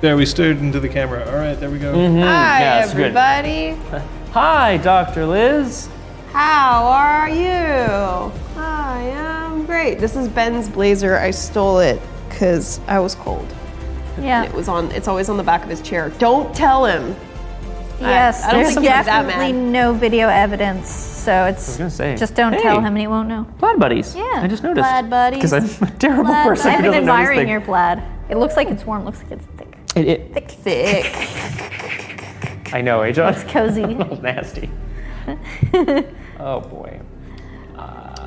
There, we stared into the camera. All right, there we go. Hi, yeah, it's good. everybody. Hi, Dr. Liz. How are you? Hi, I'm great. This is Ben's blazer. I stole it because I was cold. Yeah. It was on. It's always on the back of his chair. Don't tell him. yes. I don't there's think he was that definitely mad. no video evidence, so it's gonna say, just don't hey. tell him, and he won't know. Plaid buddies. Yeah, I just noticed. plaid buddies. Because I'm a terrible Plaid- person. I've who been doesn't notice admiring things. your plaid. It looks like it's warm. Looks like it's thick, It, it, thick, thick, I know, Ajon. It's cozy. nasty. oh boy.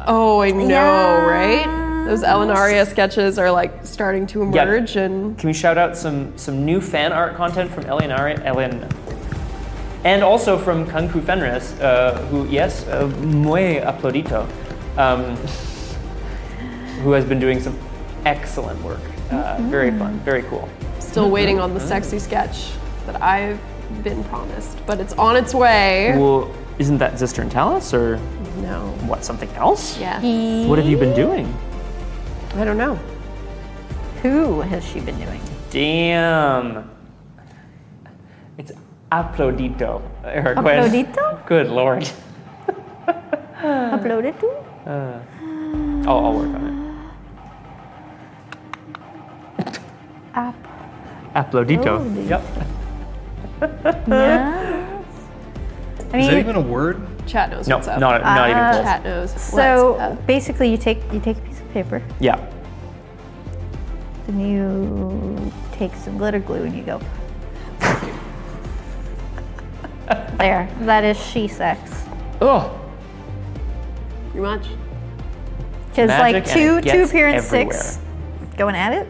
Oh, I know, Yeah. right? Those Elenaria sketches are like starting to Yeah. emerge, and Can we shout out some some new fan art content from Eleonari, Ellen, and also from Kung Fu Fenris, uh, who yes, uh, muy aplaudito, um, who has been doing some excellent work. Uh, Very Mm-hmm. fun, very cool. Mm-hmm. still waiting on the sexy sketch that I've been promised, but it's on its way. Well, isn't that Zistern Talus or No. what? Something else? Yeah. What have you been doing? I don't know. Who has she been doing? Damn. It's aplaudito. Or Gwen. Aplaudito? Good lord. Uh, Uploaded to? I'll, I'll work on Uh, Up. it. Aplaudito. Aplaudito. Yep. I Is that mean, even a word? Chat knows No, what's up. not, not even close. Ah. Chat knows. so what's up. basically, you take you take a piece of paper, Yeah. then you take some glitter glue, and you go. there. That is she sex. Oh. you much? Because like Magic and two it two gets appearance six, going at it.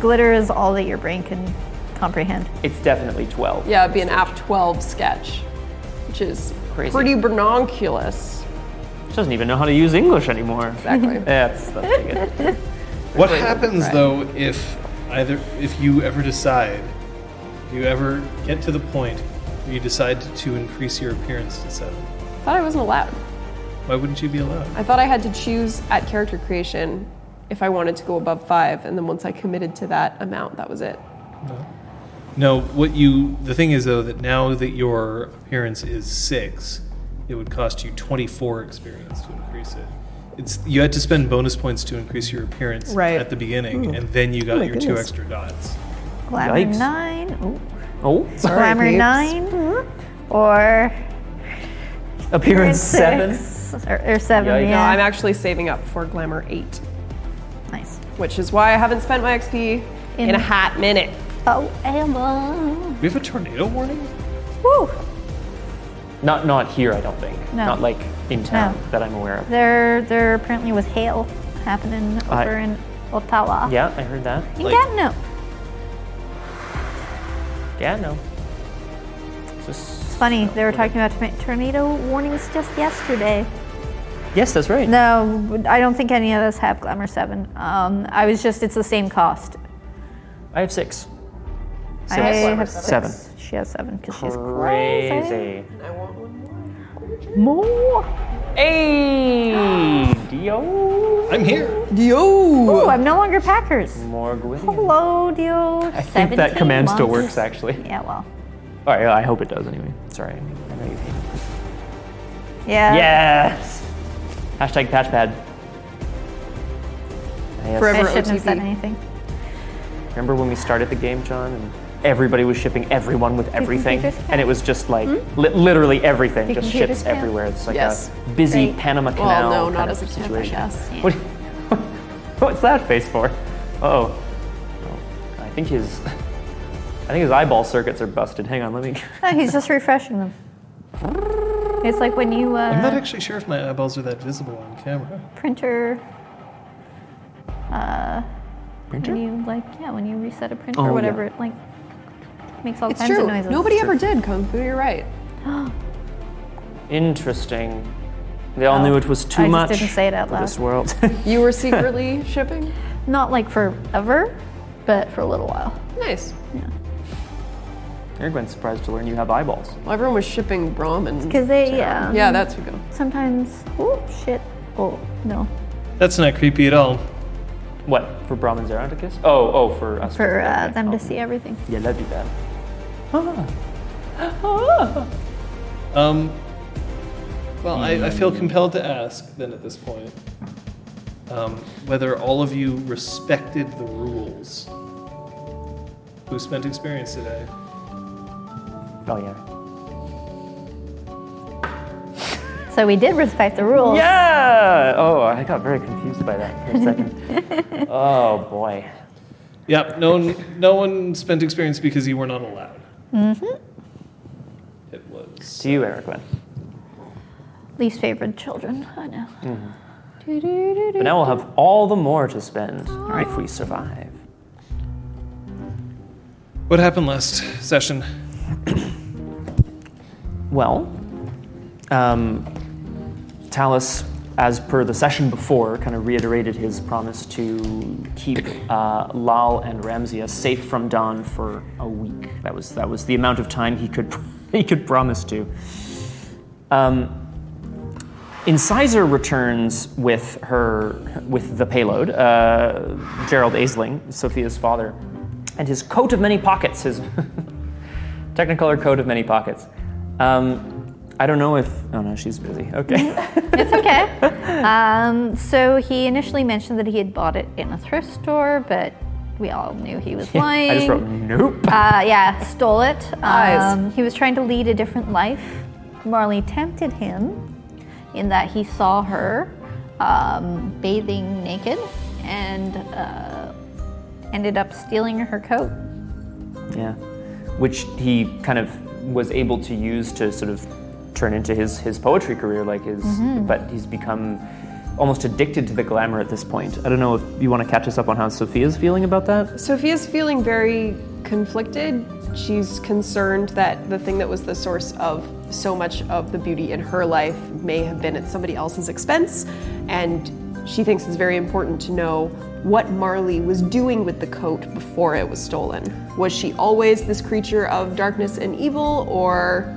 Glitter is all that your brain can comprehend. It's definitely 12. Yeah, it'd be an app 12 sketch, which is Crazy. pretty bronculous. She doesn't even know how to use English anymore. Exactly. That's, that's pretty good. What happens though if either if you ever decide, you ever get to the point where you decide to increase your appearance to seven? I thought I wasn't allowed. Why wouldn't you be allowed? I thought I had to choose at character creation if I wanted to go above five, and then once I committed to that amount, that was it. No, what you the thing is though that now that your appearance is six, it would cost you twenty four experience to increase it. It's you had to spend bonus points to increase your appearance Right. at the beginning, and then you got your two extra dots. Glamour Yikes. nine. Ooh. Oh. Glamour peeps. nine. Or Appearance 7. six. Or, or seven. Yikes. Yeah. No, I'm actually saving up for Glamour 8, nice. which is why I haven't spent my XP in, In- a hot minute. Oh, Emma. We have a tornado warning? Woo. Not not here, I don't think. No. Not like in town No. that I'm aware of. There, there apparently was hail happening I- over in Ottawa. Yeah, I heard that. In Like, Gatineau. yeah, no. It's just- Funny, they were talking about torna- tornado warnings just yesterday. Yes, that's right. No, I don't think any of us have Glamour 7. Um, I was just, it's the same cost. I have six. I have Seven. six. She has seven because she's crazy. Crazy. More. Hey, Dio. I'm here. Ooh, I'm no longer Packers. More Gwydion. Hello, Dio. I think that command still works, actually. Yeah, well. All right, I hope it does anyway. Sorry, I know you hate Uh, it. Yeah. Yes. Hashtag Patchpad. Yes. Forever. I shouldn't have said OTP. anything. Remember when we started the game, John, and everybody was shipping everyone with everything, computers count? and it was just like li- literally everything Do just computers ships count? everywhere. It's like Yes. a busy Right. Panama Well, Canal no, kind not of as a tip, I situation. guess. What, what's that face for? Oh, I think his, I think his eyeball circuits are busted. Hang on, let me. No, he's just refreshing them. It's like when you I'm not uh, actually sure if my eyeballs are that visible on camera. printer. Uh, Printer? When you like, yeah, when you reset a printer Oh, or yeah. whatever, it like makes all It's kinds true. of noises. Nobody ever did Kung Fu, you're right. Interesting. They all Oh, knew it was too I just much. didn't say it out for loud. This world. You were secretly shipping? Not like forever, but for a little while. Nice. You're going surprised to learn you have eyeballs. Well, everyone was shipping Brahmin. Because they, um, yeah. Yeah, that's who go. Sometimes, oh shit. Oh no. That's not creepy at all. What for Brahmin Zeroticus? Oh, oh, for us. for uh, Okay. them Oh. to see everything. Yeah, that'd be bad. Um, well, I, I feel compelled to ask then at this point um, whether all of you respected the rules. Who spent experience today? Oh yeah. So we did respect the rules. Yeah. Oh, I got very confused by that for a second. oh boy. Yep, no one, no one spent experience because you were not allowed. Mm-hmm. It was. To you, Eric. Wynn. Least favored children. I know. Mm. But now we'll have all the more to spend if we survive. What happened last session? Well, um, Talus, as per the session before, kind of reiterated his promise to keep uh, Lal and Ramsia safe from dawn for a week. That was that was the amount of time he could he could promise to. Um, Incisor returns with her with the payload, uh, Gerald Aisling, Sophia's father, and his coat of many pockets, his Technicolor coat of many pockets. Um, I don't know if. Oh no, she's busy. Okay. It's okay. um, so he initially mentioned that he had bought it in a thrift store, but we all knew he was lying. I just wrote nope. Uh, yeah, stole it. Lies. Um, he was trying to lead a different life. Marley tempted him in that he saw her um, bathing naked and uh, ended up stealing her coat. Yeah. Which he kind of was able to use to sort of turn into his his poetry career, like his. But he's become almost addicted to the glamour at this point. I don't know if you want to catch us up on how Sophia's feeling about that. Sophia's feeling very conflicted. She's concerned that the thing that was the source of so much of the beauty in her life may have been at somebody else's expense, and she thinks it's very important to know what Marley was doing with the coat before it was stolen. Was she always this creature of darkness and evil, or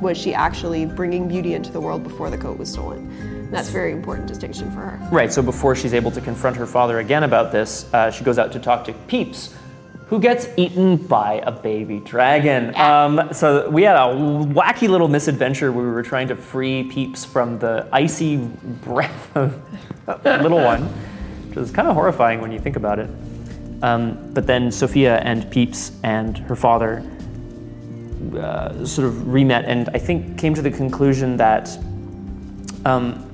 was she actually bringing beauty into the world before the coat was stolen? That's a very important distinction for her. Right. So before she's able to confront her father again about this, uh, she goes out to talk to Peeps. Who gets eaten by a baby dragon? Um, so we had a wacky little misadventure where we were trying to free Peeps from the icy breath of a little one, which is kind of horrifying when you think about it. Um, but then Sophia and Peeps and her father uh, sort of remet, and I think came to the conclusion that um,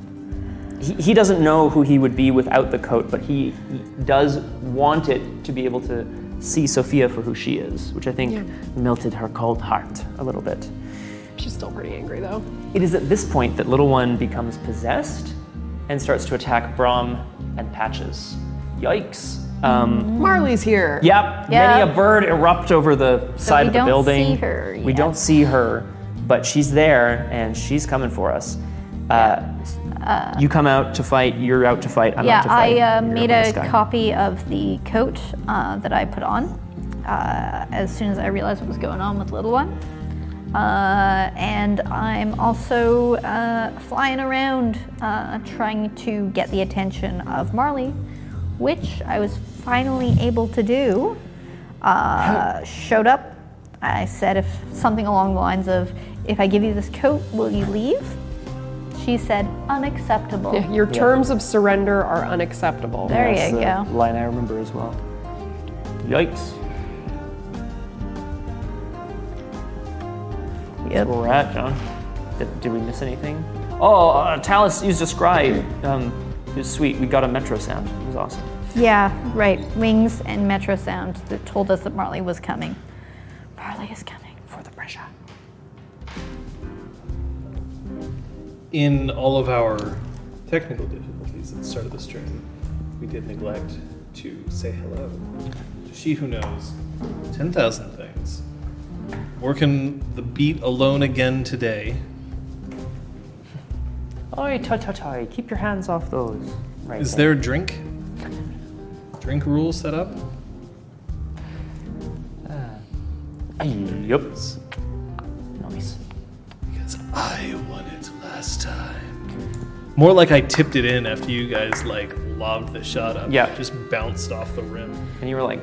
he, he doesn't know who he would be without the coat, but he, he does want it to be able to see Sophia for who she is, which I think Yeah. melted her cold heart a little bit. She's still pretty angry though. It is at this point that Little One becomes possessed and starts to attack Brahm and Patches. Yikes. Um, Marley's here. Yep, Yeah. many a bird erupt over the side we of the don't building. see her We yet. don't see her, but she's there and she's coming for us. Uh, you come out to fight, you're out to fight, I'm out yeah, to fight. I uh, you're made up in a the sky. copy of the coat uh, that I put on uh, as soon as I realized what was going on with little one. Uh, and I'm also uh, flying around uh, trying to get the attention of Marley, which I was finally able to do. Uh, showed up. I said if something along the lines of, "If I give you this coat, will you leave?" She said, "Unacceptable." Yeah, your terms of surrender are unacceptable. There That's you the go. uh, line I remember as well. Yikes. Where Yep. we're at, John. Did, did we miss anything? Oh, uh, Talus used a scribe. Um, it was sweet. We got a metro sound. It was awesome. Yeah, right. Wings and Metro Sound that told us that Marley was coming. Marley is coming for the pressure. in all of our technical difficulties at the start of this journey, we did neglect to say hello. She who knows 10,000 things. Working the beat alone again today. Oi, toi, toi, toi. Keep your hands off those. Right. Is there a drink? Drink rule set up? Yep. Nice. Because I won it last time. More like I tipped it in after you guys like lobbed the shot up. Yeah. It just bounced off the rim. And you were like,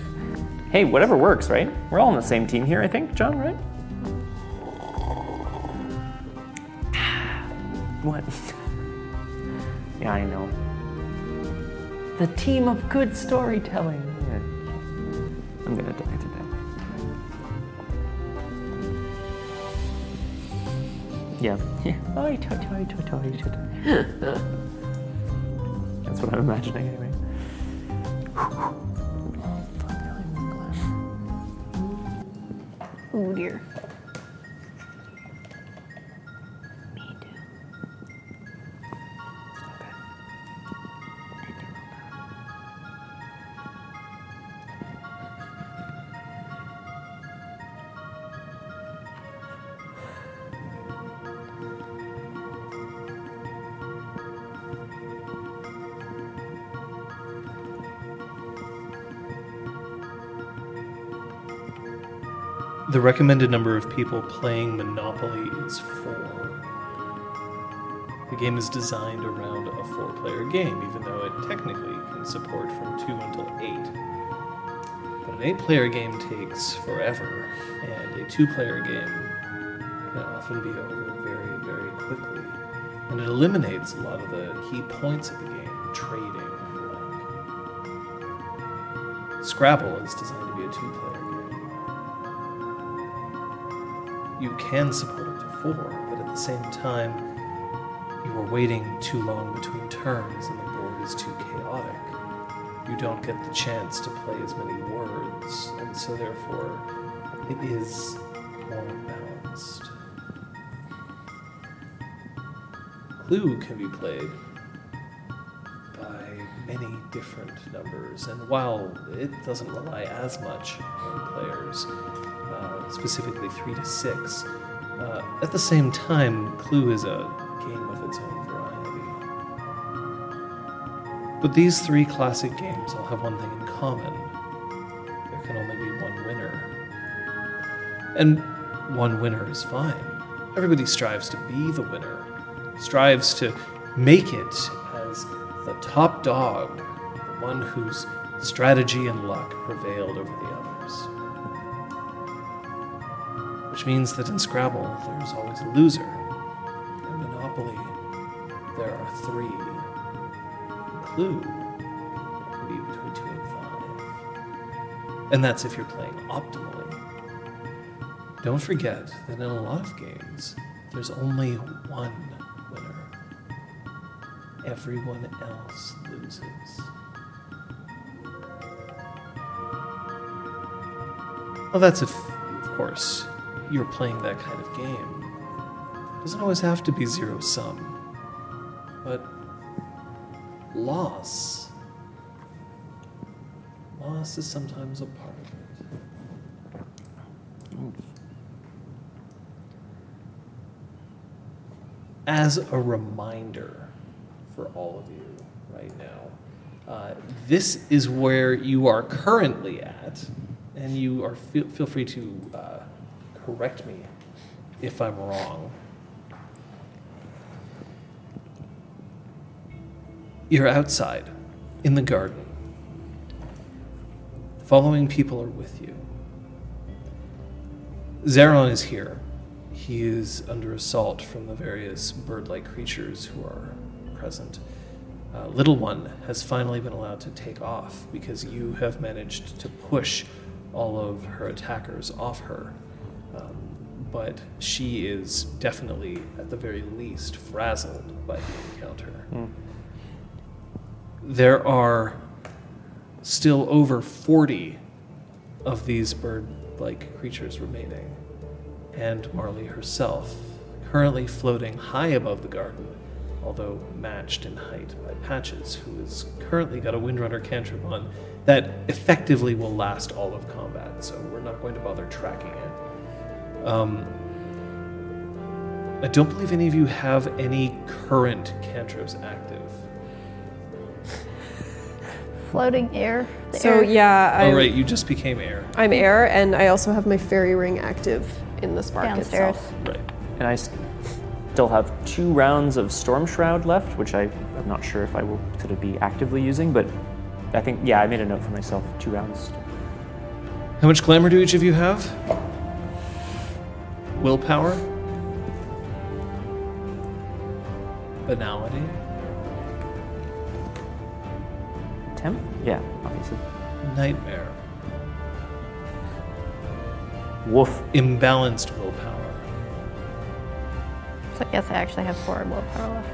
hey, whatever works, right? We're all on the same team here, I think, John, right? What? yeah, I know. The team of good storytelling. Yeah. I'm gonna die today. Yeah. Yeah. Oi, toi, toi, toi, toi, toi, toi. That's what I'm imagining anyway. Oh dear. The recommended number of people playing Monopoly is four. The game is designed around a four player game, even though it technically can support from two until eight. But an eight player game takes forever, and a two player game can often be over very, very quickly. And it eliminates a lot of the key points of the game trading and the like. Scrabble is designed to be a two player game you can support up to four, but at the same time, you are waiting too long between turns and the board is too chaotic. You don't get the chance to play as many words, and so therefore, it is more balanced. Clue can be played by many different numbers, and while it doesn't rely as much on players, uh, specifically three to six, uh, at the same time, Clue is a game of its own variety. But these three classic games all have one thing in common there can only be one winner. And one winner is fine. Everybody strives to be the winner, strives to make it as the top dog, the one whose strategy and luck prevailed over the others. Which means that in Scrabble, there's always a loser. In Monopoly, there are three. Clue can be between two and five. And that's if you're playing optimally. Don't forget that in a lot of games, there's only one winner. Everyone else loses. Well, that's if, of course, you're playing that kind of game. doesn't always have to be zero sum, but loss. Loss is sometimes a part of it. as a reminder for all of you right now, uh, this is where you are currently at, and you are feel, feel free to uh, correct me if I'm wrong. You're outside in the garden. The following people are with you. Zeron is here. He is under assault from the various bird like creatures who are present. Uh, Little One has finally been allowed to take off because you have managed to push all of her attackers off her. Um, but she is definitely, at the very least, frazzled by the encounter. There are still over 40 of these bird like creatures remaining and Marley herself, currently floating high above the garden, although matched in height by Patches, who has currently got a Windrunner cantrip on that effectively will last all of combat, so we're not going to bother tracking it. Um, I don't believe any of you have any current cantrips active. Floating air. The So air. yeah, oh, I'm, right, you just became air. I'm air, and I also have my fairy ring active in the spark Downstairs. itself. Right. And I s- still have two rounds of Storm Shroud left, which I, I'm not sure if I will sort of be actively using, but I think, yeah, I made a note for myself two rounds. How much glamour do each of you have? Willpower? Banality? Temp? Yeah, obviously. Nightmare? Woof. Imbalanced willpower? So I guess I actually have four willpower left.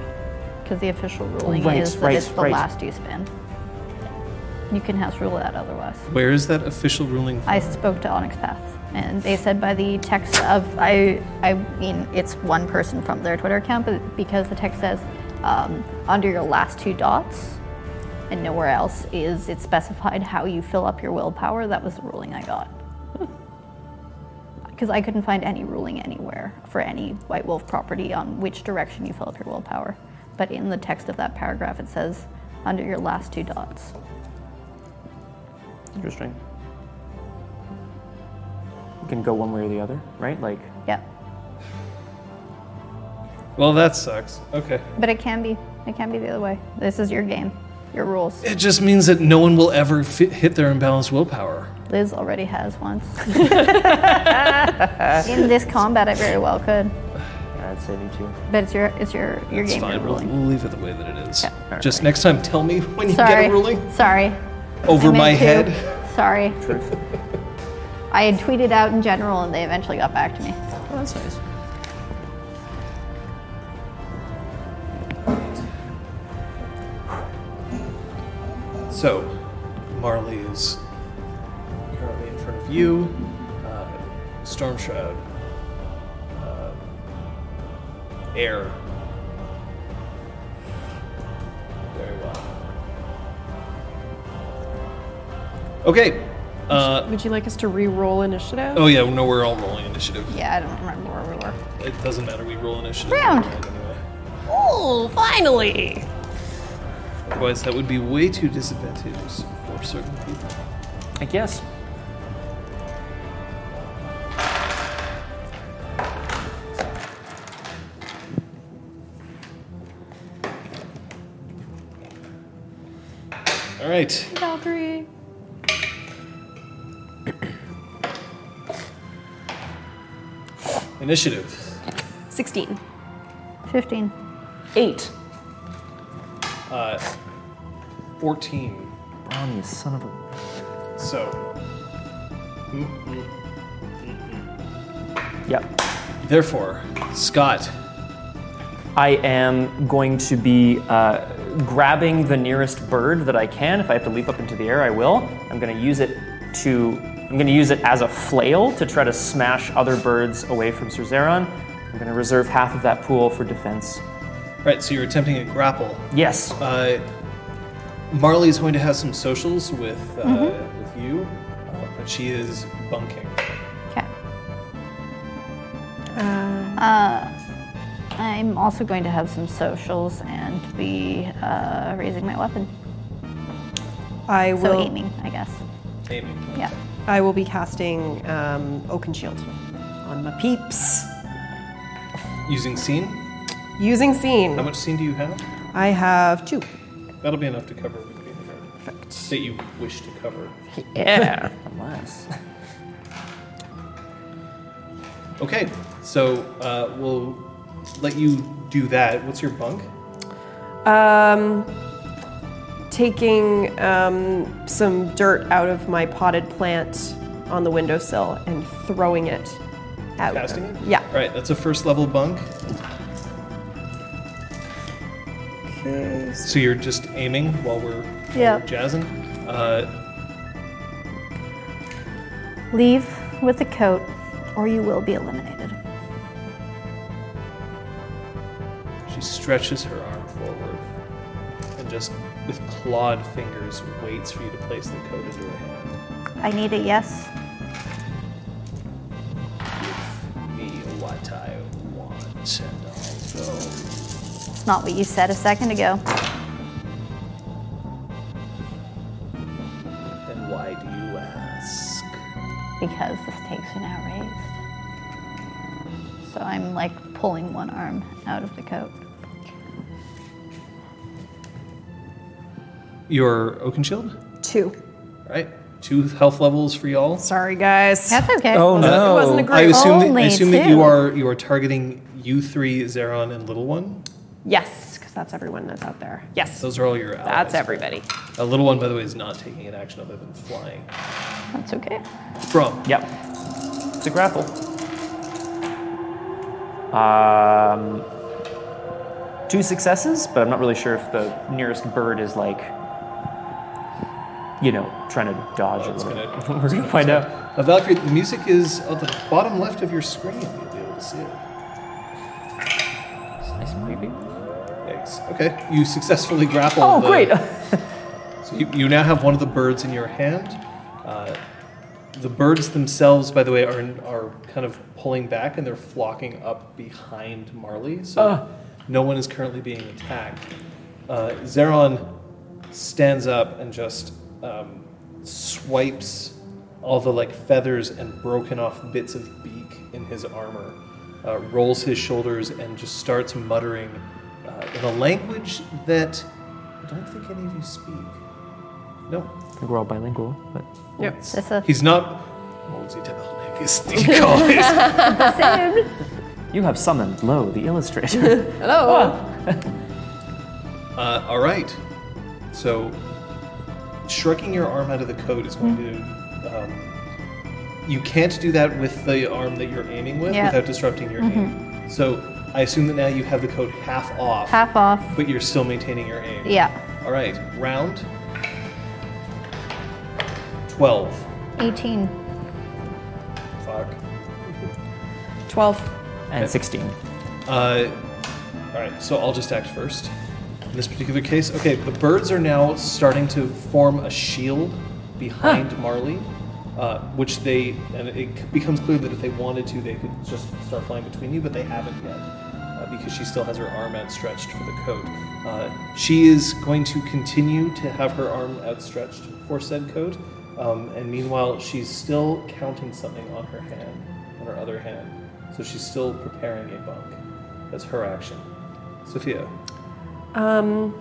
Because the official ruling right, is that right, it's the right. last you spend. You can house rule that otherwise. Where is that official ruling from? I spoke to Onyx Path, and they said by the text of I I mean it's one person from their Twitter account, but because the text says um, under your last two dots and nowhere else is it specified how you fill up your willpower. That was the ruling I got. Because I couldn't find any ruling anywhere for any White Wolf property on which direction you fill up your willpower. But in the text of that paragraph, it says under your last two dots. Interesting. You can go one way or the other, right? Like, Yeah, Well, that sucks. Okay. but it can be. It can be the other way. This is your game, your rules. It just means that no one will ever fit, hit their imbalanced willpower. Liz already has once. In this combat, I very well could, yeah, I'd say me too. but it's your it's your your It's game fine. you're We'll, ruling. we'll leave it the way that it is. Yeah, all right. Just next time, tell me when you Sorry, get a ruling sorry. I over meant my to. head. Sorry, Truth. I had tweeted out in general, and they eventually got back to me. Oh, that's nice. So, Marley is currently in front of you. Uh, Storm Shroud. Uh, air. Very well. Okay. Uh, Would you like us to re-roll initiative? oh, yeah, no, we're all rolling initiative. Yeah, I don't remember where we were. It doesn't matter. We roll initiative. Round. Anyway. Oh, finally! Otherwise, that would be way too disadvantageous for certain people. I guess. All right. Valkyrie. Initiative. 16. Fifteen. Eight. Uh, 14. Ron, you son of a. So, Yep. therefore, Scott. I am going to be uh, grabbing the nearest bird that I can. If I have to leap up into the air, I will. I'm going to use it to. I'm going to use it as a flail to try to smash other birds away from Sir Zeron. I'm going to reserve half of that pool for defense. Right, so you're attempting a grapple. Yes. Uh, Marley is going to have some socials with, uh, with you, uh, but she is bunking. Okay. Uh, I'm also going to have some socials and be uh, raising my weapon. I So will. aiming, I guess. Aiming. Yeah. I will be casting um, Oaken Shield on my peeps Using scene. using How scene. much scene do you have? I have two. That'll be enough to cover with me. That you wish to cover. Yeah. Unless. Okay, so uh, we'll let you do that. What's your bunk? Um, taking um, some dirt out of my potted plant on the windowsill and throwing it out. Casting it? Uh, Yeah. All right, that's a first level bunk. Okay. So you're just aiming while we're, while Yeah. we're jazzing. Uh, Leave with the coat, or you will be eliminated. she stretches her arm forward and just with clawed fingers waits for you to place the coat into her hand. I need a yes. Give me what I want and I'll It's not what you said a second ago. go. Then why do you ask? Because the stakes are now raised. So I'm like pulling one arm out of the coat. Your Oaken Shield? Two. Right? Two health levels for y'all. Sorry, guys. That's okay. Oh no! It wasn't a great I assume, that, I Only assume that you two. are you are targeting you three, Zeron, and Little One. Yes, because that's everyone that's out there. Yes. Those are all your allies. That's everybody. A Little One, by the way, is not taking an action other than flying That's okay. from. Yep. It's a grapple. Um, two successes, but I'm not really sure if the nearest bird is like, you know, trying to dodge It's or gonna- whatever. We're gonna find out. Uh, Valkyrie, the music is at the bottom left of your screen. You'll be able to see it. Nice and creepy. Thanks. Okay, you successfully grapple. Oh, the- great! So you, you now have one of the birds in your hand. Uh, the birds themselves, by the way, are are kind of pulling back and they're flocking up behind Marley. So Ah. no one is currently being attacked. Uh, Zeron stands up and just um, swipes all the like feathers and broken off bits of beak in his armor, uh, rolls his shoulders and just starts muttering uh, in a language that I don't think any of you speak. No, I think we're all bilingual, but Yep. That's a he's not. Multi-talented is the call. you have summoned Lo, the illustrator. Hello. Uh, all right. So, shrugging your arm out of the coat is going to. Mm-hmm. Um, you can't do that with the arm that you're aiming with Yeah. Mm-hmm. without disrupting your aim. So, I assume that now you have the coat half off, half off. but you're still maintaining your aim. Yeah. All right. Round. Twelve. 18. Fuck. Twelve. and 16. Uh, all right, so I'll just act first. In this particular case, okay, the birds are now starting to form a shield behind Marley, uh, which they, and it c- becomes clear that if they wanted to, they could just start flying between you, but they haven't yet, uh, because she still has her arm outstretched for the coat. Uh, she is going to continue to have her arm outstretched for said coat, um, and meanwhile, she's still counting something on her hand, on her other hand, so she's still preparing a bunk. That's her action. Sophia. Um,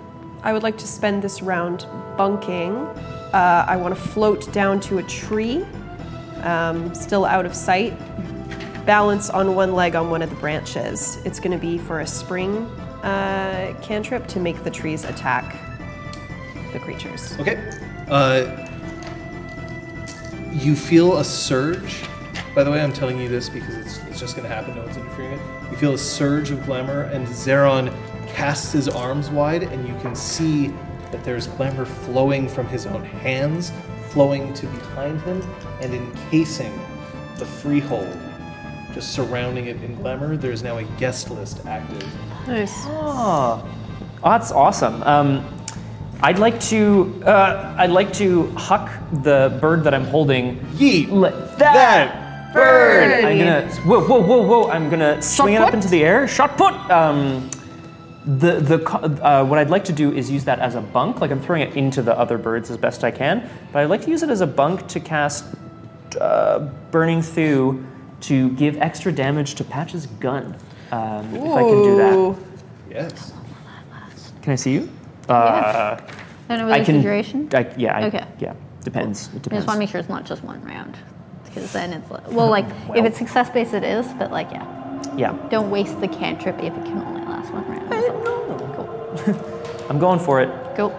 I would like to spend this round bunking. Uh, I want to float down to a tree, um, still out of sight. Balance on one leg on one of the branches. It's going to be for a spring uh, cantrip to make the trees attack the creatures. Okay. Uh, you feel a surge. By the way, I'm telling you this because it's, it's just going to happen. No one's interfering with it. You feel a surge of glamour, and Zeron casts his arms wide, and you can see that there's glamour flowing from his own hands, flowing to behind him, and encasing the freehold. Just surrounding it in glamour, there's now a guest list active. Nice. Oh, that's awesome. Um, I'd like to uh, I'd like to huck the bird that I'm holding. Yeet! Let That bird. I'm gonna whoa whoa whoa whoa! I'm gonna swing it up put? into the air. Shot put. Um, the the co- uh, what I'd like to do is use that as a bunk. Like I'm throwing it into the other birds as best I can, but I'd like to use it as a bunk to cast uh, burning thew to give extra damage to Patch's gun. Um, if I can do that. Yes. Can I see you? Uh, I don't know I what can. the duration. I, yeah. I, Okay. Yeah. Depends. It I depends. just want to make sure it's not just one round. Because then it's like, well, like, Oh, Well. if it's success based, it is, but like, yeah. yeah. Don't waste the cantrip if it can only last one round. I That's all. know. I'm going for it. Go.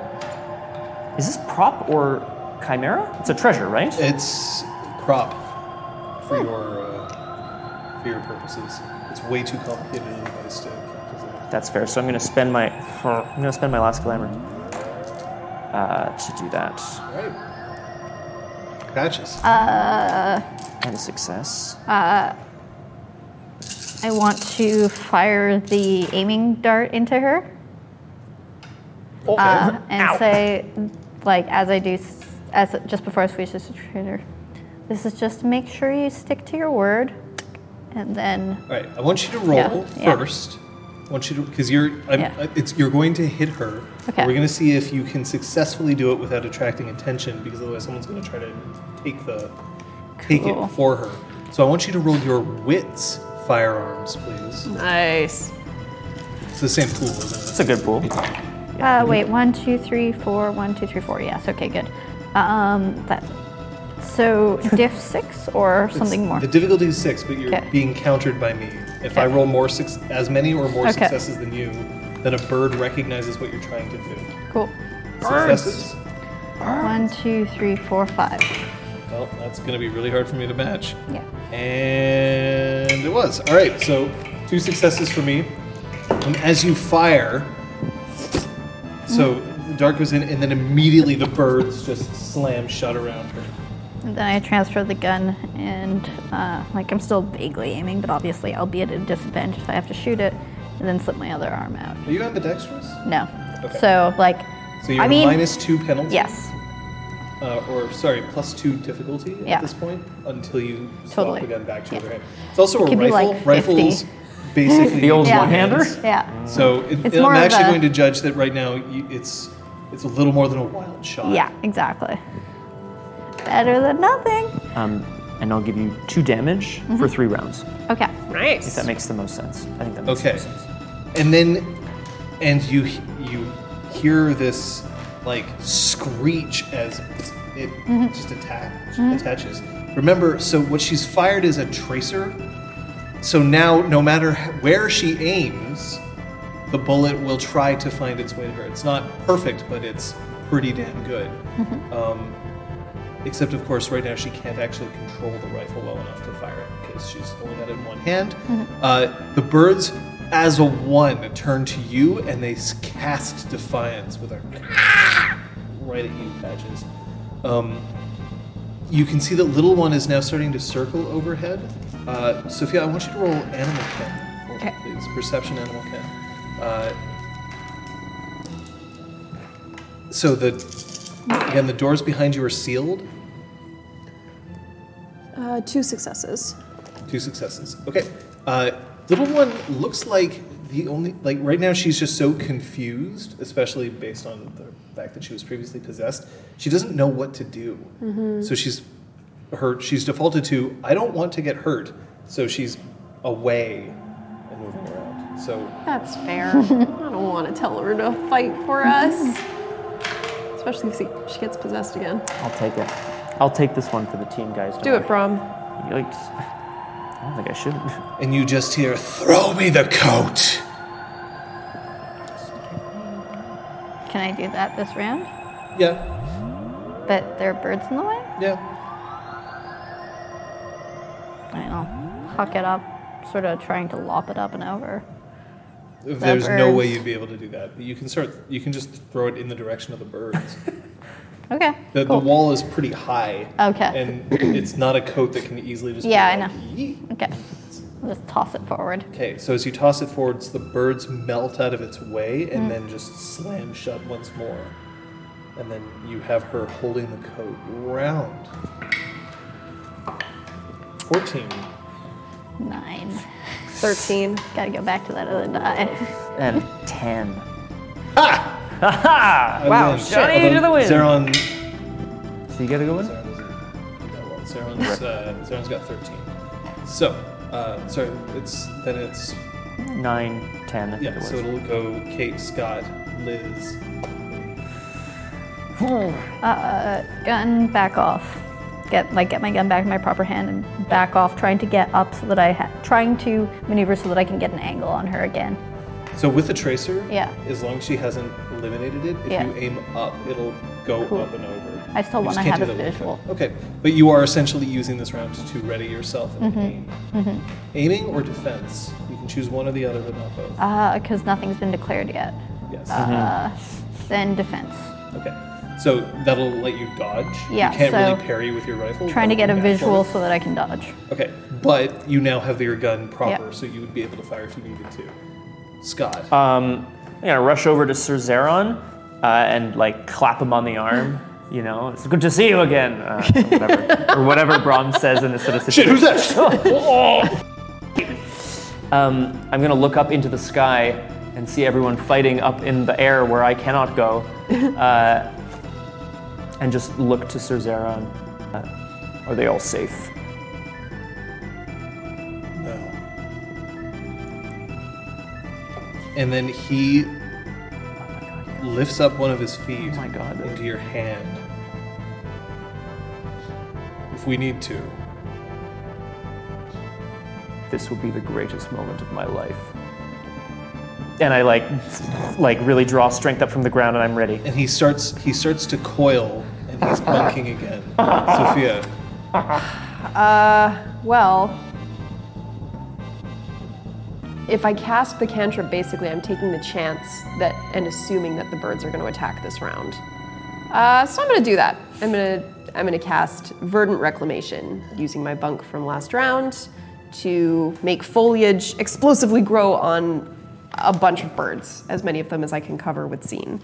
Is this prop or chimera? It's a treasure, right? It's crop for Hmm. your uh, for your purposes. It's way too complicated anyways to calculate. That's fair. So I'm gonna spend my. I'm gonna spend my last glamour uh, to do that, All right, patches. Uh, and a success. I want to fire the aiming dart into her okay. uh, and say, like, as I do, s- as just before I switch this to traitor, this is just to make sure you stick to your word. And then, All right, I want you to roll Yeah, yeah. first. I want you to because you're I'm, Yeah. it's you're going to hit her. Okay. We're going to see if you can successfully do it without attracting attention because otherwise someone's going to try to take the take Cool. it for her. So I want you to roll your wits firearms, please. Nice. It's the same pool, isn't It's a good pool. Uh, wait, one, two, three, four, one, two, three, four. Yes, okay, good. Um, that. So diff six or it? something more. The difficulty is six, but you're Okay. being countered by me. If I Okay. roll more six, as many or more Okay. successes than you, then a bird recognizes what you're trying to do. Cool. Successes? One, two, three, four, five. Well, that's going to be really hard for me to match. Yeah. And it was. All right, so two successes for me. And as you fire, so Mm-hmm. the dart goes in, and then immediately the birds just slam shut around her. And then I transfer the gun, and uh, like I'm still vaguely aiming, but obviously I'll be at a disadvantage if I have to shoot it, and then slip my other arm out. Are you ambidextrous? No. Okay. So like. So you're I mean, minus two penalty. Yes. Uh, or, sorry, plus two difficulty at Yeah. this point until you swap Totally. the gun back to Yeah. the other hand. It's also a Could be rifle. like 50. Rifles basically. The old Yeah. one-hander? Yeah. So it, It's more I'm of actually a- going to judge that right now you, it's it's a little more than a wild shot. Yeah. Exactly. Better than nothing. Um, and I'll give you two damage for three rounds. Okay. If Nice. that makes the most sense. I think that makes Okay. the most sense. And then, and you you hear this like screech as it Mm-hmm. just attack, attaches. Remember, so what she's fired is a tracer. So now, no matter h- where she aims, the bullet will try to find its way to her. It's not perfect, but it's pretty damn good. Um, except, of course, right now she can't actually control the rifle well enough to fire it because she's holding it in one hand. Uh, the birds, as a one, turn to you and they s- cast defiance with their right at you, patches. Um, you can see that little one is now starting to circle overhead. Uh, Sophia, I want you to roll animal ken. for me, Okay. Please, perception animal ken. Uh, so the again the doors behind you are sealed. Uh, two successes. Two successes. Okay. Uh, little one looks like the only like right now she's just so confused, especially based on the fact that she was previously possessed. She doesn't know what to do. So she's her she's defaulted to I don't want to get hurt. So she's away and moving around. So That's fair. I don't want to tell her to fight for us. Especially if she- she gets possessed again. I'll take it. I'll take this one for the team, guys. don't Do it, worry. Brom. Yikes. I don't think I should. and you just hear throw me the coat. Can I do that this round? Yeah. But there are birds in the way. Yeah. I don't know. Huck it up, sort of trying to lop it up and over. There's no birds. way you'd be able to do that. You can start you can just throw it in the direction of the birds. Okay. The, cool. the wall is pretty high. Okay. And it's not a coat that can easily just. be Yeah, I like, know. "Yeet." Okay. I'll just toss it forward. Okay, so as you toss it forwards, the birds melt out of its way Mm. and then just slam shut once more. And then you have her holding the coat round. 14. Nine. 13. Gotta go back to that other die. And 10. Ha! Haha! I Wow, win. shit. Johnny, you do the win. Zeron. So you gotta go in? Zeron doesn't do that well. Zeron's, uh, Zeron's got 13. So, uh, sorry, it's then it's 9, 10. I think Yeah, it so was. it'll go Kate, Scott, Liz. Uh, gun back off. Get like get my gun back in my proper hand and back off, trying to get up so that I ha- trying to maneuver so that I can get an angle on her again. So with the tracer, Yeah. as long as she hasn't eliminated it, if Yeah. you aim up, it'll go up and over. I still You wanna just can't have do a that with visual. the- Okay, but you are essentially using this round to ready yourself and Mm-hmm. aim. Aiming or defense, you can choose one or the other, but not both. Because Uh, nothing's been declared yet. yes. Uh, then defense. Okay. So that'll let you dodge. Yeah, You can't so really parry with your rifle. Trying to that'll get be a bad for visual you. so that I can dodge. Okay, but you now have your gun proper, Yeah. so you would be able to fire if you needed to. Scott. Um, I'm gonna rush over to Sir Zeron uh, and like clap him on the arm. You know, it's good to see you again, uh, or whatever, or whatever Brom says in this sort of situation. who's that? Um, I'm gonna look up into the sky and see everyone fighting up in the air where I cannot go, uh, and just look to Sir Zeron. Uh, are they all safe? Oh. No. and then he lifts up one of his feet Oh my God. into your hand. If we need to. this will be the greatest moment of my life. And I like, like really draw strength up from the ground, and I'm ready. And he starts he starts to coil and he's bunking again. Sophia. Well, if I cast the cantrip, basically I'm taking the chance that and assuming that the birds are going to attack this round. Uh, so I'm going to do that. I'm going to I'm going to cast Verdant Reclamation using my bunk from last round to make foliage explosively grow on a bunch of birds, as many of them as I can cover with scene,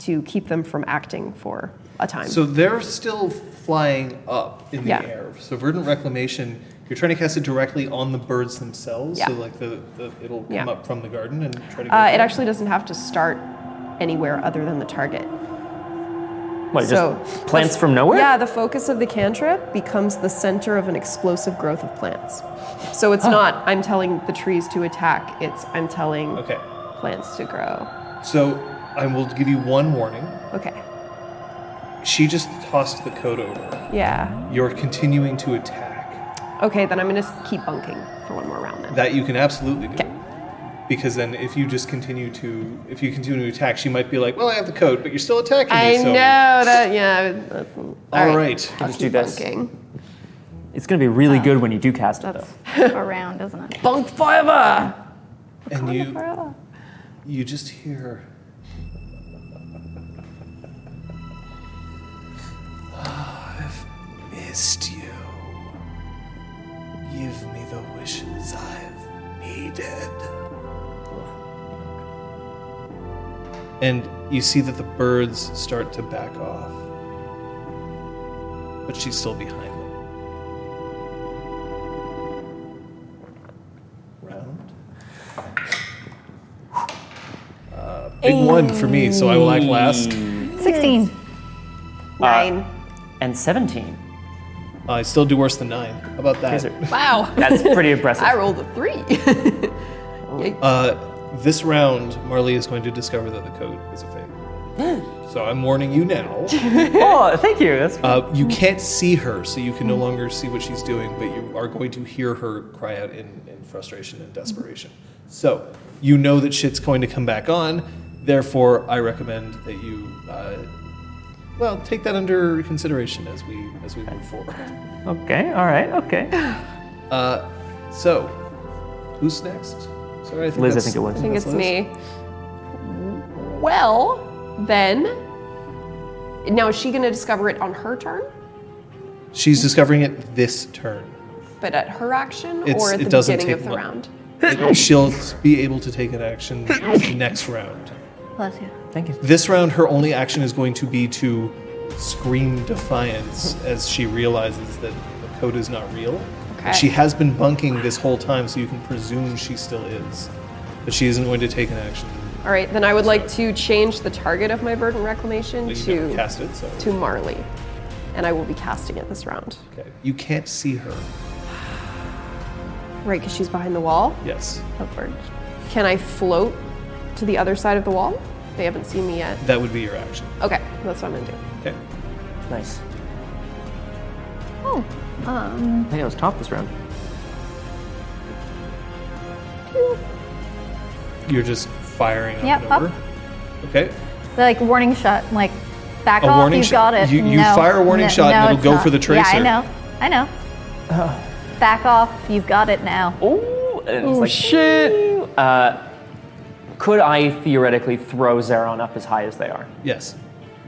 to keep them from acting for a time. So they're still flying up in the Yeah. air. So verdant reclamation, you're trying to cast it directly on the birds themselves. So Yeah. like the, the it'll come Yeah. up from the garden and try to go uh, for it actually doesn't have to start anywhere other than the target. What, So- just plants from nowhere? Yeah, the focus of the cantrip becomes the center of an explosive growth of plants. So it's not I'm telling the trees to attack, it's I'm telling Okay. plants to grow. So I will give you one warning. Okay. She just tossed the coat over. Yeah. You're continuing to attack. Okay, then I'm going to keep bunking for one more round then. That you can absolutely do. Okay. Because then if you just continue to if you continue to attack, she might be like, Well, I have the coat, but you're still attacking I me, so know that, yeah. That's, all right. I'll Just keep do this. bunking. It's gonna be really good when you do cast it, though. around, isn't it? Bunk forever! And Uh, you Forever. you just hear I've missed you. Give me the wishes I've needed. And you see that the birds start to back off. But she's still behind them. Round. Uh, big one for me, so I will act last. 16. Nine. And 17. I still do worse than nine. How about that? These are- wow. That's pretty impressive. I rolled a three. Uh, this round, Marley is going to discover that the code is a fake. so I'm warning you now. oh, thank you. That's Uh, you can't see her, so you can no longer see what she's doing, but you are going to hear her cry out in, in frustration and desperation. So you know that shit's going to come back on. Therefore, I recommend that you, uh, well, take that under consideration as we as we move forward. okay. All right. Okay. Uh, so, who's next? Sorry, I think Liz, I that's- think it was. I think it's that's Liz. me. Well, then. Now, is she going to discover it on her turn? She's discovering it this turn. But at her action? It's- or at it the doesn't beginning take of the long. round? It- she'll be able to take an action next round. Bless you. Thank you. This round, her only action is going to be to scream defiance as she realizes that the code is not real. Okay. She has been bunking this whole time, so you can presume she still is. But she isn't going to take an action. All right, then I would like to change the target of my Verdant Reclamation But you never to, cast it, so. to Marley. And I will be casting it this round. Okay. You can't see her. Right, because she's behind the wall. Oh, Yes. Upward. Can I float to the other side of the wall? They haven't seen me yet. That would be your action. Okay, that's what I'm going to do. Okay. Nice. Oh, um, I think I was top this round. You're just firing up Yep, and up. over. Okay. like warning shot, like back A off. warning You've shot- got it. you- you No, fire a warning no- shot and no, it'll it's go not. for the Yeah, I tracer. know. I know. Back off. You've got it now. Oh, shit. Uh, could I theoretically throw Zeron up as high as they are? Yes.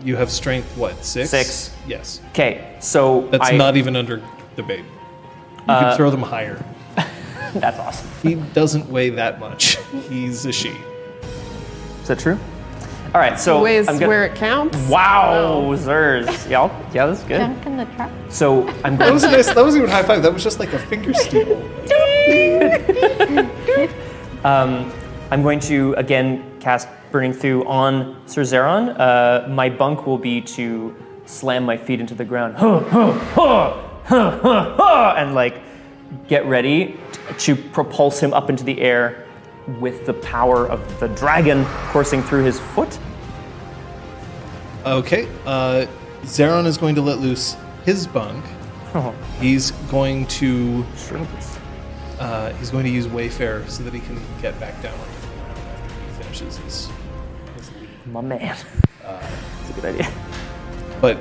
You have strength, what, six? Six. Yes. Okay, so That's I- not even under debate. You can throw them higher. That's awesome. He doesn't weigh that much. He's a she. Is that true? All right, so Ways I'm gonna- where it Oh. counts. Wow, Zers. Yeah, I'll- yeah, that's good. Junk in the trap. So I'm That going was a nice. That was even high five. That was just like a finger steal. Um, I'm going to again cast Burning Through on Sir Zeron. Uh, my bunk will be to slam my feet into the ground, huh, huh, huh, huh, huh, huh, and like get ready t- to propulse him up into the air with the power of the dragon coursing through his foot. Okay. Uh, Zeron is going to let loose his bunk. Oh, He's going to shrimpers. uh, he's going to use Wayfarer so that he can get back down after he finishes his. his leap. My man. That's a good idea. But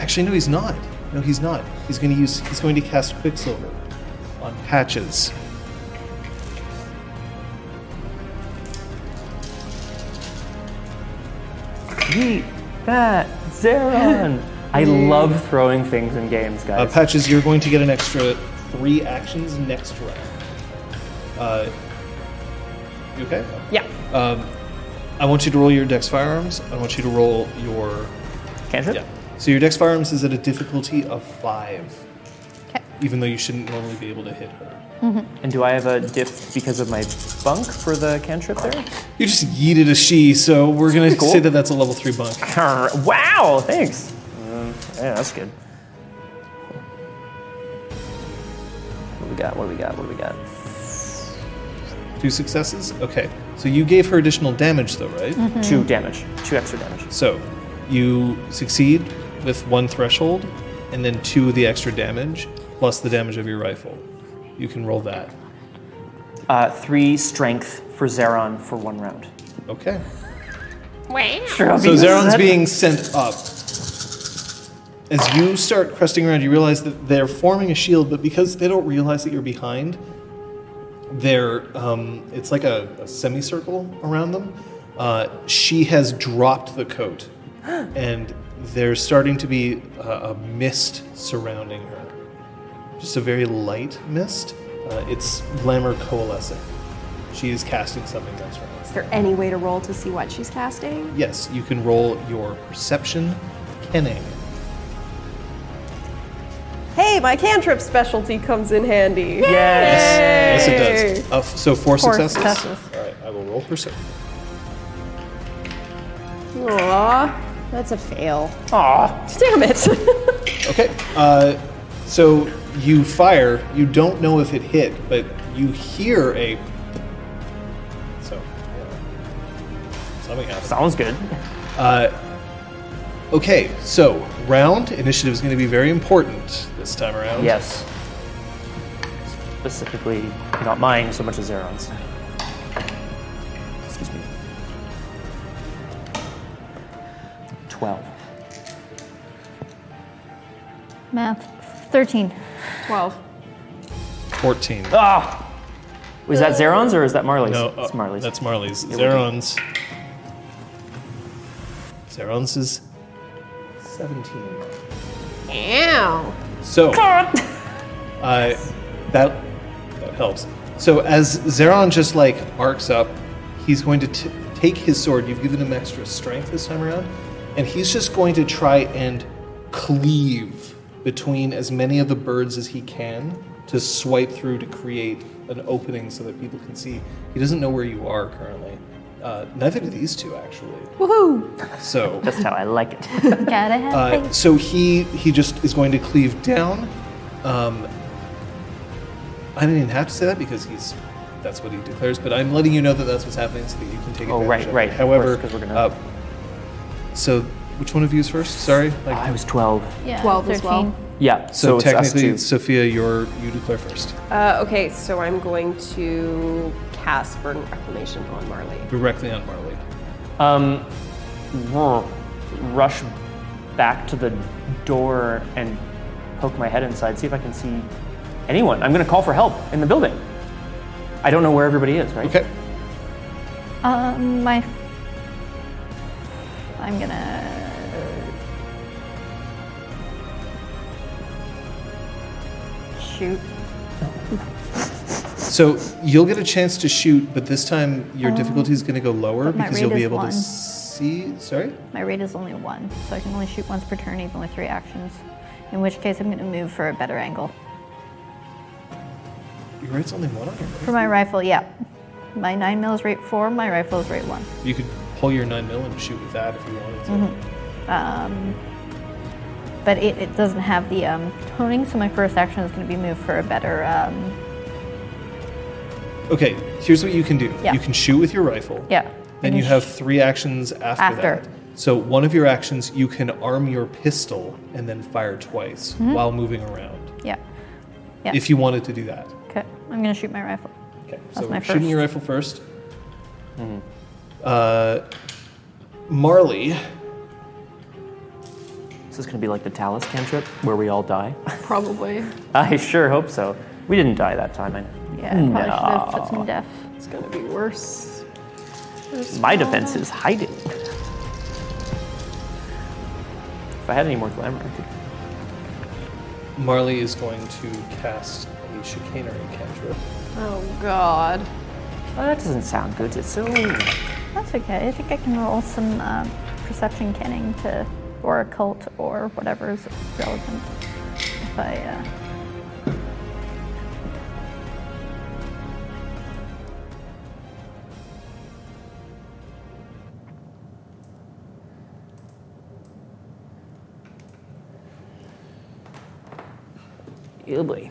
actually, no, he's not. No, he's not. He's going to use. He's going to cast Quicksilver on Patches. Yeet, that, Zeron! I love throwing things in games, Uh, guys. patches, you're going to get an extra three actions next round. Uh, you okay? Yeah. Um, I want you to roll your Dex Firearms. I want you to roll your. Cantrip? Yeah. So your Dex Firearms is at a difficulty of five, Okay. even though you shouldn't normally be able to hit her. And do I have a diff because of my bunk for the cantrip there? You just yeeted a she, so we're going to Cool. say that that's a level three bunk. Arr, Wow, thanks. Um, yeah, that's good. What do we got? What do we got? What do we got? Two successes? Okay. So you gave her additional damage, though, right? Two damage. Two extra damage. So you succeed with one threshold and then two of the extra damage plus the damage of your rifle. You can roll that. Uh, three strength for Zeron for one round. Okay. Wait. Sure, I'll So be- Zeron's that- being sent up. As you start cresting around, you realize that they're forming a shield, but because they don't realize that you're behind, they're um, it's like a, a semicircle around them. Uh, she has dropped the coat, and there's starting to be a, a mist surrounding her, just a very light mist. Uh, it's glamour coalescing. She is casting something next round. Is there any way to roll to see what she's casting? Yes, you can roll your perception kenning. Hey, my cantrip specialty comes in handy. Yes. Yes, it does. Uh, f- so four, Four successes. successes. All right, I will roll perception. Aw, that's a fail. Aw. Damn it. Okay. Uh, so you fire. You don't know if it hit, but you hear a. So. yeah. Something happened. Sounds good. Okay, so round initiative is going to be very important this time around. Yes. Specifically, not mine so much as Zeron's. Excuse me. Twelve. Math. 13. 12. 14. Ah! Was that Zeron's or is that Marley's? No, it's uh, Marley's. That's Marley's. would be. Zeron's. Zeron's is 17. Ow. So, uh, that, that helps. So, as Zeron just like arcs up, he's going to t- take his sword. You've given him extra strength this time around. And he's just going to try and cleave between as many of the birds as he can to swipe through to create an opening so that people can see. He doesn't know where you are currently. Uh, neither do these two, actually. Woohoo. So. That's how I like it. Gotta have Uh, faith. so he he just is going to cleave down. Um, I didn't even have to say that because he's that's what he declares. But I'm letting you know that that's what's happening so that you can take. Oh, advantage right, of it. right, of However, uh, course, 'cause we're gonna- so which one of you is first? Sorry. Like, I was 12. yeah, 12 as well. Yeah, so, so, it's us technically, two. Sophia, you're you declare first. Uh, okay, so I'm going to cast Burden Reclamation on Marley. Directly on Marley. Um, r- rush back to the door and poke my head inside, see if I can see anyone. I'm gonna call for help in the building. I don't know where everybody is, right? Okay. Um, my. I'm gonna. Shoot. So you'll get a chance to shoot, but this time your difficulty is going to go lower Um, but my because rate you'll be is able one. to see. Sorry. My rate is only one, so I can only shoot once per turn, even with three actions. In which case, I'm gonna move for a better angle. Your rate's only one on your. For my rifle, yeah. My 9 mil is rate 4, my rifle is rate 1. You could pull your nine mil and shoot with that if you wanted to. Mm-hmm. Um, but it, it doesn't have the um, toning, so my first action is going to be moved for a better um, Okay, here's what you can do. Yeah. You can shoot with your rifle. Yeah. Then I you can have sh- three actions after, After. that. So one of your actions, you can arm your pistol and then fire twice while moving around, Yeah. Mm-hmm. Yeah. if you wanted to do that. Okay. I'm gonna shoot my rifle. Okay. That's so my shooting your rifle 1st Uh, Marley, Is this going to be like the Talus cantrip where we all die? Probably. I sure hope so. We didn't die that time. I know. Yeah. I probably should have put some death. It's gonna be worse. My defense is hiding. If I had any more glamour, I could. Marley is going to cast a chicanery cantrip. Oh god. Oh, that doesn't sound good. It's silly. That's okay. I think I can roll some uh, perception canning to, or occult or whatever is relevant. If I. Uh... Oh boy.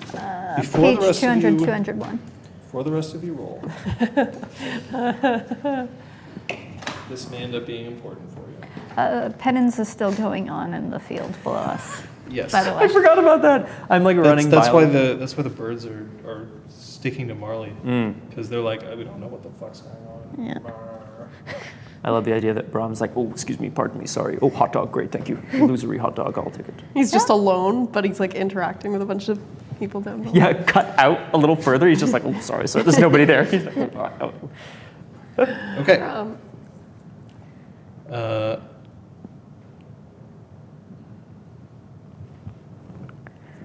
Before Uh, Page the rest of 200, you, 201. before the rest of you roll, this may end up being important for you. Uh, penance is still going on in the field below us, Yes. by the I way. forgot about that. I'm like That's, running. that's why violently. the that's why the birds are, are sticking to Marley because they're like "Oh, we don't know what the fuck's going on. Yeah. I love the idea that Brahm's like, oh, excuse me, pardon me, sorry. Oh, hot dog, great, thank you. Illusory hot dog, I'll take it. He's just alone, but he's like interacting with a bunch of people down below. Yeah, cut out a little further. He's just like, oh, sorry, sorry. There's nobody there. He's like, "Oh, oh, oh." Okay. Um, Uh,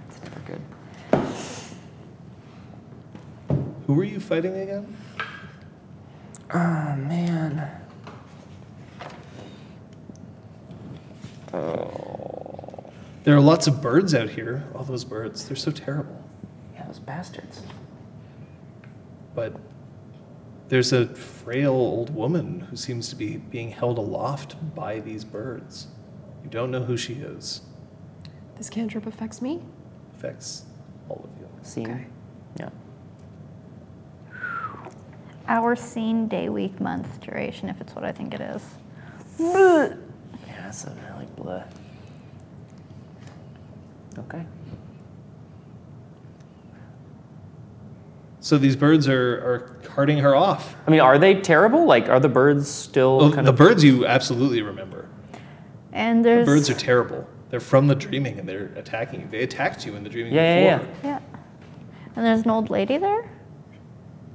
It's never good. who were you fighting again? Oh man. Oh. There are lots of birds out here. All those birds. They're so terrible. Yeah, those bastards. But there's a frail old woman who seems to be being held aloft by these birds. You don't know who she is. this cantrip affects me. Affects all of you. Scene. Okay. Yeah. Hour, scene, day, week, month, duration, if it's what I think it is. Yeah, that's a really bleh. Okay. So these birds are, are carting her off. I mean, are they terrible? Like, are the birds still Well, kind the of? birds you absolutely remember. And there's. The birds are terrible. They're from the dreaming and they're attacking you. They attacked you in the dreaming Yeah, yeah, before. yeah. Yeah. And there's an old lady there?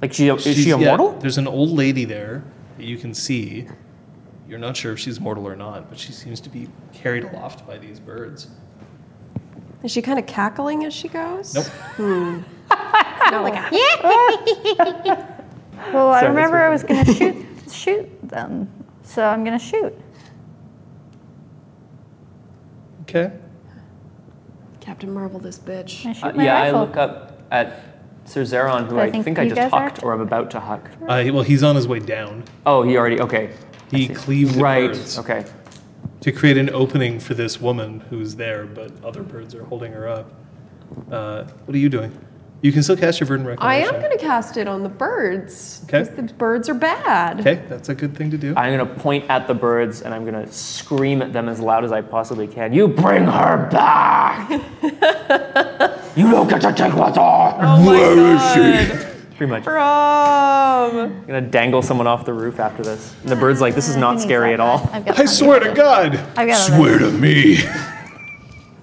Like, she is she She's- yeah, immortal? there's an old lady there that you can see. You're not sure if she's mortal or not, but she seems to be carried aloft by these birds. Is she kind of cackling as she goes? Nope. Well, I Sorry, remember I was that's going to shoot, shoot them. So I'm going to shoot. Okay. Captain Marvel, this bitch. I Uh, shoot my yeah, rifle. I look up at Sir Zeron, who I I think think, I you just guys are hucked, or I'm about to huck. Uh, he- well, he's on his way down. Oh, he already. Okay. I He see. cleaved the Right. birds. Okay. to create an opening for this woman who's there, but other birds are holding her up. Uh, what are you doing? You can still cast your verdant I reclamation. am gonna cast it on the birds. Okay. Because the birds are bad. Okay, that's a good thing to do. I'm gonna point at the birds and I'm gonna scream at them as loud as I possibly can. You bring her back! you don't get to take what's ours! Oh my god. Pretty much. I'm From gonna dangle someone off the roof after this. And the bird's like, this is not scary at all. I've got I swear to God. I've got it. swear to me.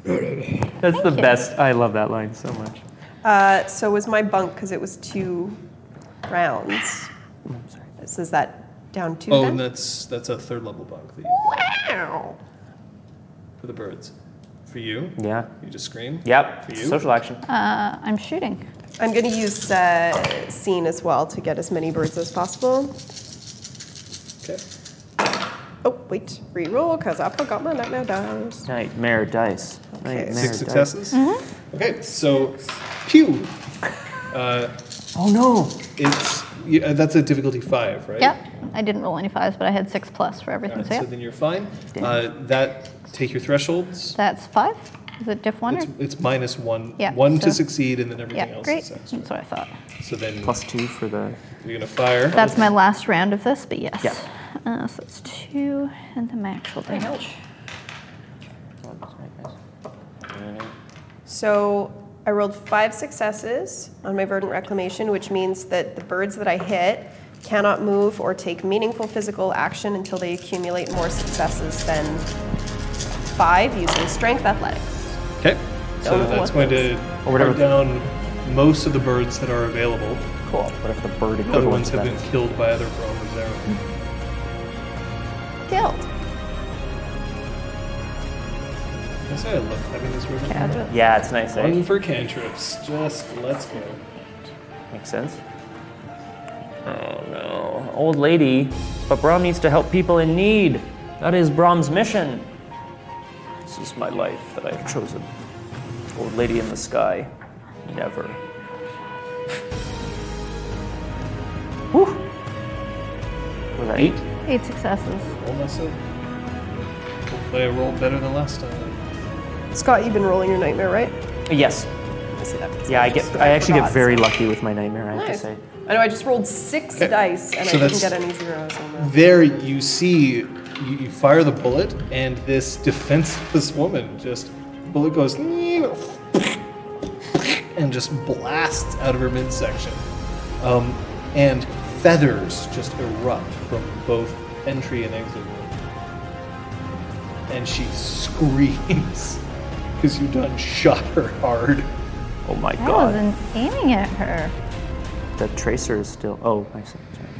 That's the you. best. I love that line so much. uh, so was my bunk because it was two rounds. I'm sorry. This is that down two. Oh, then? and that's that's a third level bunk that you get Ow. for the birds. For you, Yeah. you just scream. Yep. For you. Social action. Uh, I'm shooting. I'm gonna use uh, scene as well to get as many birds as possible. Okay. Oh wait, reroll because I forgot my nightmare dice. Nightmare dice. Okay. Nightmare Six dice. successes. Mm-hmm. Okay, so pew. Uh, Oh no! it's you, uh, that's a difficulty five, right? Yep. I didn't roll any fives, but I had six plus for All everything. right, So, so yeah. then you're fine. Uh, that take your thresholds. That's five. Is it diff one? Or? It's, it's minus one. Yeah, one to so- succeed, and then everything Yeah, else great. is That's extra. what I thought. So then Plus two for the. you're gonna fire. That's my last round of this, but yes. Yeah. Uh, so it's two, and then my actual damage. So I rolled five successes on my verdant reclamation, which means that the birds that I hit cannot move or take meaningful physical action until they accumulate more successes than five using strength athletics. Okay. So Oh, that's what going to Or whatever. cut down most of the birds that are available. Cool. Whatever the bird The other equivalent ones to have that been is. killed by other brawlers there. Guild. I say I love having this room. Yeah, that's- Yeah, it's nice. One Eh? for cantrips. Just let's go. Makes sense. Oh no, old lady. But Brahm needs to help people in need. That is Brahm's mission. This is my life that I've chosen. Old lady in the sky. Never. Whew. Was that eight? Eight successes. Roll myself. Hopefully I rolled better than last time. Scott, you've been rolling your nightmare, right? Yes. I see that. Yeah, I get. I actually forgot, get so- very lucky with my nightmare. I have Nice. to say. I know I just rolled six Okay. dice and Uh, So I didn't that's- get any zeros on that. There you see you, you fire the bullet and this defenseless woman just bullet goes and just blasts out of her midsection. Um, and feathers just erupt from both entry and exit. And she screams because you done shot her hard. Oh my I god. wasn't aiming at her. The tracer is still. Oh, I see. Sorry.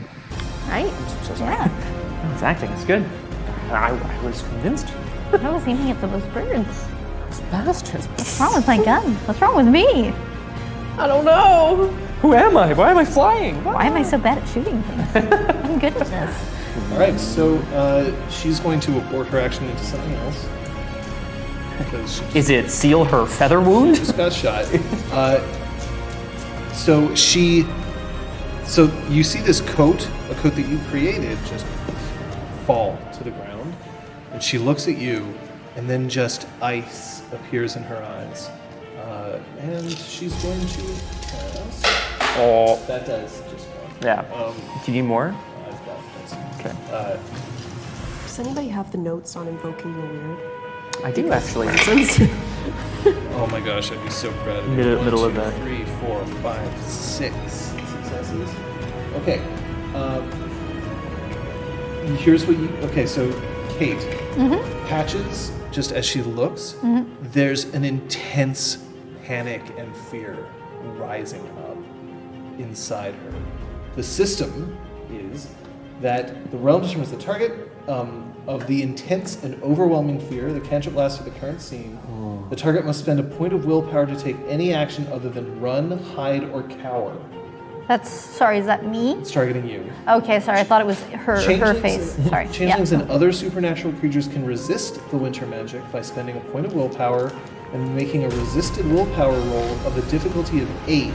Right? so sorry. Yeah. It's acting. It's good. And I, I was convinced. I was aiming at those birds. It's bastards. What's wrong with my gun? What's wrong with me? I don't know. Who am I? Why am I flying? Why am I so bad at shooting things? I'm good at this. All right, so uh, she's going to abort her action into something else because she Is it seal her feather wound? just got shot. Uh, so she, so you see this coat, a coat that you created, just fall to the ground, and she looks at you, and then just ice appears in her eyes, uh, and she's going to. Pass. Oh. That does just. count. Yeah. Um, Do you need more? I've got this. Okay. Uh, Does anybody have the notes on invoking the weird? I do actually. Oh my gosh, I'd be so proud of you. Middle- One, middle of two, that. Three, four, five, six successes. Okay. Um, here's what you. Okay, so Kate patches just as she looks. There's an intense panic and fear rising up inside her. The system is that the realm determines the target. Um, of the intense and overwhelming fear, the cantrip lasts for the current scene. The target must spend a point of willpower to take any action other than run, hide, or cower. That's sorry. Is that me? It's targeting you. Okay, sorry. I thought it was her her Changelings- face. Sorry. Changelings yeah. and other supernatural creatures can resist the winter magic by spending a point of willpower and making a resisted willpower roll of a difficulty of eight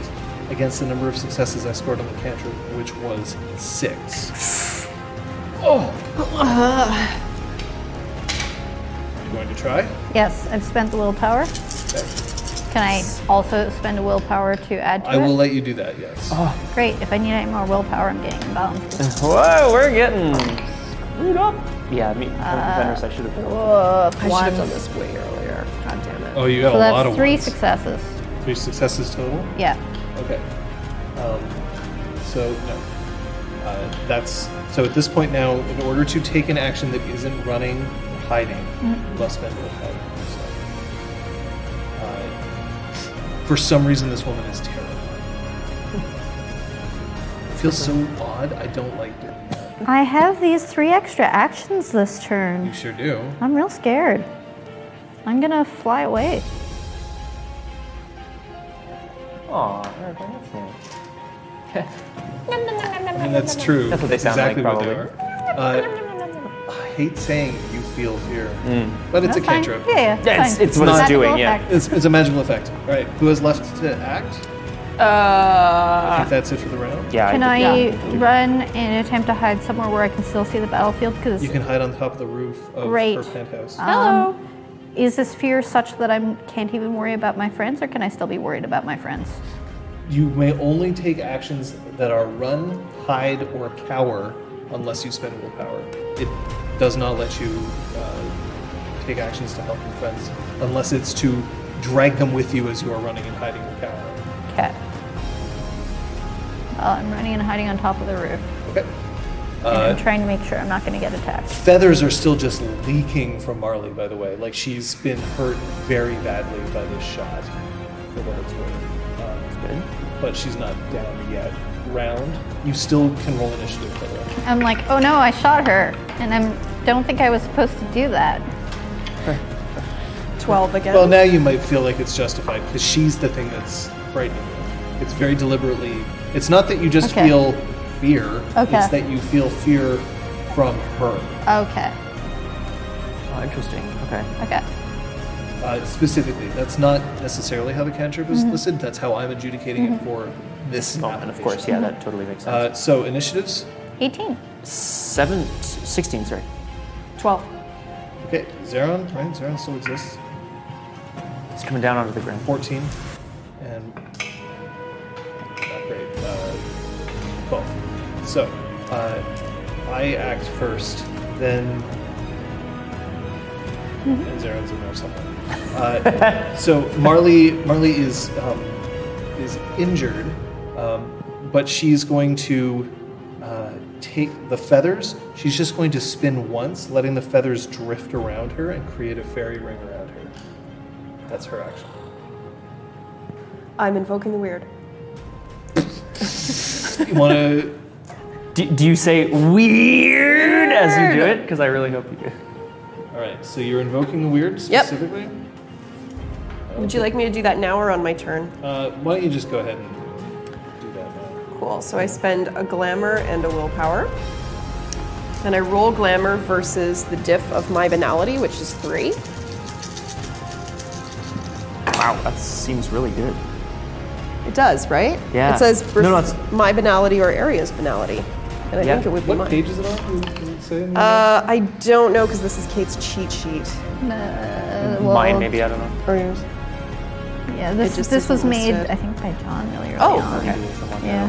against the number of successes I scored on the cantrip, which was six. Oh! You going to try? Yes, I've spent the willpower. Okay. Can I also spend a willpower to add to I it? will let you do that, yes. Great. If I need any more willpower, I'm getting imbalanced. Whoa, we're getting screwed up. Yeah, me. Fenders, I should have. Woof, Uh, I should one. have done this way earlier. God damn it. Oh, you got So a lot that's of three ones. successes. Three successes total? Yeah. Okay. Um, so no. Uh, that's so. At this point now, in order to take an action that isn't running or hiding, Mm. you must spend willpower. So. Uh, for some reason, this woman is terrified. Feels so odd. I don't like doing that. I have these three extra actions this turn. You sure do. I'm real scared. I'm gonna fly away. Aw, Erica, that's nice. I mean, that's true. That's what they sound like, exactly probably. what they are. Uh, I hate saying you feel fear, Mm. but it's That's a fine. cantrip. Yeah, yeah. Yeah, it's- fine. it's what it's Magical doing, yeah. effect. It's, it's a magical effect. All right, who has left to act? I Uh, think that's it for the round. Yeah. Can did- I yeah. run and attempt to hide somewhere where I can still see the battlefield? Because You can hide on top of the roof of Uh. Great. her penthouse. hello. Is this fear such that I can't even worry about my friends, or can I still be worried about my friends? You may only take actions that are run, hide, or cower unless you spend willpower. It does not let you uh, take actions to help your friends unless it's to drag them with you as you are running and hiding or cowering. Okay. Uh, I'm running and hiding on top of the roof. Okay. And I'm Uh, trying to make sure I'm not going to get attacked. feathers are still just leaking from Marley, by the way. Like she's been hurt very badly by this shot, for what it's worth. Um, Good. but she's not down yet. Round, you still can roll initiative for the round. I'm like, oh no, I shot her, and I don't think I was supposed to do that. 12 again. Well, now you might feel like it's justified because she's the thing that's frightening you. It's very deliberately. It's not that you just Okay. feel fear. Okay. It's that you feel fear from her Okay. Oh, interesting. Okay. Okay. uh, specifically. That's not necessarily how the cantrip Mm-hmm. is listed. That's how I'm adjudicating it for this Moment, of application. course. Yeah, that totally makes sense. Uh, so initiatives. 18. Seven, 16, sorry. 12. Okay, Zeron, right? Zeron still exists. It's coming down onto the ground. 14 and not great. Uh, 12. So, uh, I act first, then. And Zeron's in there somewhere. Uh, so Marley, Marley is um, is injured, um, but she's going to uh, take the feathers. She's just going to spin once, letting the feathers drift around her and create a fairy ring around her. That's her action. I'm invoking the weird. You want to? Do, do you say weird as you do it? Because I really hope you do. All right. So you're invoking the weird Yep. specifically. Would you like me to do that now or on my turn? Uh, why don't you just go ahead and do that now? Cool. So I spend a glamour and a willpower. And I roll glamour versus the diff of my banality, which is three. Wow, that seems really good. It does, right? Yeah. It says No, no, versus it's- my banality or area's banality. And I Yeah. think it would be What mine. page is it on? Does it- does it say in the- Uh, I don't know because this is Kate's cheat sheet. Uh, well, Mine, maybe, I don't know. Or yours? Yeah, this, It just this was isn't made, listed. I think, by John really early Oh, on. okay. Yeah.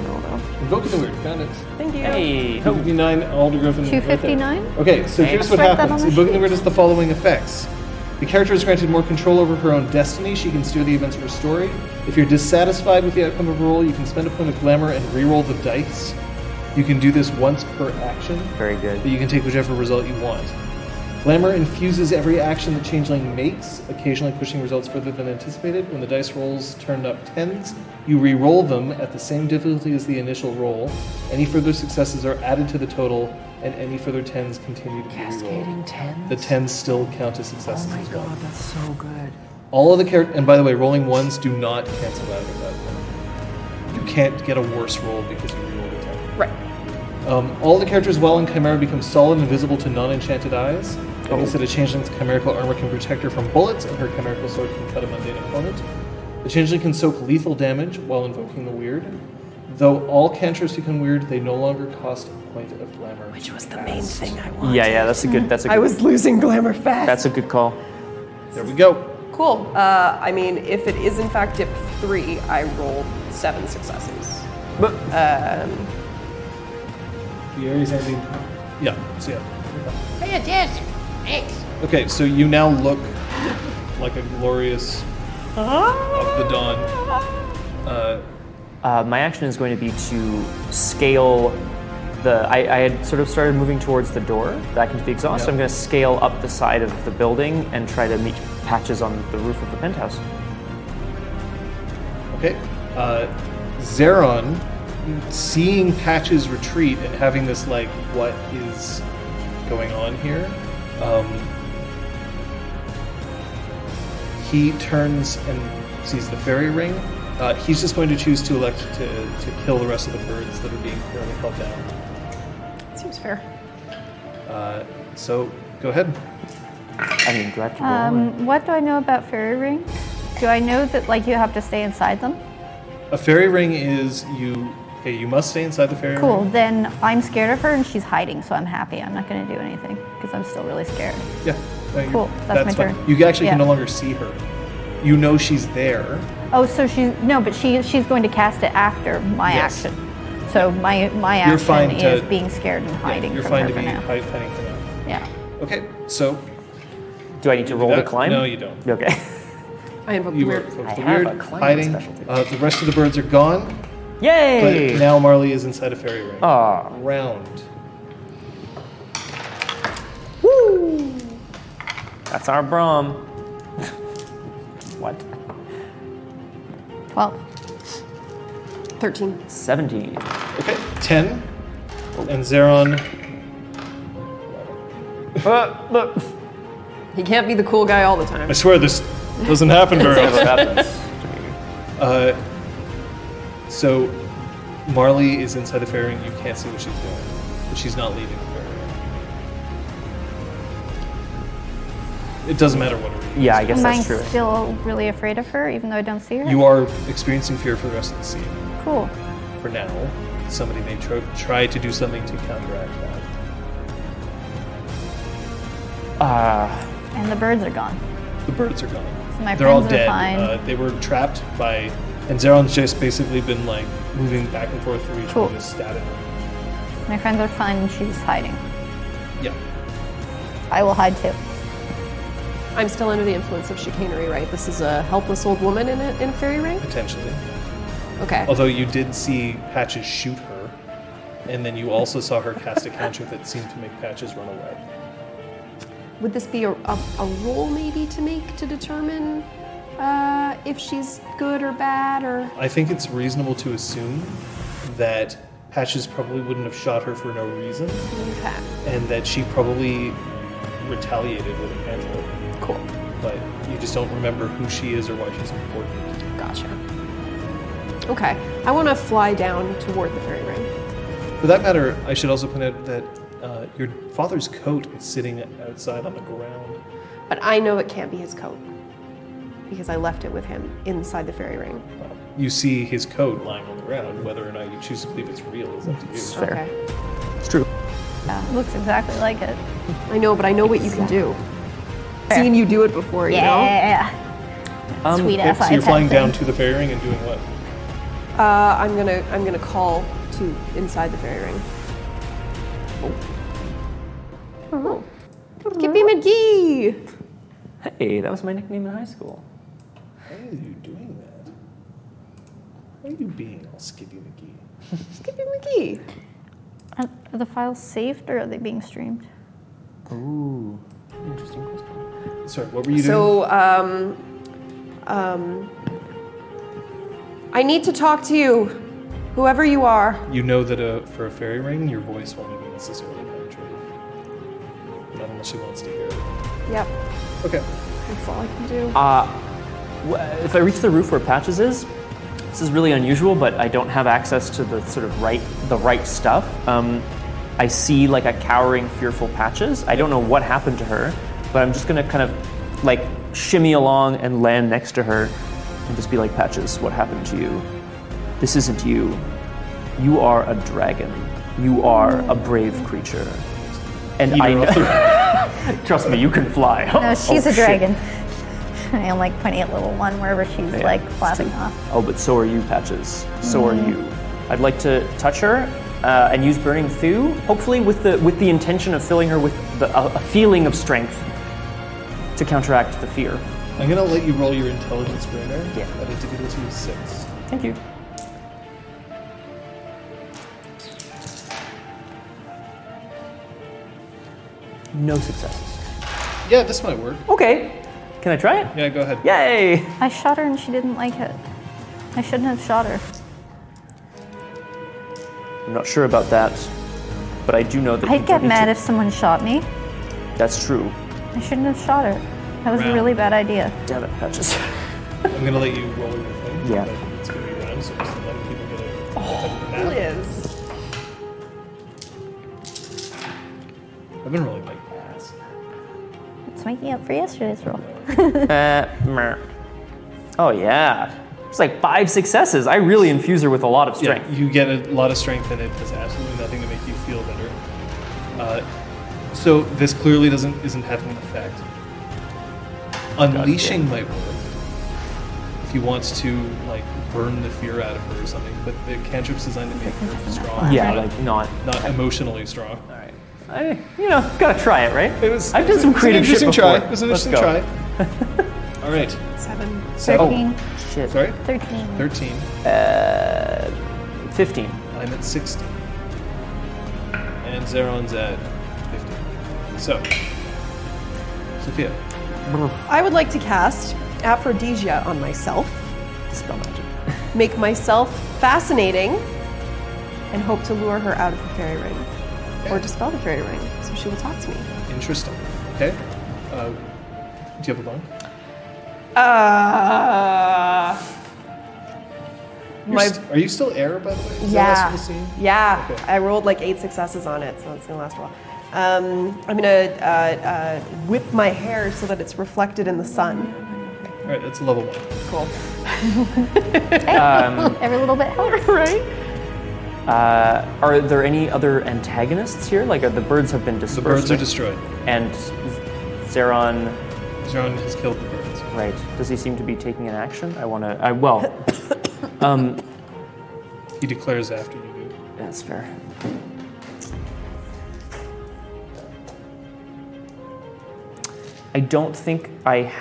invoking the weird. Found it. Thank you. Hey, Two fifty nine Alder Griffin. right there. 259? Okay. So Hey. here's what Let's write that happens. on the Invoking the sheet. weird is the following effects. The character is granted more control over her own destiny. She can steer the events of her story. If you're dissatisfied with the outcome of a roll, you can spend a point of glamour and re-roll the dice. You can do this once per action. very but good. you can take whichever result you want. Glamour infuses every action the changeling makes, occasionally pushing results further than anticipated. When the dice rolls turn up tens, you re-roll them at the same difficulty as the initial roll. Any further successes are added to the total, and any further tens continue to be re-rolled. tens. Oh The tens still count as successes as well. that's so good. All of the character, and by the way, rolling ones do not cancel out at that point. You can't get a worse roll because you re-rolled a ten. Right. Um, all the characters while in Chimera become solid and visible to non-enchanted eyes. That means Oh. that a changeling's chimerical armor can protect her from bullets, and her chimerical sword can cut a mundane opponent. The changeling can soak lethal damage while invoking the weird. Though all cantrips become weird, they no longer cost a point of glamour. Which was the main thing I wanted. Yeah, yeah, that's a good, that's a good, I was losing glamour fast. that's a good call. There we go. cool. Uh, I mean, if it is in fact dip three, I roll seven successes. But, The Aries ending. Yeah. So yeah. Hey, it is. Thanks. Okay. So you now look like a glorious of the dawn. Uh, Uh, my action is going to be to scale the. I, I had sort of started moving towards the door back into the exhaust. Yeah. I'm going to scale up the side of the building and try to meet patches on the roof of the penthouse. Okay. Uh, Zeron, seeing Patches retreat and having this, like, what is going on here, um, he turns and sees the fairy ring. Uh, he's just going to choose to elect to, to kill the rest of the birds that are being fairly held down. Seems fair. Uh, so go ahead. I mean, do I have to roll? or- Um, what do I know about fairy rings? Do I know that like you have to stay inside them? A fairy ring is you Okay, you must stay inside the fairy Cool. ring. Then I'm scared of her and she's hiding, so I'm happy. I'm not going to do anything because I'm still really scared. Yeah. no, you- Cool, that's my fine. turn. You actually can Yeah. no longer see her. You know she's there. Oh, so she's no, but she she's going to cast it after my Yes. action. So my my You're fine action to- is being scared and Yeah, hiding You're from fine her to for be now. hi- hiding from her. yeah. Okay, so Do I need to roll to that- climb? no, you don't. Okay. I invoke the you were weird. folks, I the have weird a climbing hiding. specialty. Uh, the rest of the birds are gone, but Yay! now Marley is inside a fairy ring. Aw. Round. That's our Brom. what? Twelve. 13. 17. Okay, ten, and Zeron. Uh, look. He can't be the cool guy all the time. I swear this doesn't happen very Never often. happens. Uh, so Marley is inside the fairy ring. You can't see what she's doing, but she's not leaving the fairy ring. It doesn't matter what her. Yeah, I guess Am I that's true. still really afraid of her, even though I don't see her? You are experiencing fear for the rest of the scene. cool. For now, somebody may tr- try to do something to counteract that. Uh, And the birds are gone. The birds are gone. So my They're all friends are dead. fine. Uh, they were trapped by, and Zeron's just basically been like moving back and forth through each Cool. one, just stabbing. them. My friends are fine and she's hiding. Yeah. I will hide too. I'm still under the influence of chicanery, right? This is a helpless old woman in a, in a fairy ring? Potentially. Okay. Although you did see Patches shoot her, and then you also saw her cast a cantrip that seemed to make Patches run away. Would this be a, a, a roll maybe to make to determine uh, if she's good or bad or. I think it's reasonable to assume that Patches probably wouldn't have shot her for no reason, Okay. and that she probably retaliated with a cantrip. Cool. But you just don't remember who she is or why she's important. Gotcha. Okay. I want to fly down toward the fairy ring. For that matter, I should also point out that uh, your father's coat is sitting outside on the ground. But I know it can't be his coat because I left it with him inside the fairy ring. You see his coat lying on the ground. Whether or not you choose to believe it's real is up to you. Fair. Okay. it's true. Yeah, looks exactly like it. I know, but I know what you can do. Seen you do it before, you know? Yeah. Um, Sweet Okay, ass. so eye you're flying test down thing. to the fairy ring and doing what? Uh, I'm gonna I'm gonna call to inside the fairy ring. Oh. Give me McGee! Hey, that was my nickname in high school. Why are you doing that? Why are you being all Skippy McGee? Skippy McGee. Are are the files saved or are they being streamed? Ooh. Interesting question. Sorry, what were you doing? So, um, um, I need to talk to you, whoever you are. You know that uh, for a fairy ring, your voice won't be necessarily penetrated. Not unless she wants to hear it. Yep, Okay. that's all I can do. Uh, w- if I reach the roof where Patches is, this is really unusual, but I don't have access to the sort of right, the right stuff. Um, I see like a cowering, fearful Patches. I don't know what happened to her, but I'm just gonna kind of like shimmy along and land next to her, and just be like, Patches, what happened to you? This isn't you. You are a dragon. You are a brave creature. And Eat I her off the know. Trust me, you can fly. No, Oh, she's a shit. dragon. I'm like pointing at little one wherever she's Yeah. like flapping off. Oh, but so are you, Patches. So are you. I'd like to touch her uh, and use Burning Thew, hopefully with the with the intention of filling her with the, a, a feeling of strength to counteract the fear. I'm gonna let you roll your intelligence grader Yeah. at a difficulty of six. Thank you. No successes. Yeah, this might work. Okay. Can I try it? Yeah, go ahead. Yay! I shot her and she didn't like it. I shouldn't have shot her. I'm not sure about that, but I do know that. I'd you get don't need mad to- if someone shot me. That's true. I shouldn't have shot her. That was a Round. really bad idea. Damn it, Patches. I'm gonna let you roll your thing. Yeah. but It's gonna be random, so just let people get a Liz. I've been rolling like ass. It's making up for yesterday's roll. Uh, mer. oh yeah, It's like five successes. I really infuse her with a lot of strength. Yeah, you get a lot of strength, and it does absolutely nothing to make you feel better. Uh, so this clearly doesn't isn't having an effect. Unleashing might work if he wants to like burn the fear out of her or something. But the cantrip's designed to make her strong, Yeah, not, like not. not emotionally strong. All right. I, you know, gotta try it, right? It was. I've done it's- some it's an creative shit interesting before. try. It was an Let's interesting go. try. All right. Seven. Seven. 13. Shit. Sorry. 13. Thirteen. Fifteen. I'm at 60. And Zeron's at 50. So, Sophia. I would like to cast Aphrodisia on myself, Spell magic. make myself fascinating, and hope to lure her out of the fairy ring or dispel the fairy ring so she will talk to me. Interesting. Okay. Uh, do you have a bond? Uh, You're My- st- are you still air, by the way? Is yeah. That last we'll see? Yeah. Okay. I rolled like eight successes on it, so it's going to last a while. Um, I'm going to uh, uh, whip my hair so that it's reflected in the sun. All right, that's level one. Cool. Every little bit helps. right? Uh, are there any other antagonists here? Like, are the birds have been The dispersed? birds are destroyed. And Zeron, Zeron has killed the birds. right? Does he seem to be taking an action? I want to. I well, He declares after you do. that's fair. I don't think I,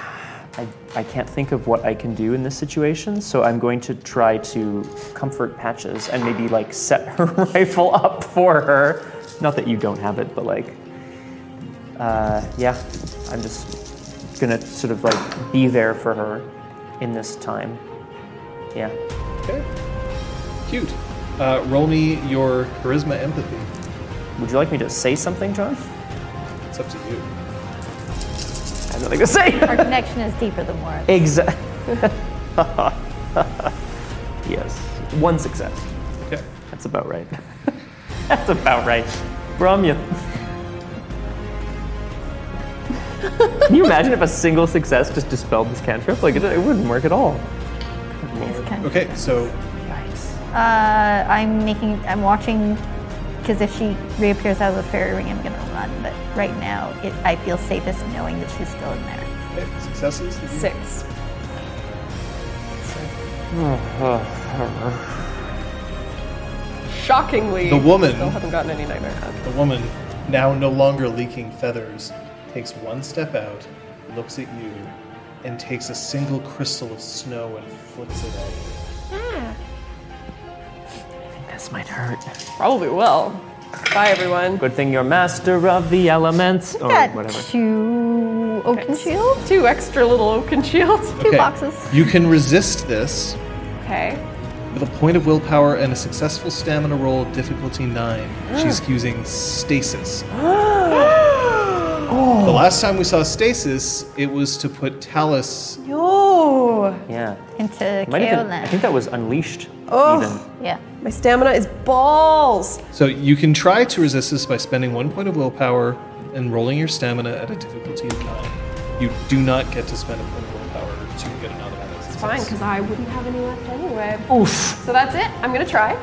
I, I can't think of what I can do in this situation, so I'm going to try to comfort Patches and maybe like set her rifle up for her. Not that you don't have it, but like, uh, yeah, I'm just gonna sort of like be there for her in this time. Yeah. Okay. Cute. Uh, roll me your charisma empathy. Would you like me to say something, John? It's up to you. I have nothing to say. Our connection is deeper than words. Exactly. yes. One success. Okay. That's about right. That's about right. Bromya. Can you imagine if a single success just dispelled this cantrip? Like, it, it wouldn't work at all. It's kind of- Okay, so Uh, I'm making. I'm watching because if she reappears out of the fairy ring, I'm gonna run. But right now, it, I feel safest knowing that she's still in there. okay, successes. Six. Shockingly, The woman- still haven't gotten any nightmare conjure. The woman, now no longer leaking feathers, takes one step out, looks at you, and takes a single crystal of snow and flicks it at you. This might hurt. Probably will. Bye, everyone. Good thing you're master of the elements. Or Got whatever. two oaken Thanks. shield. Two extra little oaken shields. Two boxes. You can resist this Okay. with a point of willpower and a successful stamina roll of difficulty 9. Mm. She's using stasis. The last time we saw stasis, it was to put Talus. Yo, Yeah. into Might have been- I Kaolin. think that was unleashed. Oh. Even. Yeah. my stamina is balls. So you can try to resist this by spending one point of willpower and rolling your stamina at a difficulty of 9. You do not get to spend a point of willpower to get an automatic success. Fine, because I wouldn't have any left anyway. Oof. So that's it. I'm gonna try.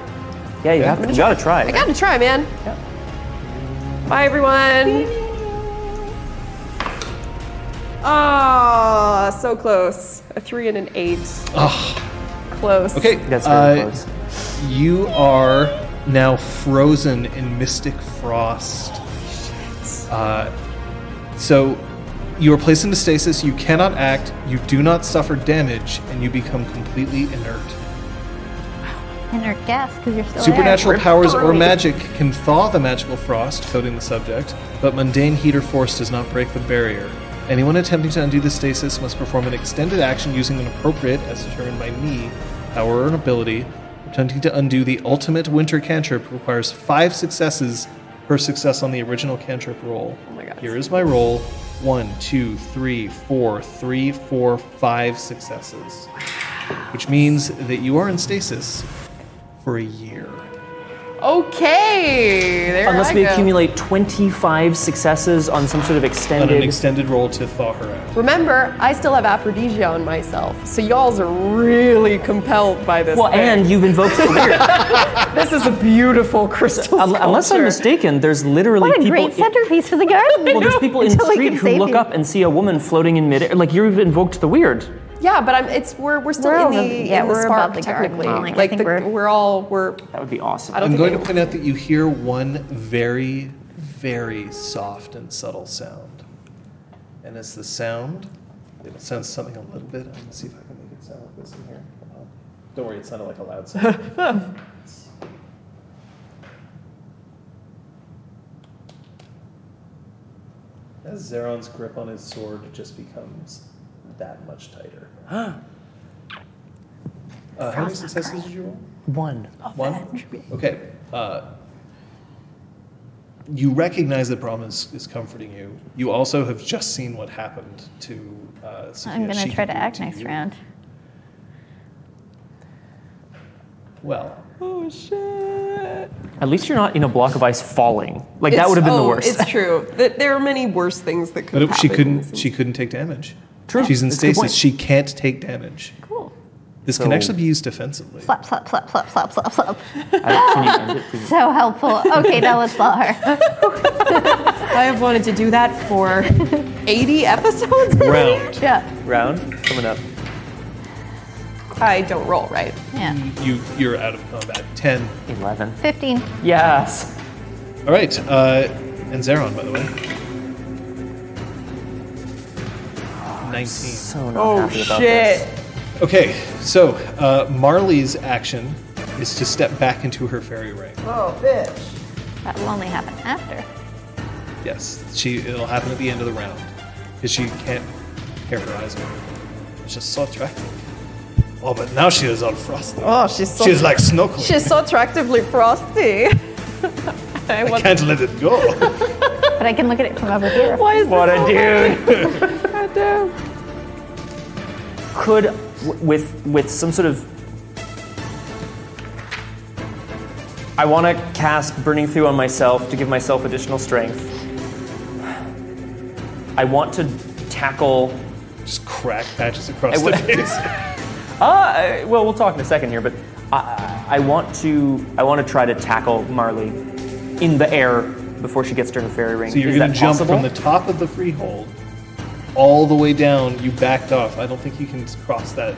Yeah, you have to. You gotta try. I gotta try, man. Yep. Bye, everyone. Ah, so close. A three and an eight. Ugh. Close. Okay. That's very uh, close. You are now frozen in mystic frost. Uh, so you are placed into stasis. You cannot act. You do not suffer damage, and you become completely inert. Inert gas because you're still Supernatural Rip powers or through. magic can thaw the magical frost, coating the subject, but mundane heat or force does not break the barrier. Anyone attempting to undo the stasis must perform an extended action using an appropriate, as determined by me, power or an ability. Attempting to undo the ultimate winter cantrip requires five successes per success on the original cantrip roll. Oh my God. Here is my roll. One, two, three, four, three, four, five successes. Which means that you are in stasis for a year. Okay, there Unless I we go. accumulate 25 successes on some sort of On an extended. extended roll to thaw her out. Remember, I still have aphrodisia on myself, so y'all's are really compelled by this. well, thing. and you've invoked fear. this is a beautiful crystal. Un- Unless I'm sculpture. mistaken, there's literally What a people. great centerpiece for the garden. well, there's people in the Until I street can who save look you. up and see a woman floating in midair. Like you've invoked the weird. Yeah, but I'm, it's we're we're still We're in over- the yeah, in the we're spark above the garden. technically. Wow. Like, I Like think the, we're- we're, all we're. That would be awesome. I don't I'm think going they- to point out that you hear one very, very soft and subtle sound. And it's the sound. It sounds something a little bit. I can see if I can make it sound like this in here. Um, Don't worry, it sounded like a loud sound. As Zeron's grip on his sword just becomes that much tighter. Uh, how many successes did you roll? One. One? Okay. Uh, you recognize the problem is, is comforting you. You also have just seen what happened to uh, Sophia. I'm gonna She try can to do it act next you. round. Well, Oh shit! At least you're not in a block of ice falling. Like that It's- would have been oh, the worst. It's true. Th- There are many worse things that could. but it, she happen. couldn't. She couldn't take damage. True. She's in That's a good point. stasis. She can't take damage. Cool. This So- can actually be used defensively. Slap, slap, slap, slap, slap, slap, slap. I- can you end it, please? So helpful. Okay, now let's thaw her. I have wanted to do that for 80 episodes. Round. Yeah. Round coming up. I don't roll right. Yeah. You you're out of combat. Ten. Eleven. 15. Oh, Yes. All right. Uh, and Zeron, by the way. Nineteen. So not Oh happy about this. shit! Okay, so uh, Marley's action is to step back into her fairy ring. Oh bitch! That will only happen after. Yes, she. It'll happen at the end of the round because she can't terrorize her. It's just so attractive. Oh, but now she is all frosty. Oh, she's so She's like snorkeling. she's so attractively frosty. I I want- can't let it go. But I can look at it from over here. Why is What this a so dude. hard to do? Could w- with with some sort of. I want to cast Burning Through on myself to give myself additional strength. I want to tackle just crack patches across I the would- face. Uh, well, we'll talk in a second here, but I, I want to I want to try to tackle Marley in the air before she gets to her fairy ring. So you're Is going that to jump possible? from the top of the freehold all the way down. You backed off. I don't think you can cross that.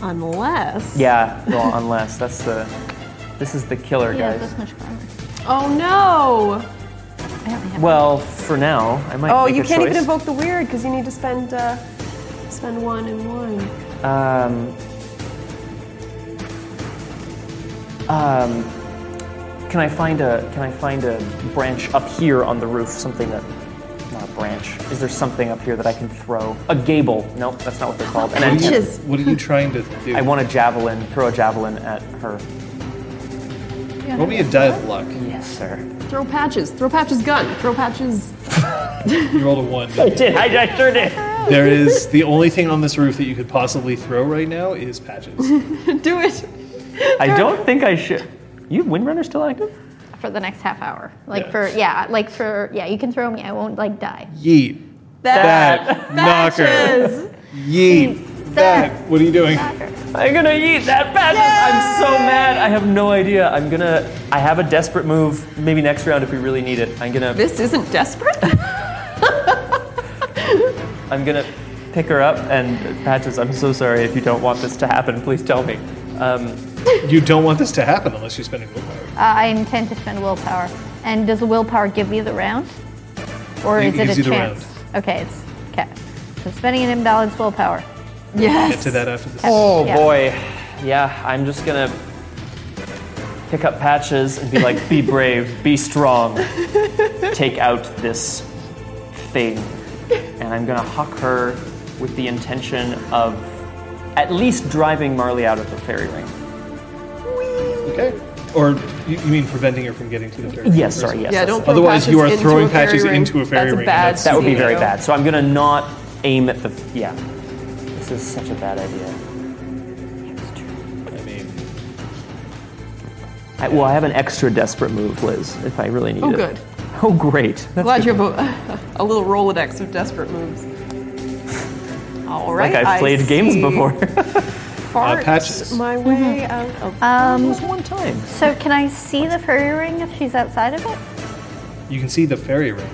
Unless. yeah. Well, unless that's the this is the killer, He has guys. this much glamour. Oh no! I don't have Well, for now, I might. Oh, make you a can't even choice. invoke the weird because you need to spend uh, spend one and one. Um, um, can I find a can I find a branch up here on the roof? Something that not a branch. Is there something up here that I can throw? A gable? Nope, that's not what they're called. An What are you- antenna. Branches. What are you trying to do? I want a javelin. Throw a javelin at her. Roll me a die of luck. Yes, sir. Throw patches. Throw patches. Gun. Throw patches. You rolled a one. Did I, I sure did. There is the only thing on this roof that you could possibly throw right now is patches. do it. I don't think I should. You have Windrunner still active? for the next half hour. Like Yeah. for yeah, like for yeah, you can throw me. I won't like die. Yeet. That knocker. patches. Yeet. That. What are you doing? Uh, I'm gonna eat that badness. I'm so mad. I have no idea. I'm gonna. I have a desperate move. Maybe next round if we really need it. I'm gonna. This isn't desperate. I'm gonna pick her up and patches. I'm so sorry if you don't want this to happen. Please tell me. Um, You don't want this to happen unless you spend a willpower. Uh, I intend to spend willpower. And does the willpower give me the round, or It is it gives a you the chance? Okay, it's okay. So spending an imbalanced willpower. Get yes. to that after this. oh Yeah. boy. Yeah, I'm just gonna pick up patches and be like, be brave, be strong, take out this thing. And I'm gonna huck her with the intention of at least driving Marley out of the fairy ring. Okay. Or you, you mean preventing her from getting to the fairy? ring Yes, first? sorry, yes. Yeah. that's Don't. it. Throw Otherwise, you are patches throwing into a fairy patches ring. into a fairy That's ring, A bad that's- That would be very scenario. bad. So I'm gonna not aim at the. Yeah. This is such a bad idea. I mean, I, well, I have an extra desperate move, Liz, if I really need Oh, it. good. Oh, great. That's Glad good. you have a, a little Rolodex of desperate moves. All right. Like I've played games see before. farts patches. My way out of. Um, Just one time. so can I see the furry ring if she's outside of it? You can see the fairy ring,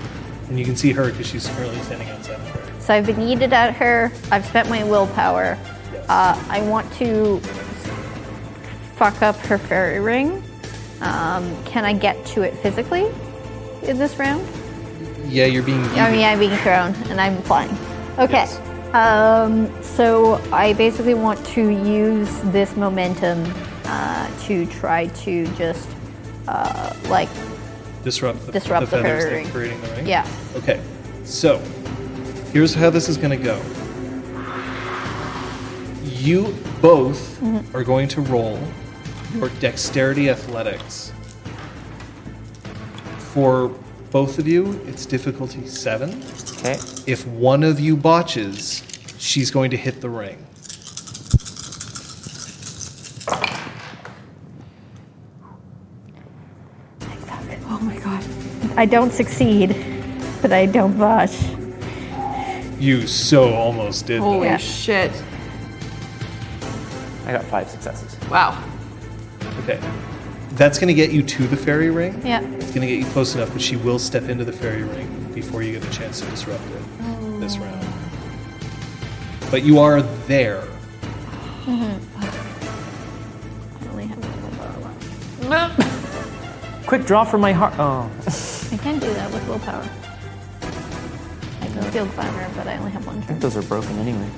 and you can see her because she's currently standing outside the fairy. So I've been yeeted at her. I've spent my willpower. Uh, I want to fuck up her fairy ring. Um, can I get to it physically in this round? Yeah, you're being. I mean, I'm being thrown and I'm flying. Okay. Yes. Um, so I basically want to use this momentum uh, to try to just uh, like, disrupt the, Disrupt the the feathers fairy that are creating the ring. yeah. Okay, so here's how this is going to go. You both Mm-hmm. are going to roll your dexterity athletics. For both of you, it's difficulty seven. Okay. If one of you botches, she's going to hit the ring. Oh my god. I don't succeed, but I don't botch. You so almost did. Holy Yeah. shit! I got five successes. Wow. that. Oh. Okay. That's going to get you to the fairy ring. Yeah. It's going to get you close enough, but she will step into the fairy ring before you get a chance to disrupt it this round. But you are there. I only have one willpower left. Quick draw for my heart. Oh. I can do that with willpower. I can field glamour, but I only have one turn. Those are broken anyway.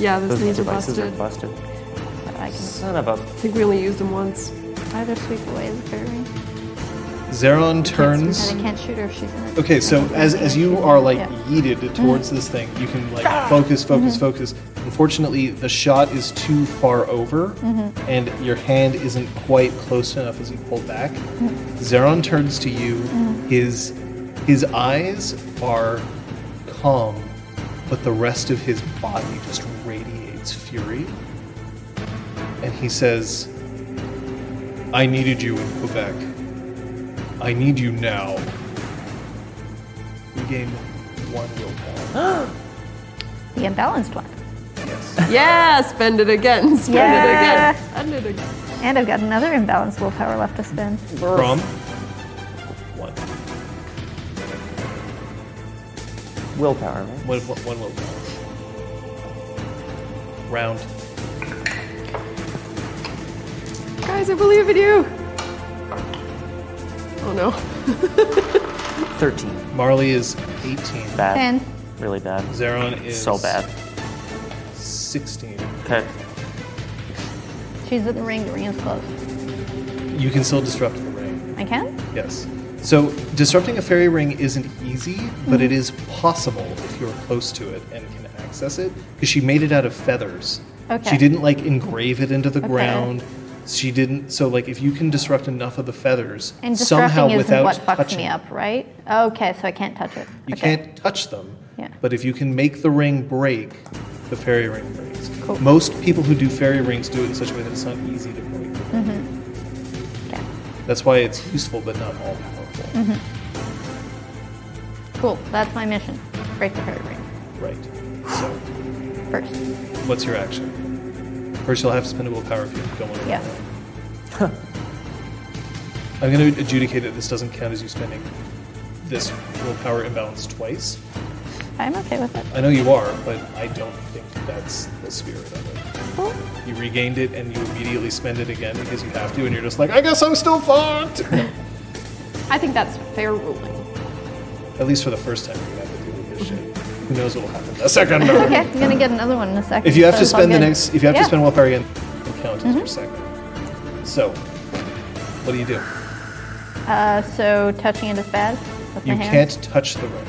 Yeah, those Those knees are devices busted. are busted. But I can Son of a. I think we only used them once. either sweep away the fairy ring. Zeron turns. And I can't shoot her if she's in it. Okay, so as, as you are like Yeah. yeeted towards this thing, you can like focus, focus, focus. Unfortunately, the shot is too far over, and your hand isn't quite close enough as you pull back. Zeron turns to you. His his eyes are calm, but the rest of his body just radiates fury. And he says, "I needed you in Quebec. I need you now." You gain one willpower. The imbalanced one. yes. Yeah, spend it again. Spend Yeah. it again. Spend it again. And I've got another imbalanced willpower left to spend. From one. Willpower, right? One, one, one willpower. Round. Guys, I believe in you. Oh no. 13. Marley is 18. Bad. Ten. Really bad. Zeron is So bad. 16. Okay. She's in the ring. The ring is closed. You can still disrupt the ring. I can? Yes. So disrupting a fairy ring isn't easy, but Mm. it is possible if you're close to it and can access it because she made it out of feathers. She Okay. didn't like engrave it into the Okay. ground. She didn't. So like, if you can disrupt enough of the feathers And somehow disrupting isn't without what fucks touching, me up, right? Okay, so I can't touch it. you okay. can't touch them. Yeah. But if you can make the ring break, the fairy ring breaks. Cool. Most people who do fairy rings do it in such a way that it's not easy to break. Mm. Okay. That's why it's useful but not all powerful. Mm-hmm. Cool. That's my mission. Break the fairy ring Right. So, first. what's your action? First, you'll have spendable power if you don't want to. Yes. I'm going to adjudicate that this doesn't count as you spending this willpower imbalance twice. I'm okay with it. I know you are, but I don't think that's the spirit of Cool. it. You regained it and you immediately spend it again because you have to, and you're just like, I guess I'm still fucked! I think that's fair ruling. At least for the first time, you have to deal with this shit. Who knows what will happen the second round? Okay, I'm gonna get another one in a second. If you have so to it's all spend the good. next, if you have Yeah. Mm-hmm. to spend willpower again, it counts as your second. So, what do you do? Uh, so touching it is bad with You my hand. can't touch the ring.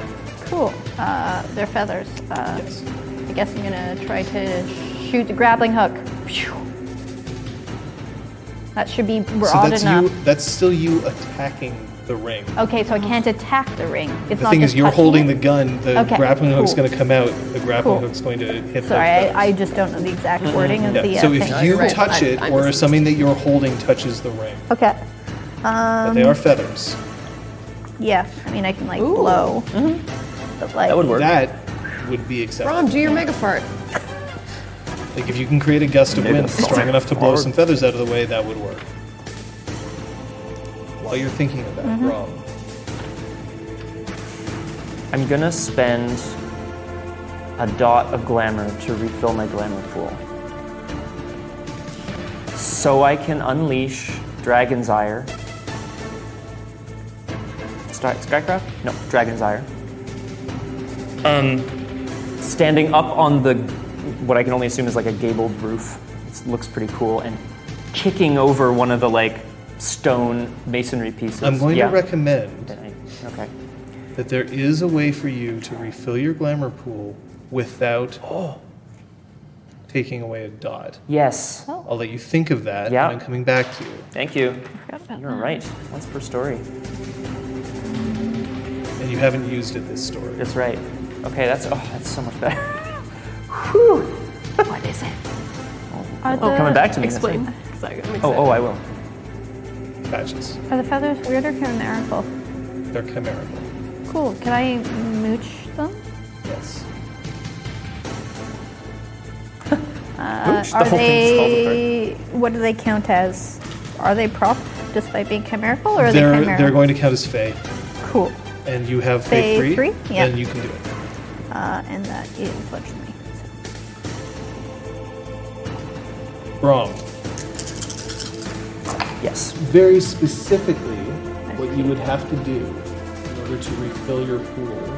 Cool. Uh, they're feathers. Uh, Yes. I guess I'm gonna try to shoot the grappling hook. Phew. That should be So broad that's enough. you. That's still you attacking the ring. Okay, so I can't attack the ring. The It's Oh, not thing just is, you're touching holding it? the gun. The Okay, grappling hook's cool. going to come out. The grappling Cool. hook's going to hit. both Sorry, of I, I them. just don't know the exact wording of Yeah, the. Uh, so thing. if you right. touch I- it, I or missed if something that you're holding touches the ring, okay, but Um, they are feathers. Yeah, I mean, I can like Ooh. blow. But like, That would work. That would be acceptable. Rom, do your mega fart. Like if you can create a gust of Maybe wind that's strong fine. enough to blow Forward. some feathers out of the way, that would work. While you're thinking of that, Mm-hmm. Rob, I'm gonna spend a dot of glamour to refill my glamour pool. So I can unleash Dragon's Ire. Sky- Skycraft? No, Dragon's Ire. Um, standing up on the, what I can only assume is like a gabled roof. It looks pretty cool. And kicking over one of the like stone masonry pieces. I'm going Yeah. to recommend Okay. that there is a way for you to refill your glamour pool without taking away a dot. Yes. I'll let you think of that Yeah. when I'm coming back to you. Thank you. forgot about You're right. Once per story. And you haven't used it this story. That's right. Okay, that's oh, that's so much better. that. what is it? Are Oh, coming back to me. that's Explain. right. Sorry, I'm Oh, oh, excited. I will. Patches. Are the feathers weird or chimerical? They're chimerical. Cool. Can I mooch them? Yes. Uh, Mooch? The are whole thing's called a they? What do they count as? Are they prop just by being chimerical, or are they They're, chimerical? they're going to count as Fey. cool. And you have Fey Fey free. free? Yeah. And you can do it. Uh, and that is legendary. So. Wrong. Yes. very specifically what you would have to do in order to refill your pool.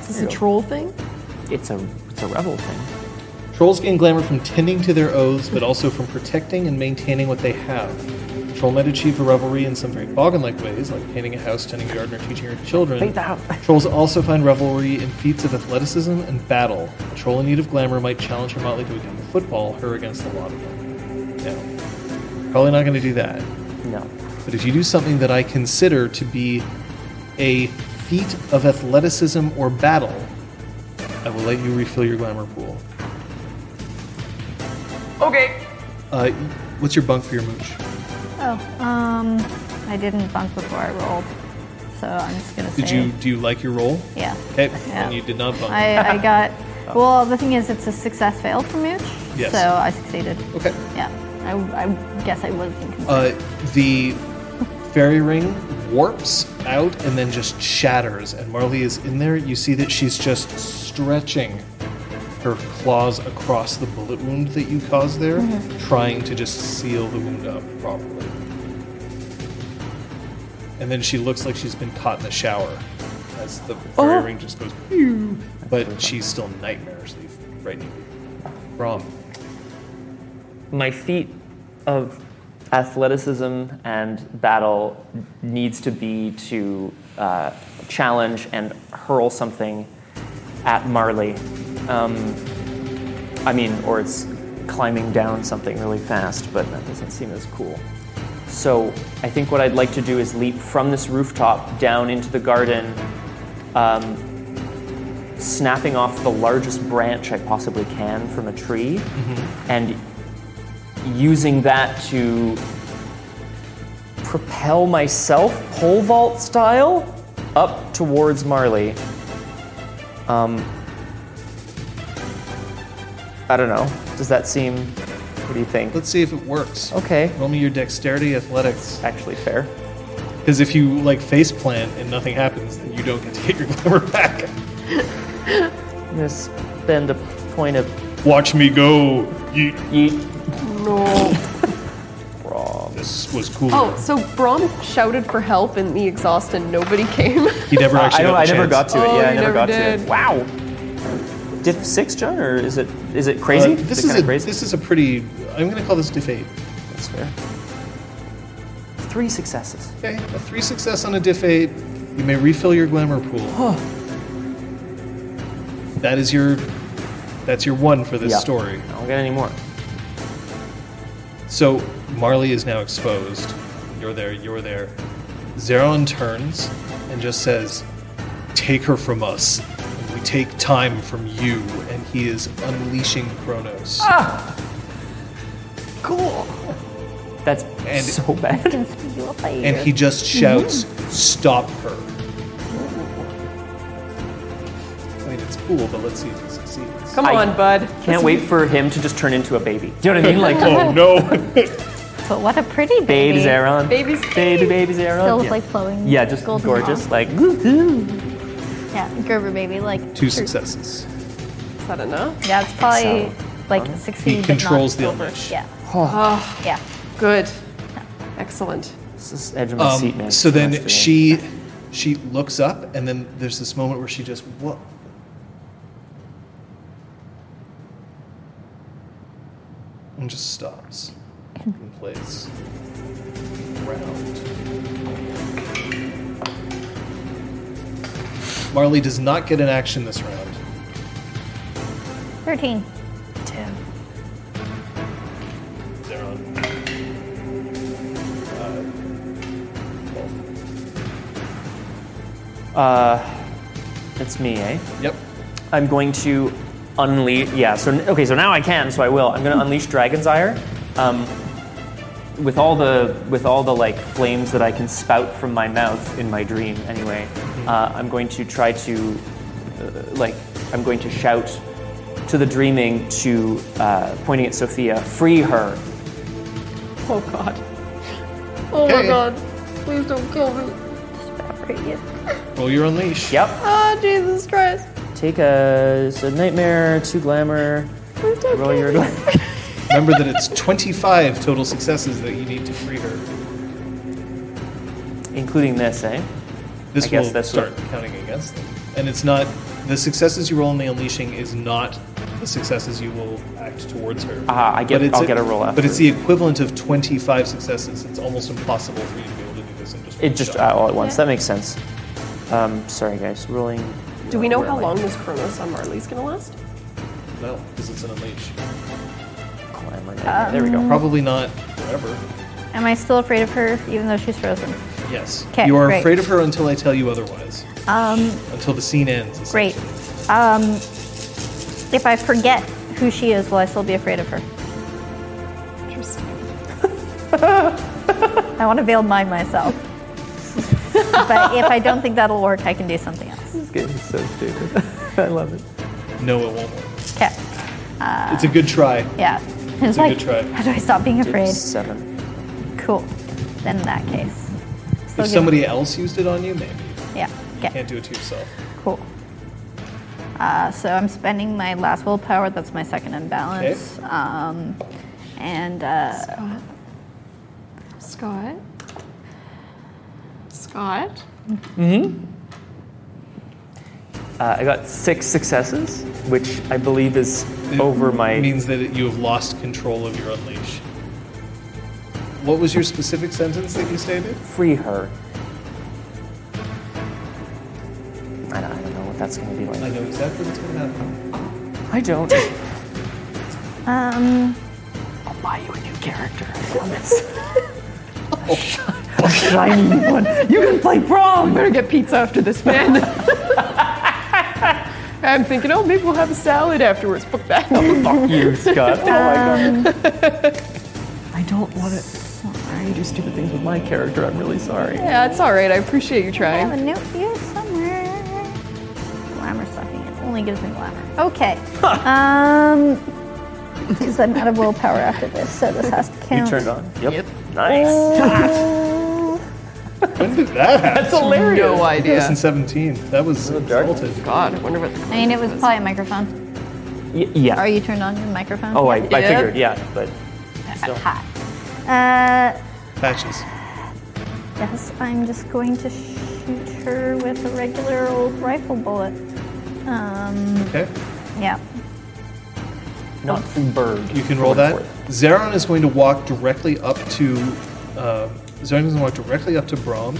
Is this a troll thing? It's a it's a rebel thing. Trolls gain glamour from tending to their oaths, but also from protecting and maintaining what they have. Troll might achieve a revelry in some very boggin-like ways, like painting a house, tending a garden, or teaching your children. Paint the house. Trolls also find revelry in feats of athleticism and battle. A troll in need of glamour might challenge her motley to a game of football, her against the lot of them. No. Probably not going to do that. No. But if you do something that I consider to be a feat of athleticism or battle, I will let you refill your glamour pool. Okay. Uh, what's your bunk for your mooch? Oh, um, I didn't bunk before I rolled, so I'm just gonna Did say. you do you like your roll? Yeah. Okay, Yeah. and you did not bunk. I, uh, I got. Well, the thing is, it's a success fail for mooch. Yes. So I succeeded. okay. Yeah. I, I guess I was. in control. Uh, the fairy ring warps out and then just shatters, and Marley is in there. You see that she's just stretching her claws across the bullet wound that you caused there, trying to just seal the wound up properly. And then she looks like she's been caught in the shower as the fairy Oh. ring just goes, pew, but she's still nightmarishly frightening. Rom, My feat of athleticism and battle needs to be to uh, challenge and hurl something at Marley. Um, I mean, or it's climbing down something really fast, but that doesn't seem as cool. So I think what I'd like to do is leap from this rooftop down into the garden, um, snapping off the largest branch I possibly can from a tree, and using that to propel myself pole vault style up towards Marley. Um, I don't know. Does that seem? What do you think? let's see if it works. Okay. Roll me your dexterity athletics. Actually, fair. Because if you like face plant and nothing happens, then you don't get to get your glamour back. I'm gonna spend a point of Watch me go. Yeet. yeet. No. Raw. This was cool. Oh, so Brom shouted for help in the exhaust and nobody came. He never Uh, actually. got I, don't- I the never got chance. to it. Oh, yeah, I you never never got to it. did. Wow. Diff six, John, or is it is it crazy? Uh, this it is kinda a crazy. this is a pretty. I'm gonna call this diff eight. That's fair. Three successes. Okay, a three success on a diff eight. You may refill your glamour pool. That is your. That's your one for this Yeah. story. I don't get any more. So Marley is now exposed. You're there, you're there. Zeron turns and just says, Take her from us. and We take time from you. And he is unleashing Kronos. That's and so bad. can speed you up by a and year. he just shouts, "Stop her!" I mean, it's cool, but let's see if he succeeds. Come I- on, bud. Can't wait for him to just turn into a baby. Do you know what I mean? Like Oh no! But what a pretty baby. baby Zeron. Baby's baby, baby Zeron. Still with yeah. like flowing. yeah, just golden gorgeous. locks. Like woo-hoo. Yeah, Gerber baby. Like Two true- successes. Is that enough? Yeah, it's probably like He uh-huh. succeed. but not controls the over. Elvish. Yeah, Oh, yeah. good. Excellent. This is edge of my seat, Um, man. so then Frustrating. she she looks up, and then there's this moment where she just what? And just stops and plays round. Marley does not get an action this round. Thirteen. Zeron. Uh, well, Uh, it's me, eh? yep. I'm going to unleash. Yeah. So okay. So now I can. So I will. I'm going to unleash Dragon's Ire. Um, with all the with all the like flames that I can spout from my mouth in my dream. Anyway, Mm-hmm. uh, I'm going to try to uh, like I'm going to shout to the dreaming to uh, pointing at Sophia, free her. Oh God. Oh my god. Please don't kill me. Roll your unleash. Yep. Ah, Jesus Christ. Take a, it's a nightmare, two glamour. Please don't Roll kill your. me. Remember that it's 25 total successes that you need to free her. Including this, eh? This I guess will that's start counting against them. And it's not the successes you roll in the unleashing is not the successes you will act towards her. Ah, I get- But it's I'll get a roll But it's afterwards. the equivalent of 25 successes. It's almost impossible for you to be able to do this in just one It just uh, shot. all at once. Yeah. That makes sense. Um, sorry, guys. Rolling. Do we know how rolling. long this Chronos on Marley's gonna last? oh. No, because it's an unleash. Glamour nightmare. there we Um, go. Probably not forever. Am I still afraid of her, even though she's frozen? Yes. 'Kay, you are great. afraid of her until I tell you otherwise. Um, Until the scene ends. great. Um, if I forget who she is, will I still be afraid of her? Interesting. I want to veil mine myself. but if I don't think that'll work, I can do something else. This game is so stupid. I love it. No, it won't work. Okay. Uh, it's a good try. Yeah. It's a like, good try. how do I stop being afraid? Seven. Cool. Then in that case. still If good. somebody else used it on you, maybe. Yeah. You Okay. can't do it to yourself. Cool. Uh, so I'm spending my last willpower. That's my second imbalance. Um, and uh, Scott. Scott. Scott. Uh, I got six successes, which I believe is It over my. means that you have lost control of your unleash. What was your specific sentence that you stated? free her. I don't, I don't know what that's going to be I like. know exactly what's going to happen. I don't. um, I'll buy you a new character. I promise. A shiny new one. You can play prom. Better Oh, get pizza after this, man. I'm thinking, oh, maybe we'll have a salad afterwards. Book that. Fuck you, Scott. Oh my Uh, god. I don't want to do stupid things with my character. I'm really sorry. yeah, it's all right. I appreciate you I have trying. a note here somewhere. Glamour sucking. It only gives me glamour. Okay. um, because I'm out of willpower after this, so this has to You count. turned on. Yep. Nice. When did that happen? That's hilarious. No idea. 2017. That was exalted. God, I wonder what the I mean, it was probably a microphone. Y- yeah. Are you turned on your microphone? Oh, I, I Yeah. figured, yeah, but still. Hot. Uh, Patches. yes, I'm just going to shoot her with a regular old rifle bullet. Um, Okay. yeah. Not from bird. You can roll that. Zeron is going to walk directly up to. Uh, Zeron is going to walk directly up to Brom.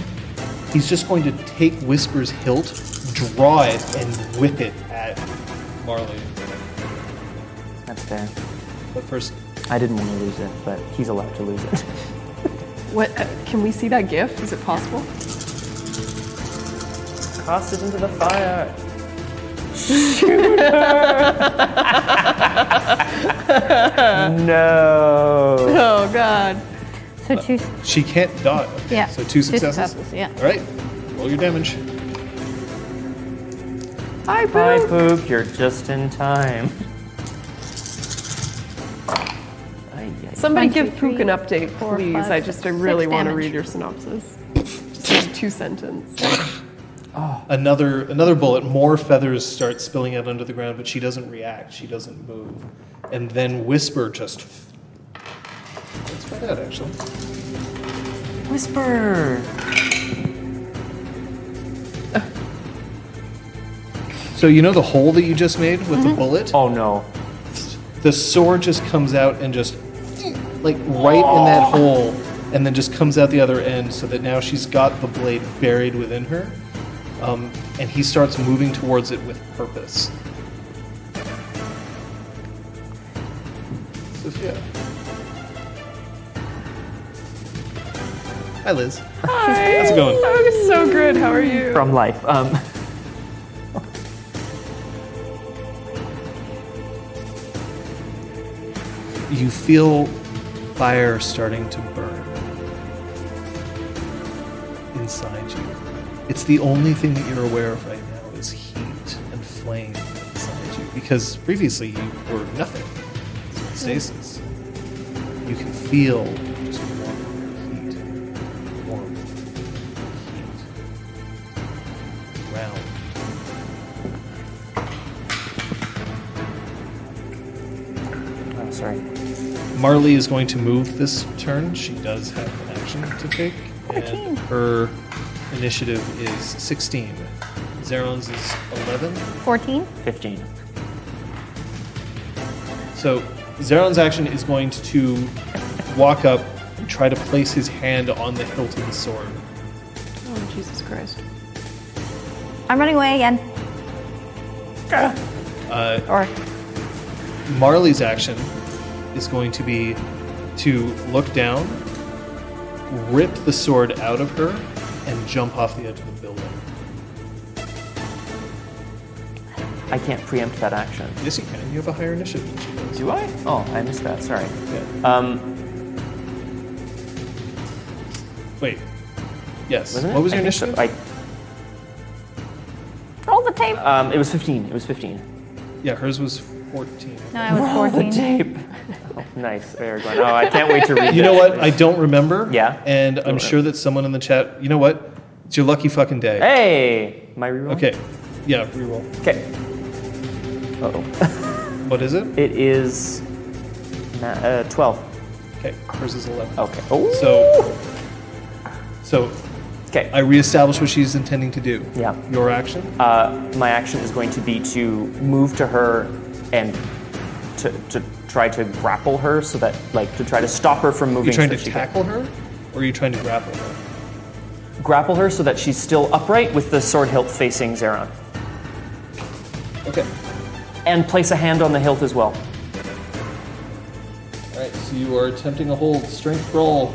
He's just going to take Whisper's hilt, draw it, and whip it at Marley. That's fair. But first, I didn't want to lose it, but he's allowed to lose it. What? Uh, can we see that gif? Is it possible? Cast it into the fire. Shoot her! no. Oh God. So So two. She can't dodge. Okay, Yeah, So two two successes. successes, yeah. All right. Roll your damage. Hi, Hi, Boo. Poop, you're just in time. Ay, ay. Somebody One, two, give Pook three, an update, four, please. five, I just, I six. really Six want to damage. read your synopsis. Just in two sentences. Another another bullet. More feathers start spilling out under the ground, but she doesn't react. She doesn't move. And then Whisper just. Let's find out actually. Whisper! So you know the hole that you just made with Mm-hmm. the bullet. Oh no. The sword just comes out and just like right in that hole, and then just comes out the other end. So that now she's got the blade buried within her. Um, and he starts moving towards it with purpose. Sophia. Hi, Liz. Hi. How's it going? Oh, so good. How are you? From life. Um, You feel fire starting to burn inside you. It's the only thing that you're aware of right now is heat and flame inside you because previously you were nothing. It's in stasis. You can feel just warm heat, warm heat around. oh, sorry. Marley is going to move this turn. She does have an action to take. And her initiative is 16. Zeron's is 11. 14. 15. So Zeron's action is going to walk up and try to place his hand on the hilt of the sword. Oh, Jesus Christ. I'm running away again. Ah. Uh, Or Marley's action is going to be to look down, rip the sword out of her, and jump off the edge of the building. I can't preempt that action. Yes, you can. You have a higher initiative than she does. Do I? Oh, I missed that. Sorry. Yeah. Um, Wait. Yes. wasn't it? What was your I think so. initiative? roll the tape. I, um, it was 15. It was 15. Yeah, hers was 14. No, I was 14. tape. Oh, nice. There we go. No, I can't wait to read. You know that. what? I don't remember. Yeah. And I'm Don't sure that someone in the chat, you know what? It's your lucky fucking day. Hey, my reroll. Okay. Yeah, reroll. Okay. Oh, What is it? it is na- uh, 12. Okay. Hers is 11. Okay. Oh. So So Okay. I reestablish what she's intending to do. Yeah. Your action? Uh, my action is going to be to move to her and to, to try to grapple her so that like to try to stop her from Are moving. you trying so to that she can- tackle her or are you trying to grapple her? grapple her so that she's still upright with the sword hilt facing Zeron, Okay. Oh, and place a hand on the hilt as well. All right. So you are attempting a hold strength roll.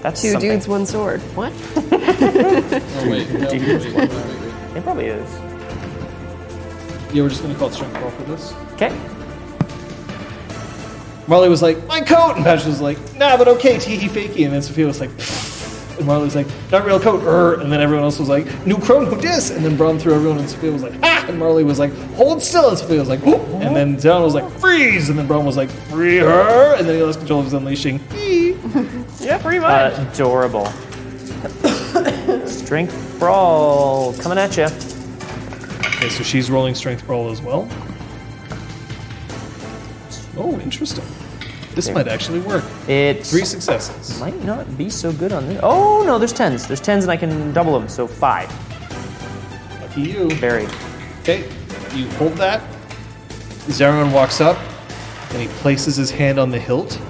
That's Two something. dudes, one sword. What? Oh, wait. No, wait, wait, wait, wait. It probably is. Yeah, we're just going to call it strength roll for this. Okay. Marley was like, my coat! And Patch was like, nah, but okay, tee hee fakey. And then Sophia was like, "Pfft." and Marley was like, not real coat, er. And then everyone else was like, new crone, who dis? And then Braun threw everyone, and Sophia was like, ah! And Marley was like, hold still. And Sophia was like, whoop. And then Zeron was like, freeze. And then Braun was like, free her. And then he lost control of his unleashing. Hee. Uh, Adorable. Strength brawl coming at you. Okay, so she's rolling strength roll as well. Oh, interesting. This might actually work. It's Three successes. might not be so good on this. Oh no, there's tens. There's tens, and I can double them. So five. Lucky you. Buried. Okay, you hold that. Zaron walks up and he places his hand on the hilt.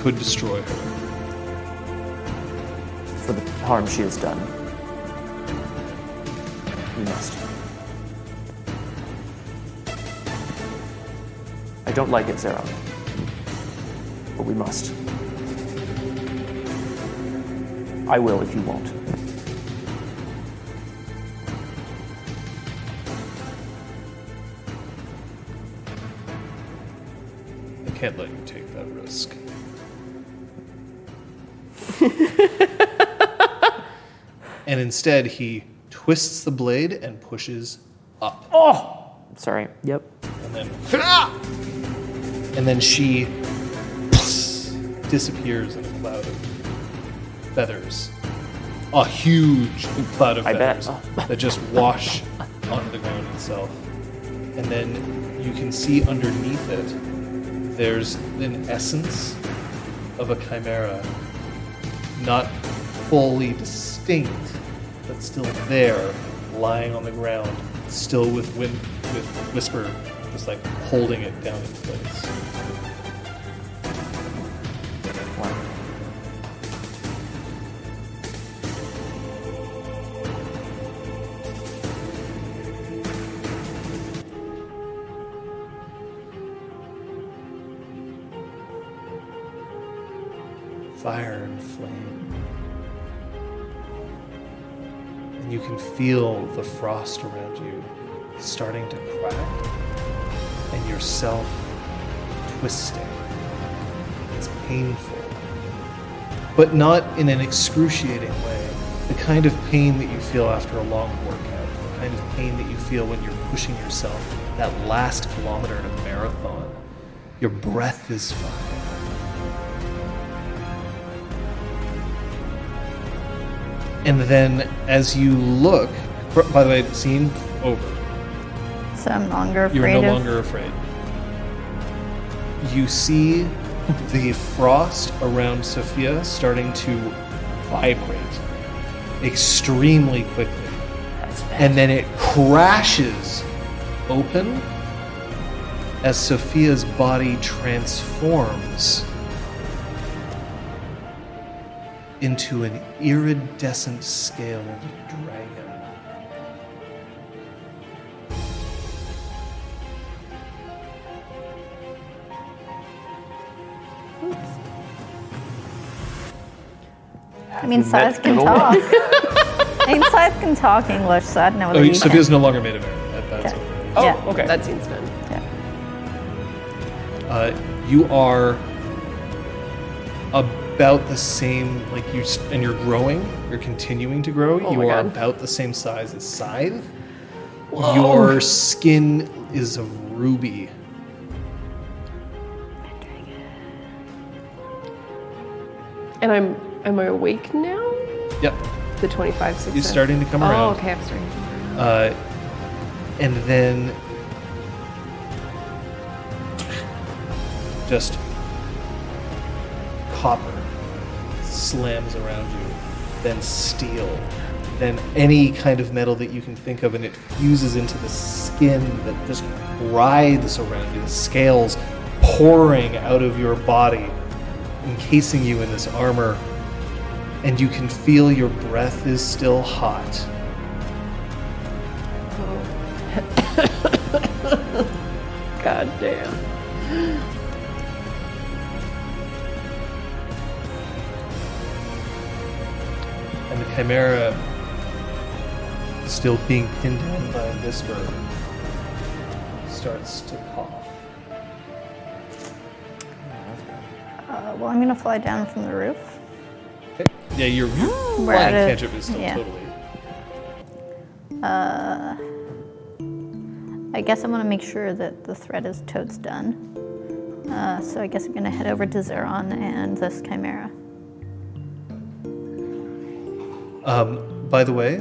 Could destroy her. for the harm she has done. We must. I don't like it, Zero. But we must. I will if you won't. can't let you take that risk. and instead, he twists the blade and pushes up. Sorry. Yep. And then, Ah! and then she disappears in a cloud of feathers. A huge cloud of I bet. feathers that just wash onto the ground itself. And then you can see underneath it, there's an essence of a chimera. Not fully distinct, but still there, lying on the ground, still with, win- with Whisper just like holding it down in place. fire and flame. And you can feel the frost around you starting to crack and yourself twisting. It's painful, but not in an excruciating way. The kind of pain that you feel after a long workout, the kind of pain that you feel when you're pushing yourself that last kilometer in a marathon. Your breath is fire. And then as you look, by the way, scene over. So I'm no longer You're afraid no of. longer afraid. You see the frost around Sophia starting to vibrate extremely quickly. And then it crashes open as Sophia's body transforms into an iridescent scaled dragon. I mean, Scythe can Metal. talk. I mean, Scythe can talk English, so I don't know what Oh, you you- Sophia's no longer made of air. That, that's Okay. over. Oh, Yeah. okay. That scene's done. Uh, you are about the same, like you, s- and you're growing. You're continuing to grow. Oh you my are God. about the same size as Scythe. Your skin is a ruby. And I'm am I awake now? Yep, The 25 success. it's starting to come Oh, around. okay, I'm starting. Uh, and then just copper slams around you, then steel, then any kind of metal that you can think of, and it fuses into the skin that just writhes around you, the scales pouring out of your body, encasing you in this armor. And you can feel your breath is still hot. God damn. and the chimera still being pinned down by a whisper starts to cough Uh, well, I'm gonna fly down from the roof. yeah your, your We're flying at a- cantrip is still yeah. totally Uh, I guess I'm gonna make sure that the threat is totes done. Uh, so I guess I'm gonna head over to Zeron and this Chimera. um, by the way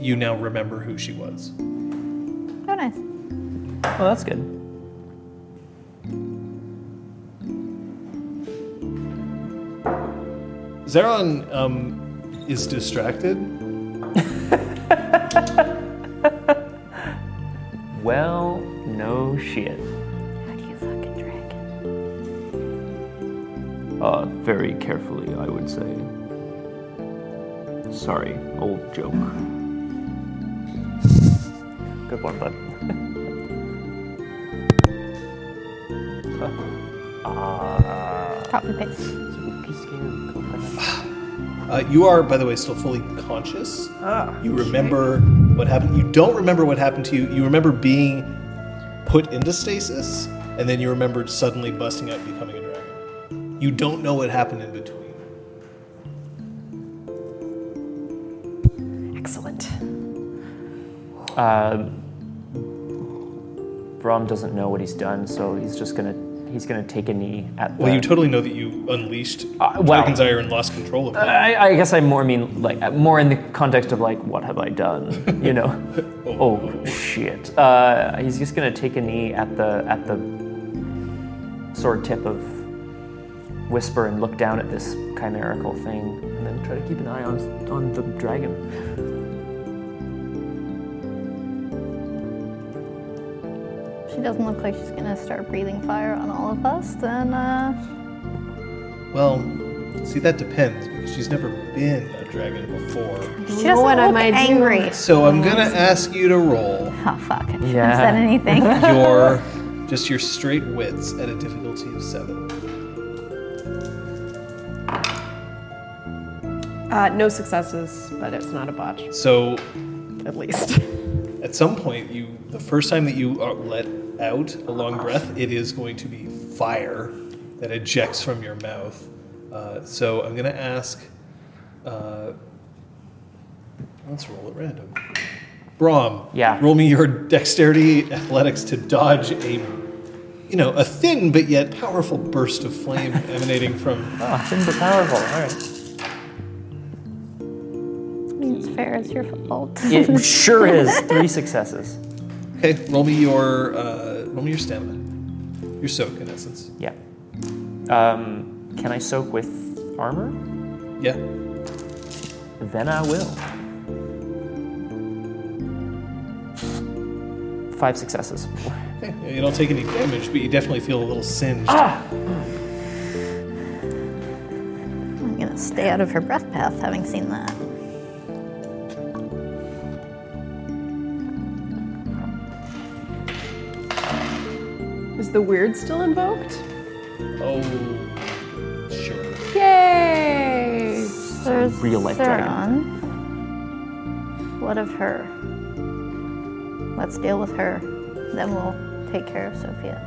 you now remember who she was Oh, nice. Well, that's good. Zeron um, is distracted Well, no shit. How do you fucking drag? Uh, very carefully, I would say. Sorry, old joke. Good one, bud. Copy paste. uh, you are by the way still fully conscious Ah, you remember what happened you don't remember what happened to you you remember being put into stasis and then you remembered suddenly busting up, becoming a dragon. You don't know what happened in between. Excellent. Uh, Brom doesn't know what he's done, so he's just gonna he's gonna take a knee at. The, Well, you totally know that you unleashed Uh, uh, well- Uh. Dragonzire and lost control of it. I, I guess I more mean like more in the context of like what have I done, you know? oh, shit! Uh, he's just gonna take a knee at the at the sword tip of Whisper and look down at this chimerical thing, and then try to keep an eye on on the dragon. She doesn't look like she's gonna start breathing fire on all of us. Then, uh, Well, see, that depends because she's never been a dragon before. she doesn't what I look might do. angry. So I'm gonna ask you to roll Oh fuck! I shouldn't Yeah. have said anything. your just your straight wits at a difficulty of seven. Uh, no successes, but it's not a botch, So at least. at some point, you the first time that you are let out a long breath, it is going to be fire that ejects from your mouth. Uh, so I'm gonna ask. Uh, let's roll at random. Brom, Yeah. roll me your dexterity athletics to dodge a, you know, a thin but yet powerful burst of flame emanating from. Oh, things are powerful. All right. it's fair. It's your fault. It sure is. Three successes. Okay, roll me your uh, roll me your stamina, your soak in essence. Yeah. Um, can I soak with armor? Yeah, Then I will. Five successes. Yeah, You don't take any damage, but you definitely feel a little singed. I'm gonna stay out of her breath path, having seen that. Is the weird still invoked? Oh, sure. Yay! There's real life dragon. Theron. What of her? Let's deal with her. Then we'll take care of Sophia.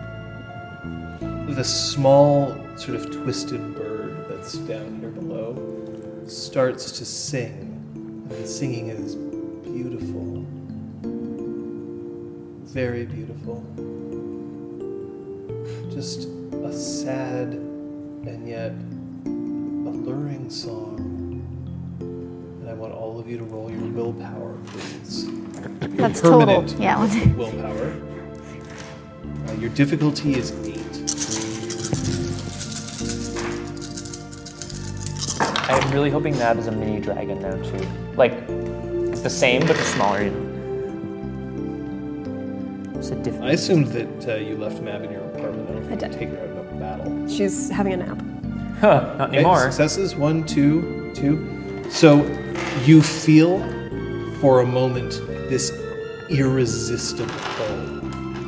The small, sort of twisted bird that's down here below starts to sing. And the singing is beautiful. Very beautiful. Just a sad and yet alluring song. And I want all of you to roll your willpower, please. That's total. permanent. Yeah. one- willpower. Uh, your difficulty is eight. I'm really hoping Nab is a mini dragon now too. Like, it's the same but it's smaller. It's a I different. assumed that uh, you left Mab in your apartment. I don't I think you did. take her out in a battle. She's having a nap. Huh, not Okay, anymore. Successes one, two, two. So you feel for a moment this irresistible pull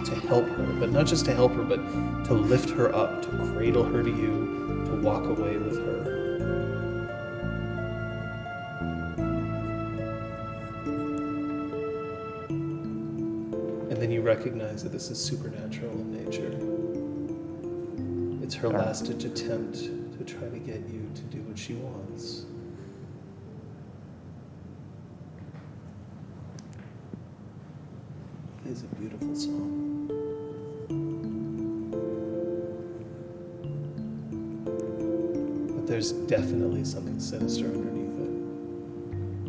to help her, but not just to help her, but to lift her up, to cradle her to you, to walk away with her. And then you recognize that this is supernatural in nature. It's her last ditch attempt to try to get you to do what she wants. It is a beautiful song. But there's definitely something sinister underneath it.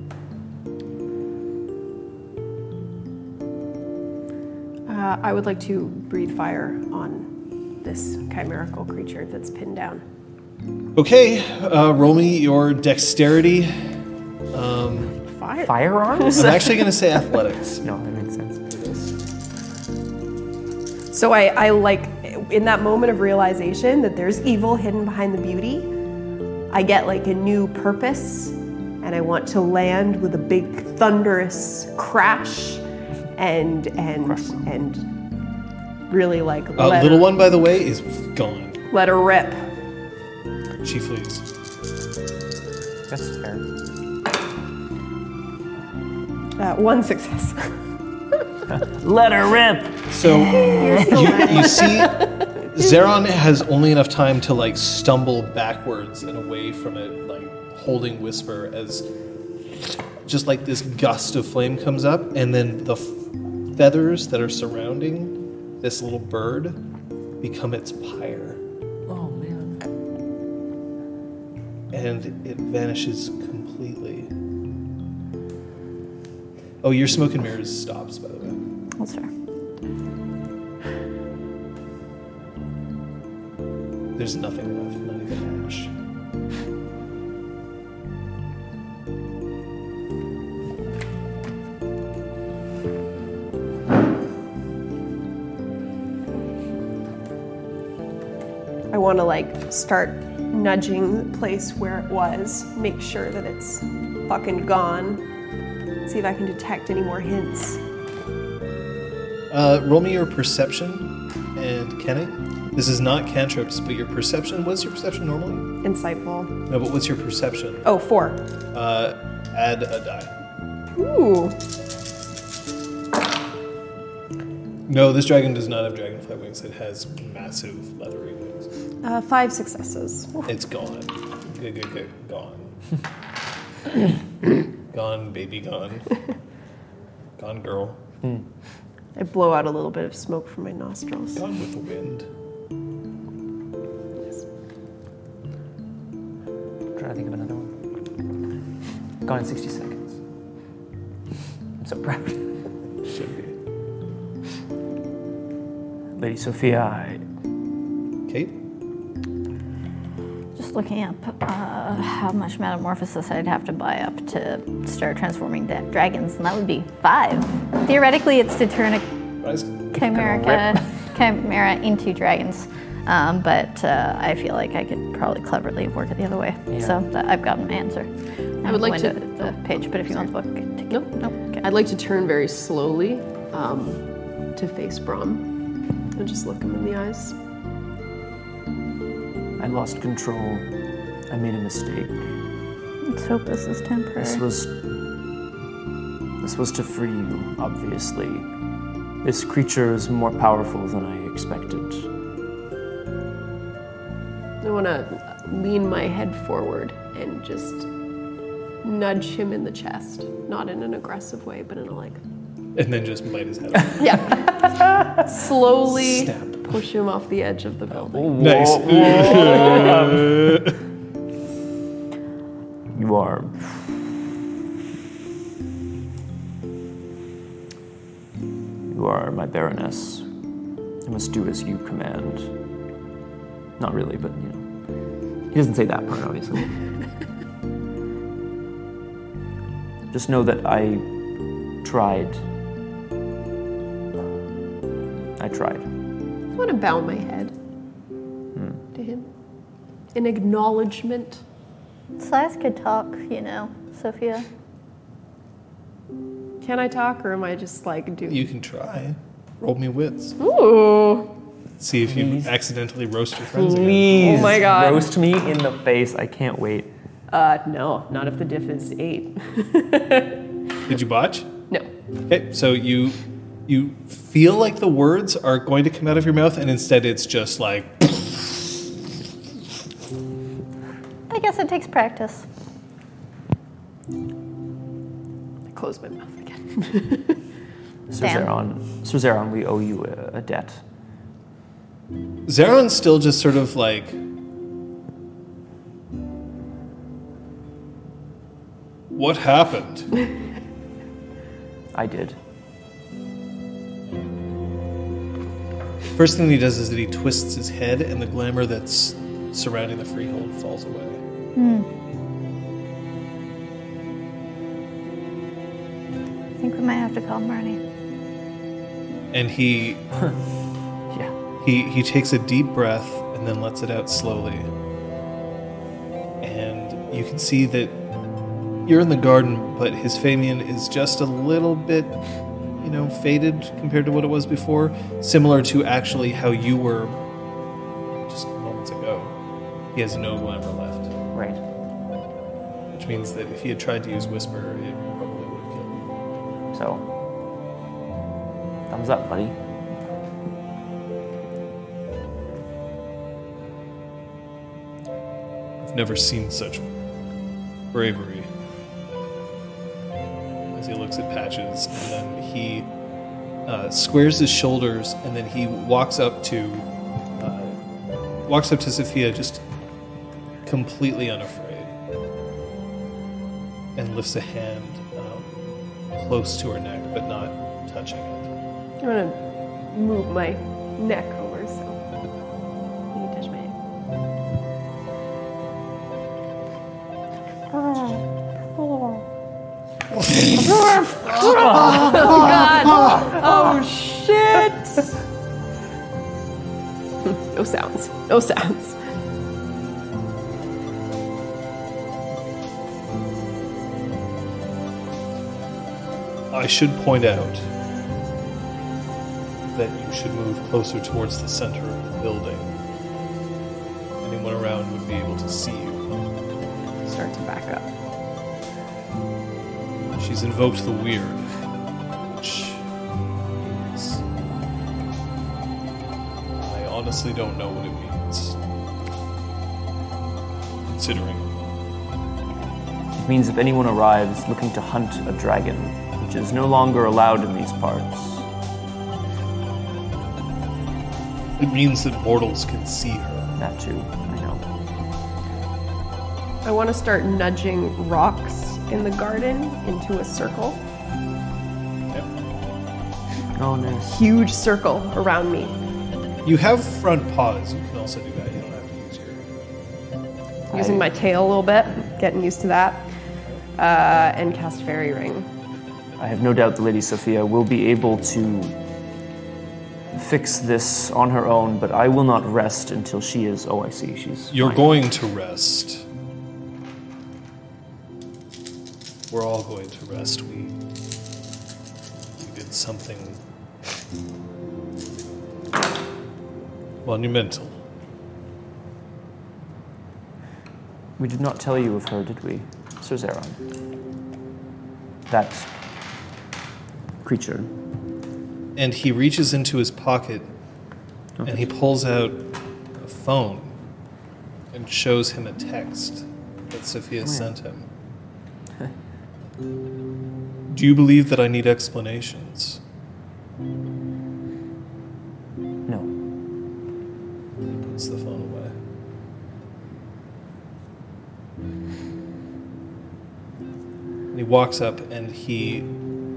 Uh, I would like to breathe fire on this chimerical creature that's pinned down. Okay, uh, roll me your dexterity. Um, Fire? Firearms? I'm actually going to say athletics. no, that makes sense. So I, I like, in that moment of realization that there's evil hidden behind the beauty, I get like a new purpose and I want to land with a big thunderous crash and, and, and really like Uh, let, little her, one, by the way, is gone. let her rip. She flees. That's fair. Uh, one success. Let her rip. So you, you see, Zeron has only enough time to like stumble backwards and away from it, like holding Whisper as just like this gust of flame comes up, and then the f- feathers that are surrounding this little bird become its pyre, Oh man. and it vanishes completely. Oh, your smoke and mirrors stops, by the way. That's fair. There's nothing left, not even ash. I want to like start nudging the place where it was, make sure that it's fucking gone. See if I can detect any more hints. Uh, roll me your perception and Kenny. This is not cantrips, but your perception. What is your perception normally? Insightful. No, but what's your perception? Oh, four. Uh, add a die. Ooh. No, this dragon does not have dragonfly wings. It has massive leathery wings. Uh, five successes. It's gone. Good, good, good. Gone. gone, baby, gone. Gone, girl. I blow out a little bit of smoke from my nostrils. Gone with the wind. Try to think of another one. Gone in 60 seconds. I'm so proud. Should be. Lady Sophia, I, Kate? Just looking up uh, how much metamorphosis I'd have to buy up to start transforming da- dragons, and that would be five. Theoretically, it's to turn a Rise. chimera, chimera into dragons, um, but uh, I feel like I could probably cleverly work it the other way. So that, I've got an answer. I would like to- the page, but if you want the book, take Nope. it. Nope. Okay. I'd like to turn very slowly um, to face Brom and just look him in the eyes. I lost control. I made a mistake. Let's hope this is temporary. This was. This was to free you, obviously. This creature is more powerful than I expected. I want to lean my head forward and just nudge him in the chest, not in an aggressive way, but in a like And then just might as well. slowly Snap. push him off the edge of the building. nice. You are. You are my Baroness. I must do as you command. Not really, but you know. He doesn't say that part, obviously. Just know that I tried. I tried. I want to bow my head to him in acknowledgement. Slice could talk, you know, Sophia. Can I talk, or am I just like do? You can try. Roll me wits. Ooh. See if you accidentally roast your friends again. Please, Oh my God. roast me in the face. I can't wait. Uh, no, not if the diff is eight. Did you botch? No. Okay, so you you feel like the words are going to come out of your mouth, and instead it's just like I guess it takes practice. I close my mouth again. Sir Dan. Zeron, Sir Zeron, we owe you a, a debt. Zeron's still just sort of like What happened? I did. First thing he does is that he twists his head, and the glamour that's surrounding the freehold falls away. I think we might have to call Marnie. And he Yeah. He he takes a deep breath and then lets it out slowly. And you can see that you're in the garden, but his Famian is just a little bit, you know, faded compared to what it was before. Similar to actually how you were just moments ago. He has no glamour left, Right. which means that if he had tried to use Whisper, it probably would have killed him. So Thumbs up, buddy. I've never seen such bravery. As he looks at Patches, and then he uh, squares his shoulders, and then he walks up to uh, walks up to Sophia, just completely unafraid, and lifts a hand um, close to her neck, but not touching it. I'm gonna move my neck over so you can touch my head. Oh shit! no sounds. No sounds. I should point out that you should move closer towards the center of the building. Anyone around would be able to see you. Start to back up. She's invoked the weird, which is. I honestly don't know what it means. Considering. It means if anyone arrives looking to hunt a dragon, which is no longer allowed in these parts, It means that mortals can see her. that too, I know. I want to start nudging rocks in the garden into a circle, Oh, nice. huge circle around me. You have front paws. You can also do that. You don't have to use your. Using my tail a little bit, getting used to that, uh, and cast fairy ring. I have no doubt the Lady Sophia will be able to fix this on her own, but I will not rest until she is. Oh, I see. She's. You're fine. going to rest. We're all going to rest. We, we did something monumental. We did not tell you of her, did we, Sir Zeron? That creature. And he reaches into his pocket and he pulls out a phone and shows him a text that Sophia sent him. Do you believe that I need explanations? No. Puts the phone away. And he walks up and he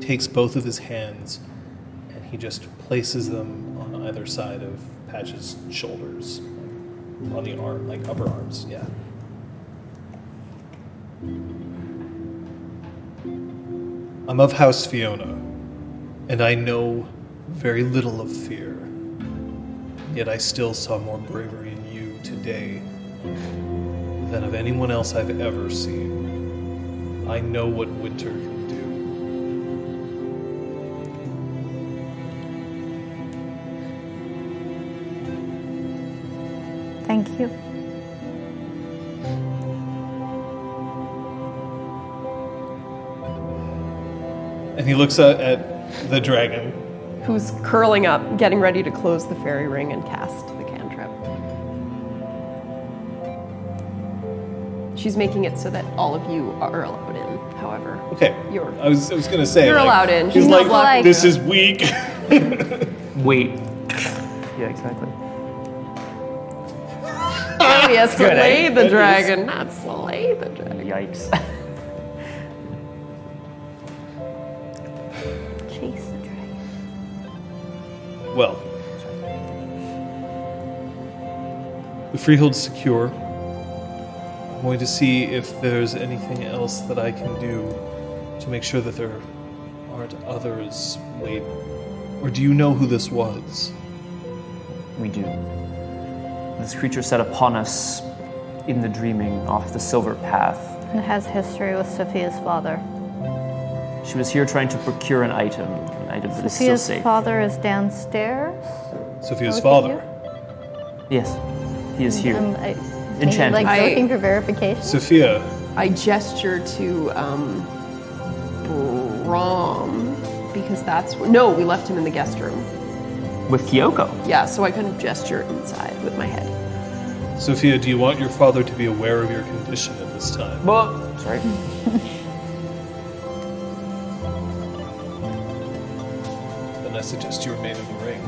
takes both of his hands and he just places them on either side of Patch's shoulders. On the arm, like upper arms, yeah. I'm of House Fiona, and I know very little of fear. Yet I still saw more bravery in you today than of anyone else I've ever seen. I know what winter can do. Thank you. And he looks at, at the dragon. Who's curling up, getting ready to close the fairy ring and cast the cantrip. She's making it so that all of you are allowed in, however. Okay, You're- I was I was gonna say You're like, allowed in. He's She's not like, blocking this you." is weak. Wait. yeah, exactly. Now he has to Good, eh? lay the dragon, not slay the dragon. Yikes. Chase the dragon. well, the freehold's secure. I'm going to see if there's anything else that I can do to make sure that there aren't others. Wait, or do you know who this was? We do. This creature set upon us in the dreaming off the silver path. And has history with Sophia's father. She was here trying to procure an item, an item that is still Sophia's safe. father is downstairs. Sophia's father. Yes, he is here. Um, I, Enchanted. Like I- looking for verification. Sophia, I gesture to um, Brom because that's where, no, we left him in the guest room. With Kyoko. Yeah, so I kind of gesture inside with my head. Sophia, do you want your father to be aware of your condition at this time? Well, sorry. Then I suggest you remain in the ring.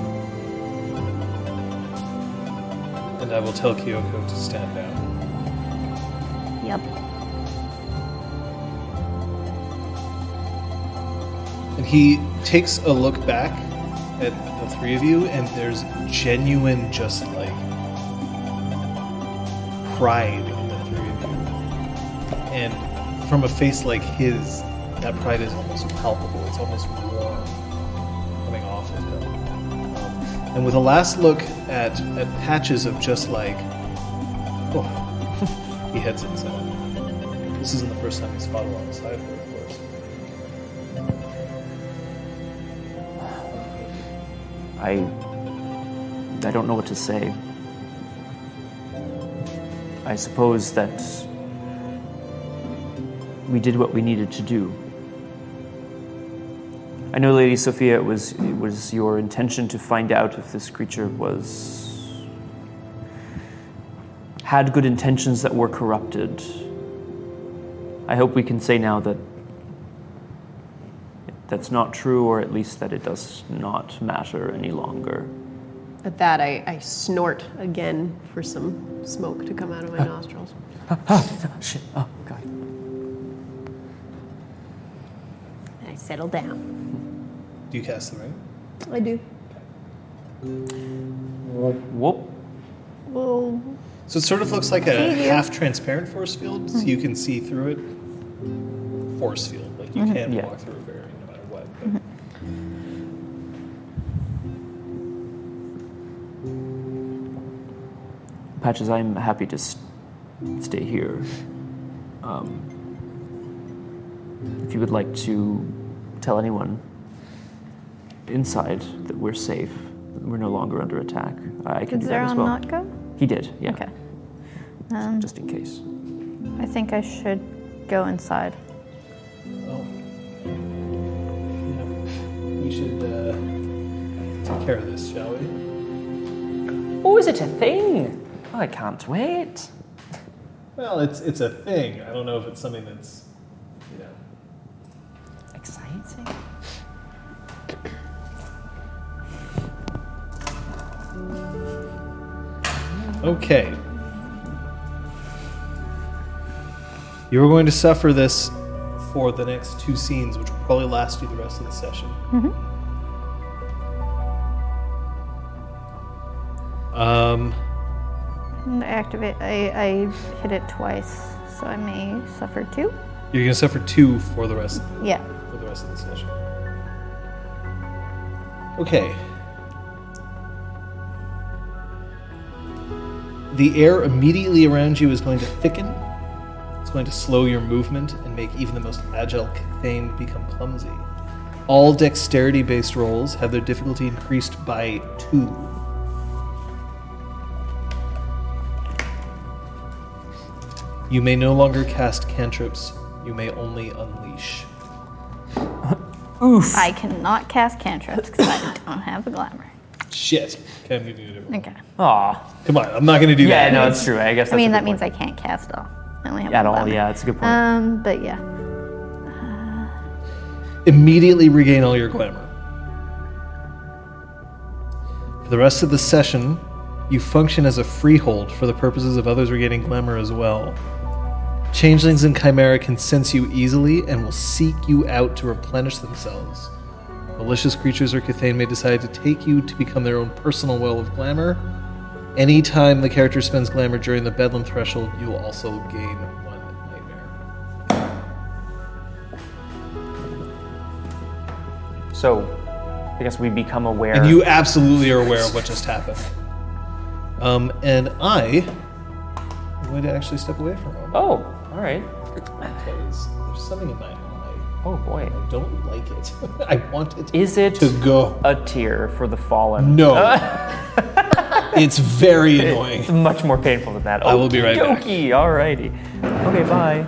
And I will tell Kyoko to stand down. Yep. And he takes a look back at the three of you, and there's genuine, just like pride in the three of you. And from a face like his, that pride is almost palpable. It's almost warm coming off of him. Um, and with a last look at, at patches of just like, oh, he heads inside. This isn't the first time he's fought alongside her, of course. I. I don't know what to say. I suppose that we did what we needed to do. I know, Lady Sophia, it was, it was your intention to find out if this creature was. had good intentions that were corrupted. I hope we can say now that that's not true, or at least that it does not matter any longer. At that, I, I snort again for some smoke to come out of my nostrils. Shit. Oh, God. I settle down. Do you cast the ring? I do. Whoop. Well, So it sort of looks like a half transparent force field, so you can see through it. Force field, like you can Yeah. walk through a barrier no matter what. But Patches, I'm happy to s stay here. Um, if you would like to tell anyone inside that we're safe, that we're no longer under attack, I, I can do Did that as Zeron well. not go? He did, yeah. Okay. Um, Just in case. I think I should go inside. well, yeah. we should uh, take care of this, shall we? Oh, is it a thing? Oh, I can't wait. Well, it's it's a thing. I don't know if it's something that's you know. Exciting. Okay. You are going to suffer this for the next two scenes, which will probably last you the rest of the session. Um, And I activate. I, I hit it twice, so I may suffer two. you're going to suffer two for the rest Yeah. for the rest of the session. Okay. The air immediately around you is going to thicken. It's going to slow your movement and make even the most agile Thane become clumsy. All dexterity based rolls have their difficulty increased by two. You may no longer cast cantrips, you may only unleash. Oof. I cannot cast cantrips because I don't have the glamour. Shit. Okay, I'm giving you a different Okay. Aw. Come on, I'm not gonna do Yeah, that. no, it's true. I guess that's I mean, a that good means point. I can't cast at all. I only have At one all, glamour. yeah, that's a good point. Um, but yeah. Immediately regain all your glamour. For the rest of the session, you function as a freehold for the purposes of others regaining glamour as well. Changelings and Chimera can sense you easily and will seek you out to replenish themselves. Malicious creatures or Cathane may decide to take you to become their own personal well of glamour. Anytime the character spends glamour during the Bedlam threshold, you will also gain one nightmare. So, I guess we become aware. And you absolutely are aware of what just happened. Um, and I am going to actually step away for a moment Oh, all right. because there's something in my eye. Oh boy. I don't like it. I want it Is it to go. a tear for the fallen? No. it's very annoying. It's much more painful than that. I will be right back. Okey-dokey, Alrighty. Okay, bye.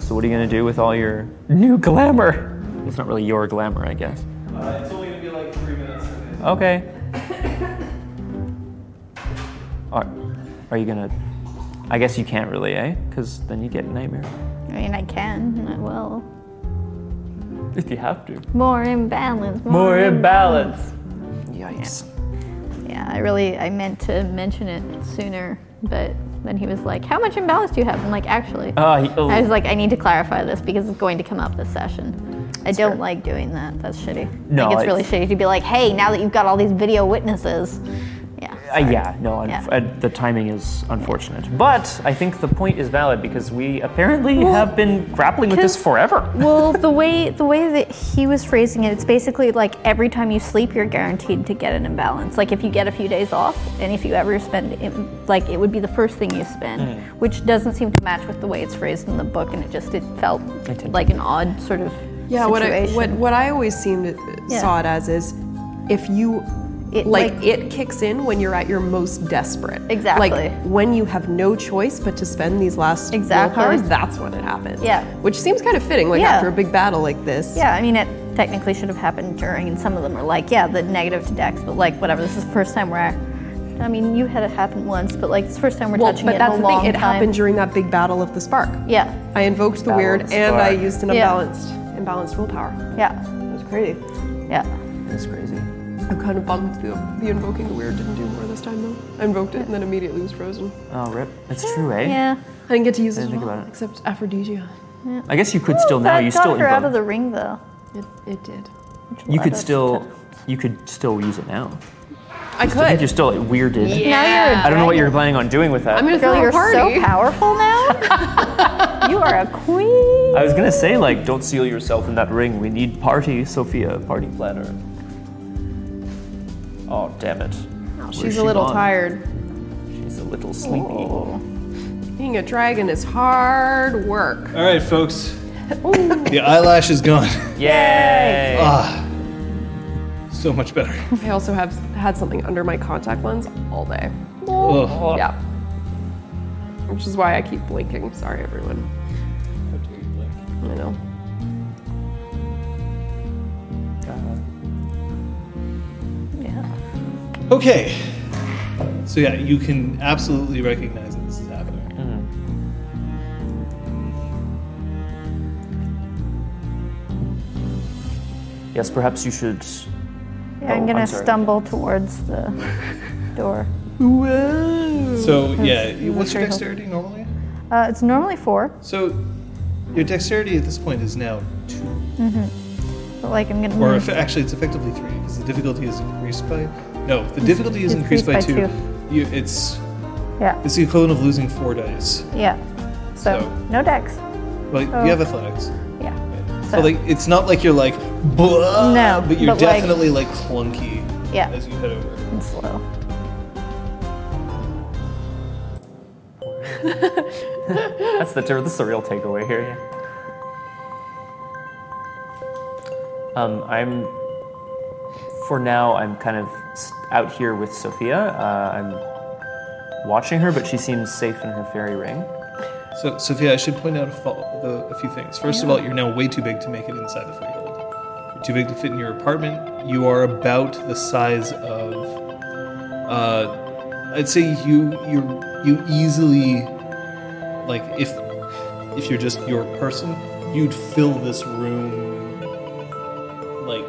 So what are you gonna do with all your new glamour? It's not really your glamour, I guess. Uh, it's only going to be like three minutes. Okay. Are, are you gonna? I guess you can't really, eh? Because then you get nightmare. I mean, I can, and I will. If you have to. More imbalance. More imbalance. Yikes. Yeah, I really, I meant to mention it sooner, but then he was like, "How much imbalance do you have?" I'm like, "Actually." Ah, he- oh. I was like, I need to clarify this because it's going to come up this session. I don't like doing that. That's shitty. No, I think it's- it's really shitty to be like, hey, now that you've got all these video witnesses. Yeah. Uh, yeah, no, unf- Yeah. Uh, the timing is unfortunate. But I think the point is valid because we apparently have been grappling with this because- forever. well, the way the way that he was phrasing it, it's basically like every time you sleep, you're guaranteed to get an imbalance. Like if you get a few days off, and if you ever spend, it, like it would be the first thing you spend, which doesn't seem to match with the way it's phrased in the book, and it just it felt did. like an odd sort of Yeah, what I, situation. what, what I always seemed to- Yeah. saw it as is if you It, like, like- it kicks in when you're at your most desperate. Exactly. Like when you have no choice but to spend these last Exactly. will cards, that's when it happens. Yeah. Which seems kind of fitting, like Yeah. after a big battle like this. Yeah, I mean, it technically should have happened during, and some of them are like, yeah, the negative to Dex, but like, whatever, this is the first time we're at. I mean, you had it happen once, but like, it's the first time we're Well, touching but it that's in a the thing. long It time. happened during that big battle of the spark. yeah, I invoked the weird, Balanced and I spark. used an Yeah. imbalanced, imbalanced willpower. yeah, That was crazy. yeah. That's crazy. I'm kind of bummed the, the invoking the weird didn't do more this time though. I invoked it and then immediately was frozen. Oh, rip. That's true, eh? Yeah. I didn't get to use it, Didn't at think all, about it. except aphrodisia. I guess you could still Ooh, now. that You got still her out invoke- of the ring, though. It, it did. which You allowed could us still. to- You could still use it now. I I think could. you're still like, weirded. Now you're. a I don't know what you're dragon. planning on doing with that. I'm gonna Girl, throw a you're party. so powerful now. you are a queen. I was gonna say like, don't seal yourself in that ring. We need party, Sophia, party planner. Oh damn it! She's a little tired. She's a little sleepy. Being a dragon is hard work. All right, folks. the eyelash is gone. Yay! Ah, so much better. I also have had something under my contact lens all day. Ugh. Yeah. Which is why I keep blinking. Sorry, everyone. I know. Oh, Okay. So yeah, you can absolutely recognize that this is happening. Yes, perhaps you should. Yeah, I'm Oh, gonna I'm sorry. stumble towards the door. Mm. So yeah, what's that's your very helpful. dexterity normally? Uh, it's normally four, So your dexterity at this point is now two, but like I'm gonna. or if, move- actually it's effectively three because the difficulty is increased by. No, the difficulty is increased increased by two. by two. You, it's yeah, it's the equivalent of losing four dice. yeah. So, So- no dex. Like Oh. you have athletics. Yeah. So like it's not like you're like blah, No, but you're but, like- definitely like, clunky Yeah. as you head over. and slow. That's the ter- that's the real takeaway here. Um, I'm. For now, I'm kind of s- out here with Sophia. Uh, I'm watching her, but she seems safe in her fairy ring. So Sophia, I should point out a, fo- the, a few things. First of all, you're now way too big to make it inside the freehold. You're too big to fit in your apartment. You are about the size of. Uh, I'd say you you you easily, like if if you're just your person, you'd fill this room. Like,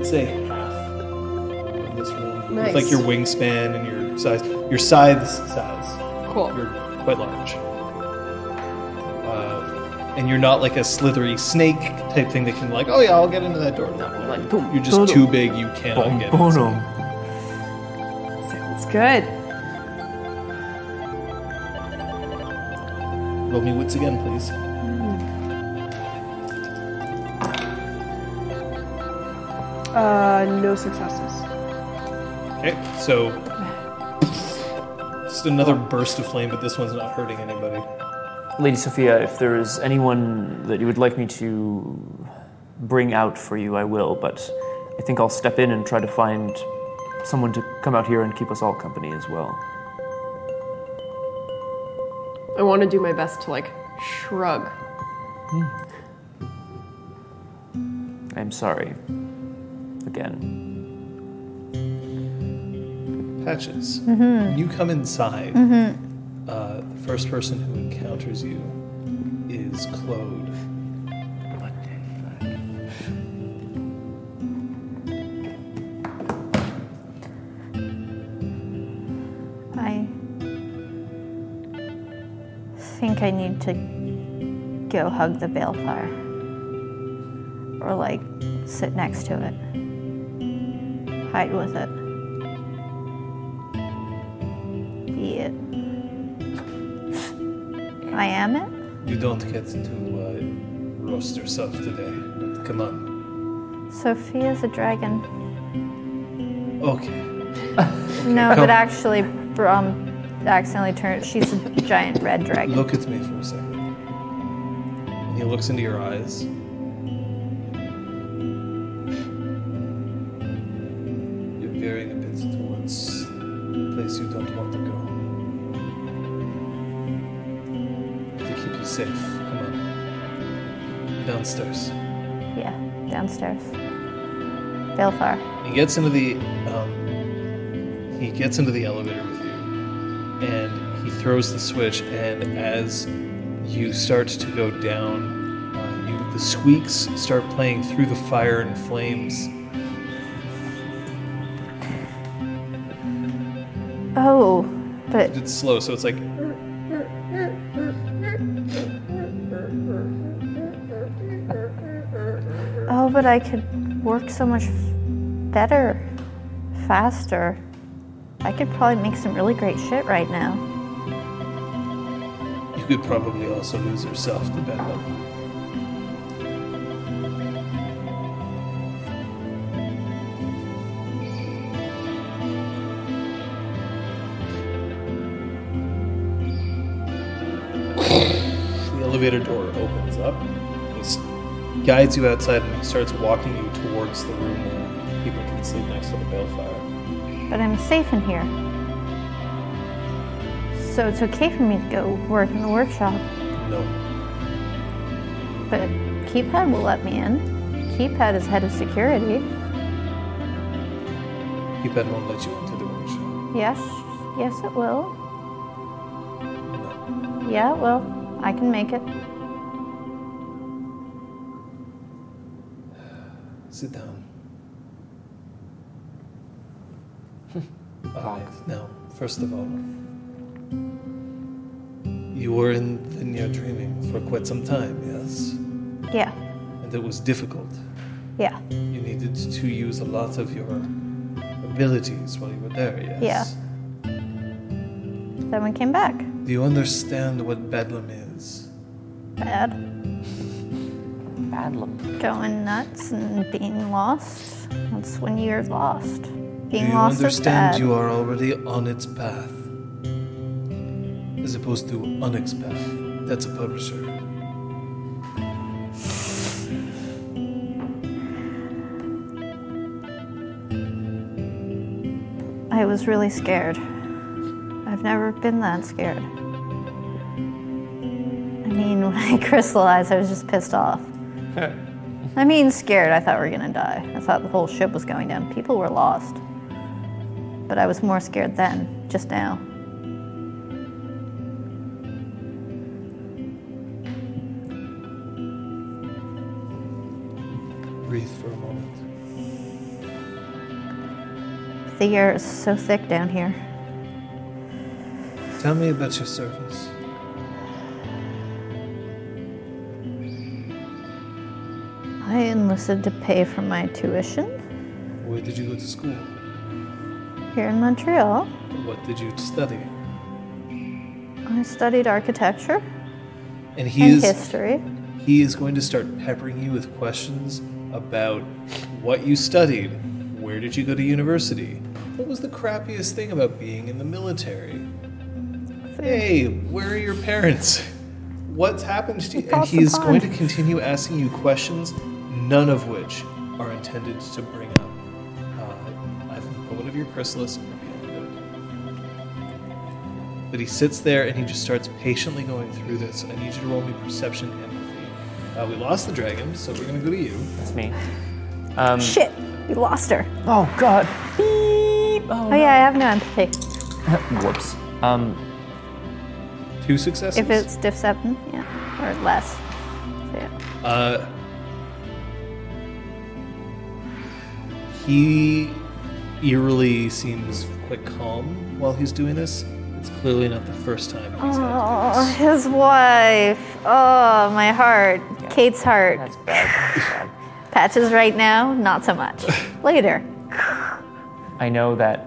I'd say half of this room Nice. with like your wingspan and your size, your scythe's size Cool. you're quite large. Uh, and you're not like a slithery snake type thing that can like, oh yeah, I'll get into that door. No, you're, like, boom, you're just too big. You cannot get. inside. Sounds good. Roll me wits again, please. Uh, no successes. Okay, so just another burst of flame, but this one's not hurting anybody. Lady Sophia, if there is anyone that you would like me to bring out for you, I will, but I think I'll step in and try to find someone to come out here and keep us all company as well. I want to do my best to like shrug. I'm sorry. Again. Patches. You come inside. Uh, the first person who encounters you is Claude. I think I need to go hug the balefire. Or, like, sit next to it. Hide with it. Be it. I am it? You don't get to uh, roast yourself today. But come on. Sophia's a dragon. Okay. No, Come. but actually, um, accidentally turned. She's a giant red dragon. Look at me for a second. And he looks into your eyes. You're veering a bit towards a place you don't want to go. I have to keep you safe. Come on. Downstairs. Yeah, downstairs. Balefire. He gets into the um, he gets into the elevator with you, and he throws the switch. And as you start to go down, uh, you, the squeaks start playing through the fire and flames. Oh, but It's slow, so it's like oh, but I could work so much f- better, faster. I could probably make some really great shit right now. you could probably also lose yourself to bed level. The elevator door opens up. and He s- guides you outside and he starts walking you towards the room where people can sleep next to the balefire. But I'm safe in here, so it's okay for me to go work in the workshop. No, But Keypad will let me in. Keypad is head of security. you better won't let you into the workshop. Yes, yes, it will. No. Yeah, well, I can make it. Sit down. Alright, now, first of all, you were in the near dreaming for quite some time, yes? Yeah, And it was difficult. yeah, You needed to use a lot of your abilities while you were there, yes? Yeah. Then we came back. Do you understand what Bedlam is? Bad. Badlam. Going nuts and being lost. That's when you're lost. Being Do you lost understand is bad. you are already on its path? As opposed to on its path. That's a publisher. I was really scared. I've never been that scared. I mean, when I crystallized, I was just pissed off. I mean, scared. I thought we were gonna die. I thought the whole ship was going down. People were lost. But I was more scared then, just now. Breathe for a moment. The air is so thick down here. Tell me about your service. I enlisted to pay for my tuition Where did you go to school? here in Montreal. What did you study? I studied architecture And he and is history. he is going to start peppering you with questions about what you studied, where did you go to university, what was the crappiest thing about being in the military? Hey, where are your parents? What's happened to you? And Across the he is going pond. to continue asking you questions, none of which are intended to bring up. Uh, I've put one of your chrysalis. and revealed it. But he sits there and he just starts patiently going through this. I need you to roll me perception empathy. Uh, we lost the dragon, so we're gonna go to you. That's me. Um, Shit, we lost her. Oh God. Oh yeah, I have no empathy. Whoops. Um, Two successes. If it's diff seven, yeah, or less. So, yeah. Uh, he eerily seems quite calm while he's doing this. It's clearly not the first time he's had to Oh, his wife. Oh, my heart. Kate's heart. that's bad. That's bad. Patches right now, not so much. Later. I know that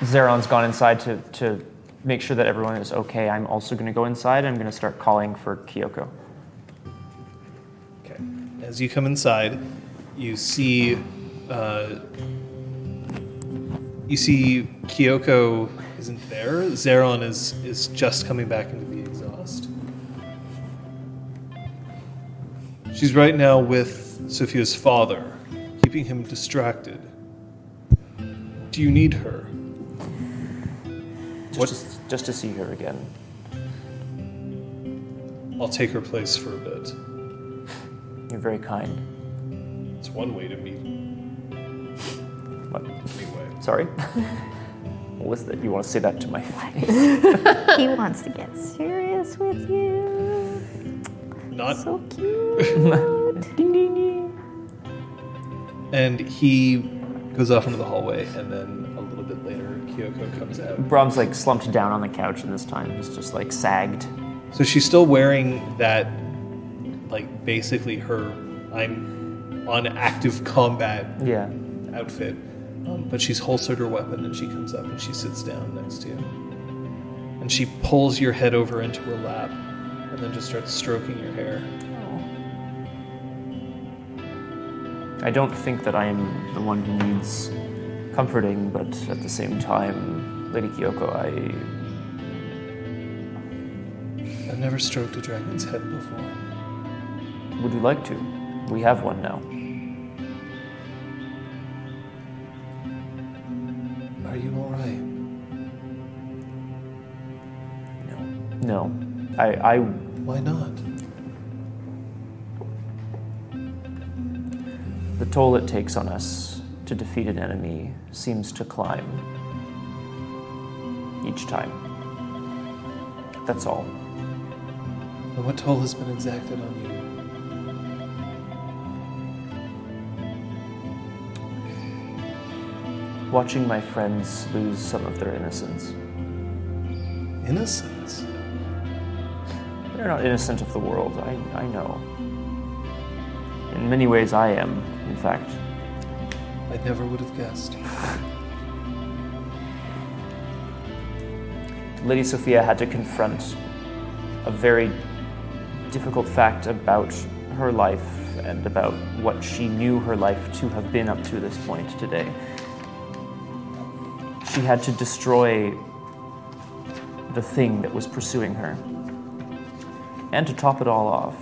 Zeron's gone inside to, to make sure that everyone is okay. I'm also going to go inside. I'm going to start calling for Kyoko. do this. Okay. As you come inside, you see, uh, you see Kyoko isn't there. Zeron is is just coming back into the exhaust. She's right now with Sophia's father, keeping him distracted. Do you need her? Just, What- Just, just to see her again. I'll take her place for a bit. You're very kind. It's one way to meet What? anyway. Sorry? what was that? You want to say that to my face? He wants to get serious with you. Not So cute. Ding, ding, ding. and he goes off into the hallway and then a little bit later Kyoko comes out. Brom's like slumped down on the couch, and this time he's just like sagged. So she's still wearing that like basically her I'm on active combat Yeah. outfit. Um, but she's holstered her weapon and she comes up and she sits down next to you. And she pulls your head over into her lap and then just starts stroking your hair. I don't think that I am the one who needs comforting, but at the same time, Lady Kyoko, I. I've never stroked a dragon's head before. Would you like to? We have one now. Are you alright? No. I, I Why not? The toll it takes on us to defeat an enemy seems to climb each time. That's all. And what toll has been exacted on you? Watching my friends lose some of their innocence. Innocence. They're not innocent of the world, I, I know. In many ways, I am, in fact. I never would have guessed. Lady Sophia had to confront a very difficult fact about her life and about what she knew her life to have been up to this point today. She had to destroy the thing that was pursuing her. And to top it all off,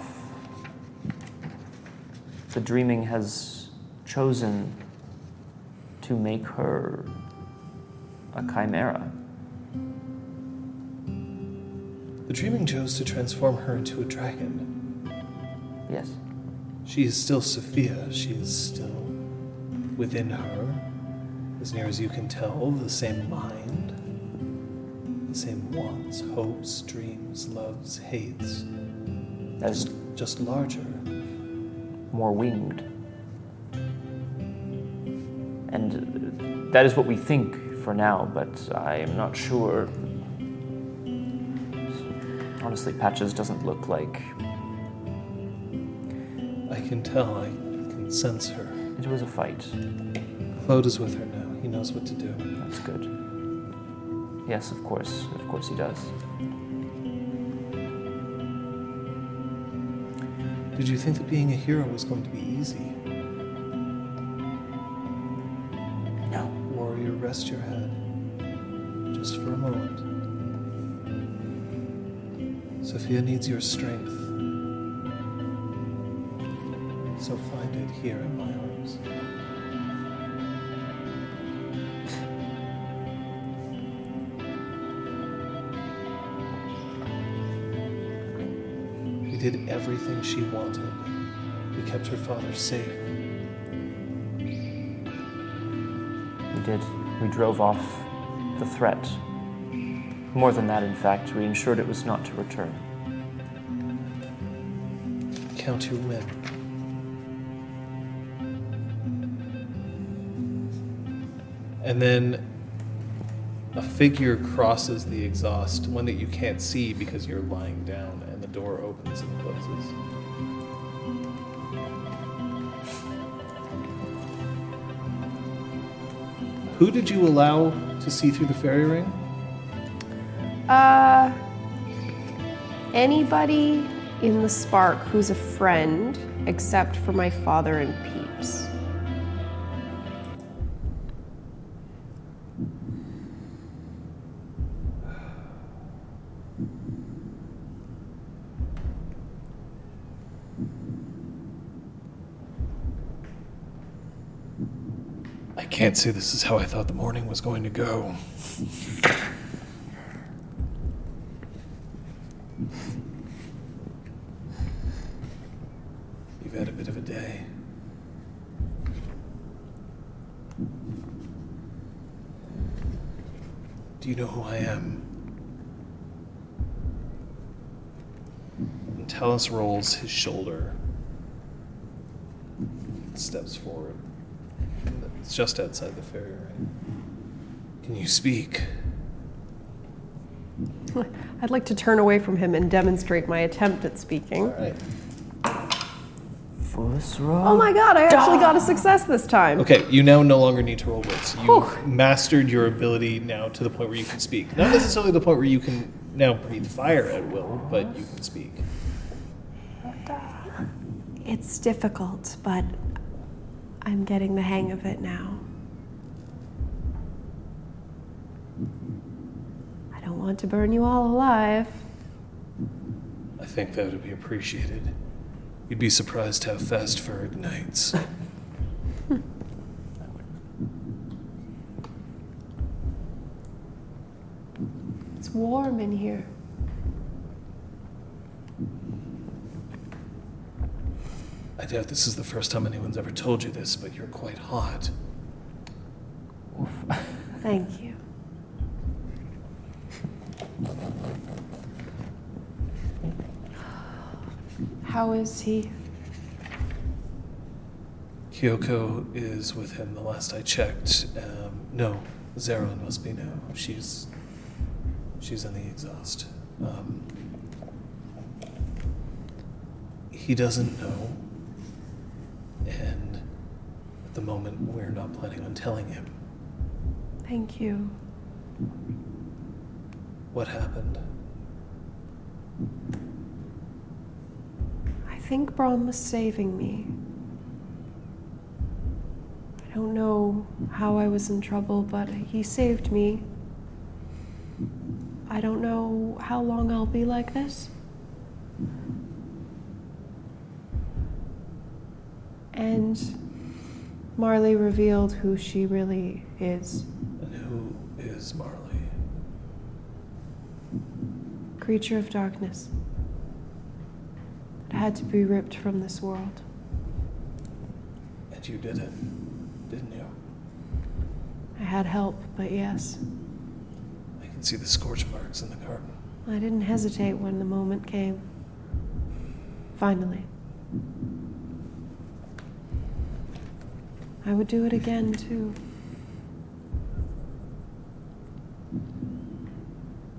the dreaming has chosen to make her a chimera. The dreaming chose to transform her into a dragon. Yes. She is still Sophia. She is still within her, as near as you can tell, the same mind, the same wants, hopes, dreams, loves, hates, That is just larger. more winged. And uh, that is what we think for now, but I am not sure. Honestly, Patches doesn't look like I can tell. I can sense her. it was a fight. Claude is with her now. He knows what to do. That's good. Yes, of course. Of course he does. Did you think that being a hero was going to be easy? No. Warrior, rest your head. Just for a moment. Sophia needs your strength. So find it here in my arms. We did everything she wanted. We kept her father safe. did. We drove off the threat. More than that, in fact, we ensured it was not to return. Count your win. And then a figure crosses the exhaust, one that you can't see because you're lying down, and the door opens and closes. Who did you allow to see through the fairy ring? Uh, anybody in the Spark who's a friend, except for my father and peeps. I can't say this is how I thought the morning was going to go. You've had a bit of a day. Do you know who I am? And Talus rolls his shoulder, and steps forward. It's just outside the ferry ring. Can you speak? I'd like to turn away from him and demonstrate my attempt at speaking. First row. Oh my god, I actually got a success this time. Okay, you now no longer need to roll words. You've mastered your ability now to the point where you can speak. Not necessarily the point where you can now breathe fire at will, but you can speak. It's difficult, but I'm getting the hang of it now. I don't want to burn you all alive. I think that would be appreciated. You'd be surprised how fast fur ignites. It's warm in here. I doubt this is the first time anyone's ever told you this, but you're quite hot. Thank you. How is he? Kyoko is with him the last I checked. Um, no, Zeron must be now. She's she's in the exhaust. Um, he doesn't know, and at the moment we're not planning on telling him Thank you. what happened. I think Brahm was saving me. I don't know how I was in trouble, but he saved me. I don't know how long I'll be like this. And Marley revealed who she really is And who is Marley? creature of darkness. It had to be ripped from this world. And you did it, didn't you? I had help, but yes, I can see the scorch marks in the garden. I didn't hesitate when the moment came. Finally. I would do it again, too.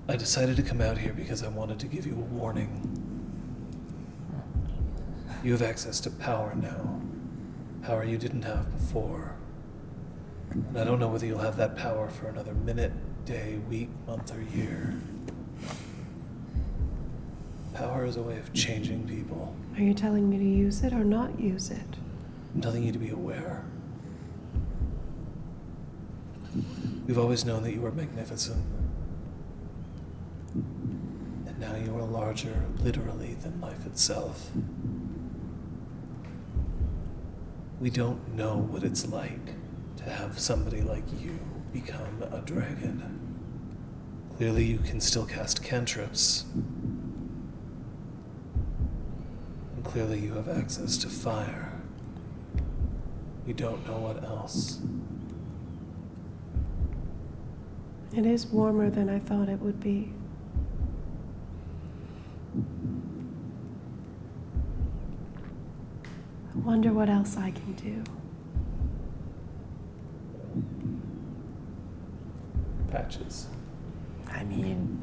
I decided to come out here because I wanted to give you a warning. You have access to power now, power you didn't have before. And I don't know whether you'll have that power for another minute, day, week, month, or year. Power is a way of changing people. Are you telling me to use it or not use it? I'm telling you to be aware. We've always known that you were magnificent. And now you are larger, literally, than life itself. We don't know what it's like to have somebody like you become a dragon. Clearly, you can still cast cantrips. And clearly, you have access to fire. You don't know what else. It is warmer than I thought it would be. I wonder what else I can do. Patches. I mean,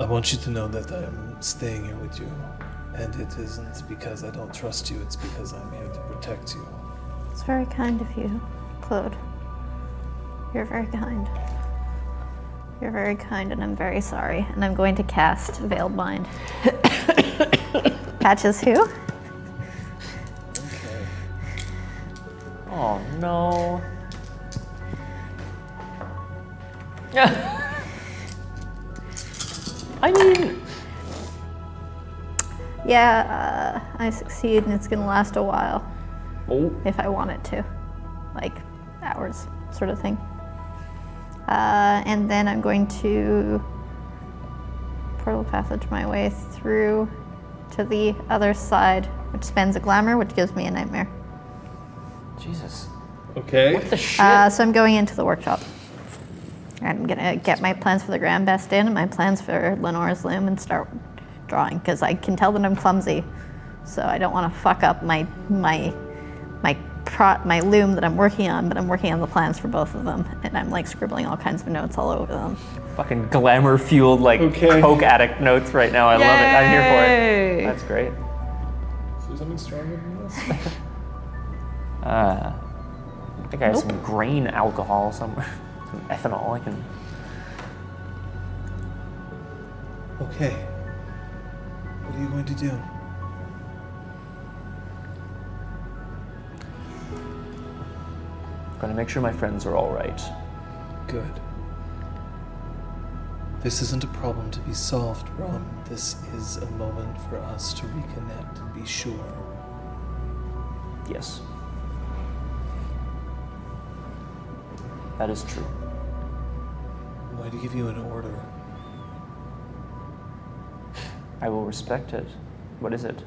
I want you to know that I'm staying here with you. And it isn't because I don't trust you, it's because I'm here to protect you. It's very kind of you, Claude. You're very kind. You're very kind, and I'm very sorry. And I'm going to cast Veiled Mind. Patches who? okay. Oh no. I mean, Yeah, uh, I succeed, and it's gonna last a while oh, if I want it to, like hours, sort of thing. Uh, and then I'm going to portal passage my way through to the other side, which spans a glamour, which gives me a nightmare. Jesus. Okay. What the shit? Uh, so I'm going into the workshop. And I'm gonna get my plans for the Grand Best in and my plans for Lenore's Loom and start drawing because I can tell that I'm clumsy, so I don't want to fuck up my my my pro- my loom that I'm working on. But I'm working on the plans for both of them, and I'm like scribbling all kinds of notes all over them. Fucking glamour fueled like Okay. coke addict notes right now. I love it. I'm here for Yay. it. That's great. Is something stronger than this? Uh, I think I have some grain alcohol somewhere. Some ethanol. I can. Okay. What are you going to do? I'm gonna make sure my friends are all right. Good. This isn't a problem to be solved, Rom. This is a moment for us to reconnect and be sure. Yes. That is true. I'm going to give you an order. I will respect it. What is it?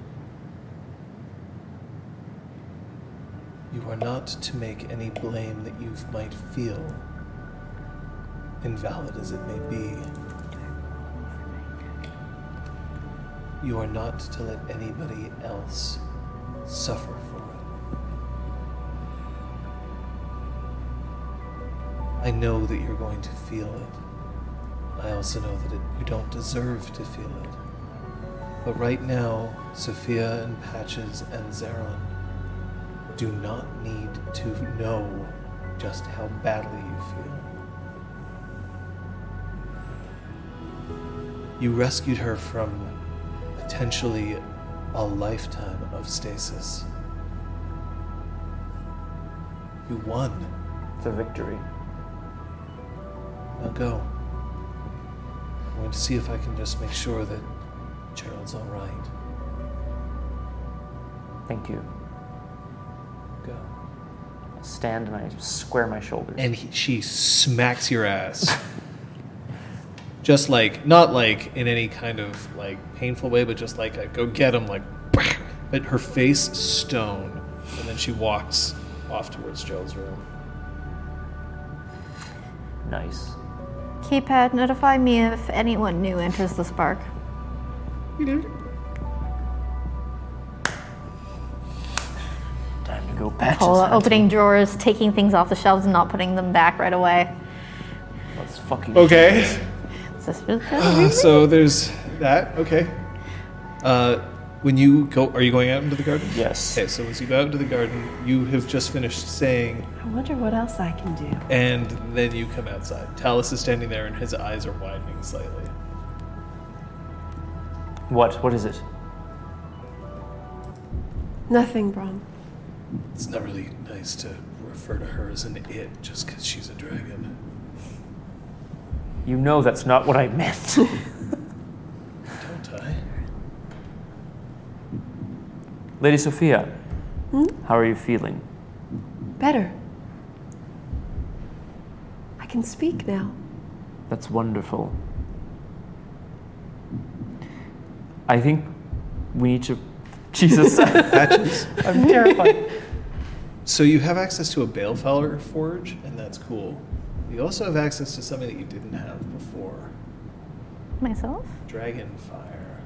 You are not to make any blame that you might feel, invalid as it may be. You are not to let anybody else suffer for it. I know that you're going to feel it. I also know that it, you don't deserve to feel it. But right now, Sophia and Patches and Zaron do not need to know just how badly you feel. You rescued her from potentially a lifetime of stasis. You won. It's a victory. Now go. I'm going to see if I can just make sure that Gerald's all right. Thank you. Go. I stand and I square my shoulders. and he, she smacks your ass. just like not like in any kind of like painful way, but just like a, go get him, like. But her face stone, and then she walks off towards Joe's room. nice. Keypad, notify me if anyone new enters the spark. Time to go patches. Pull, hunting. opening drawers, taking things off the shelves, and not putting them back right away. Let's fucking. Okay, It's just- Uh, so there's that. Okay. Uh, when you go, are you going out into the garden? Yes. Okay, so as you go out into the garden, you have just finished saying, I wonder what else I can do. and then you come outside. Talus is standing there, and his eyes are widening slightly. What? What is it? Nothing, Brom. It's not really nice to refer to her as an it just because she's a dragon. You know that's not what I meant. Don't I? Lady Sophia, how are you feeling? Better. I can speak now. That's wonderful. I think we need to. Jesus, Patches. I'm terrified. So you have access to a Balefeller forge, and that's cool. You also have access to something that you didn't have before: Myself? dragon fire.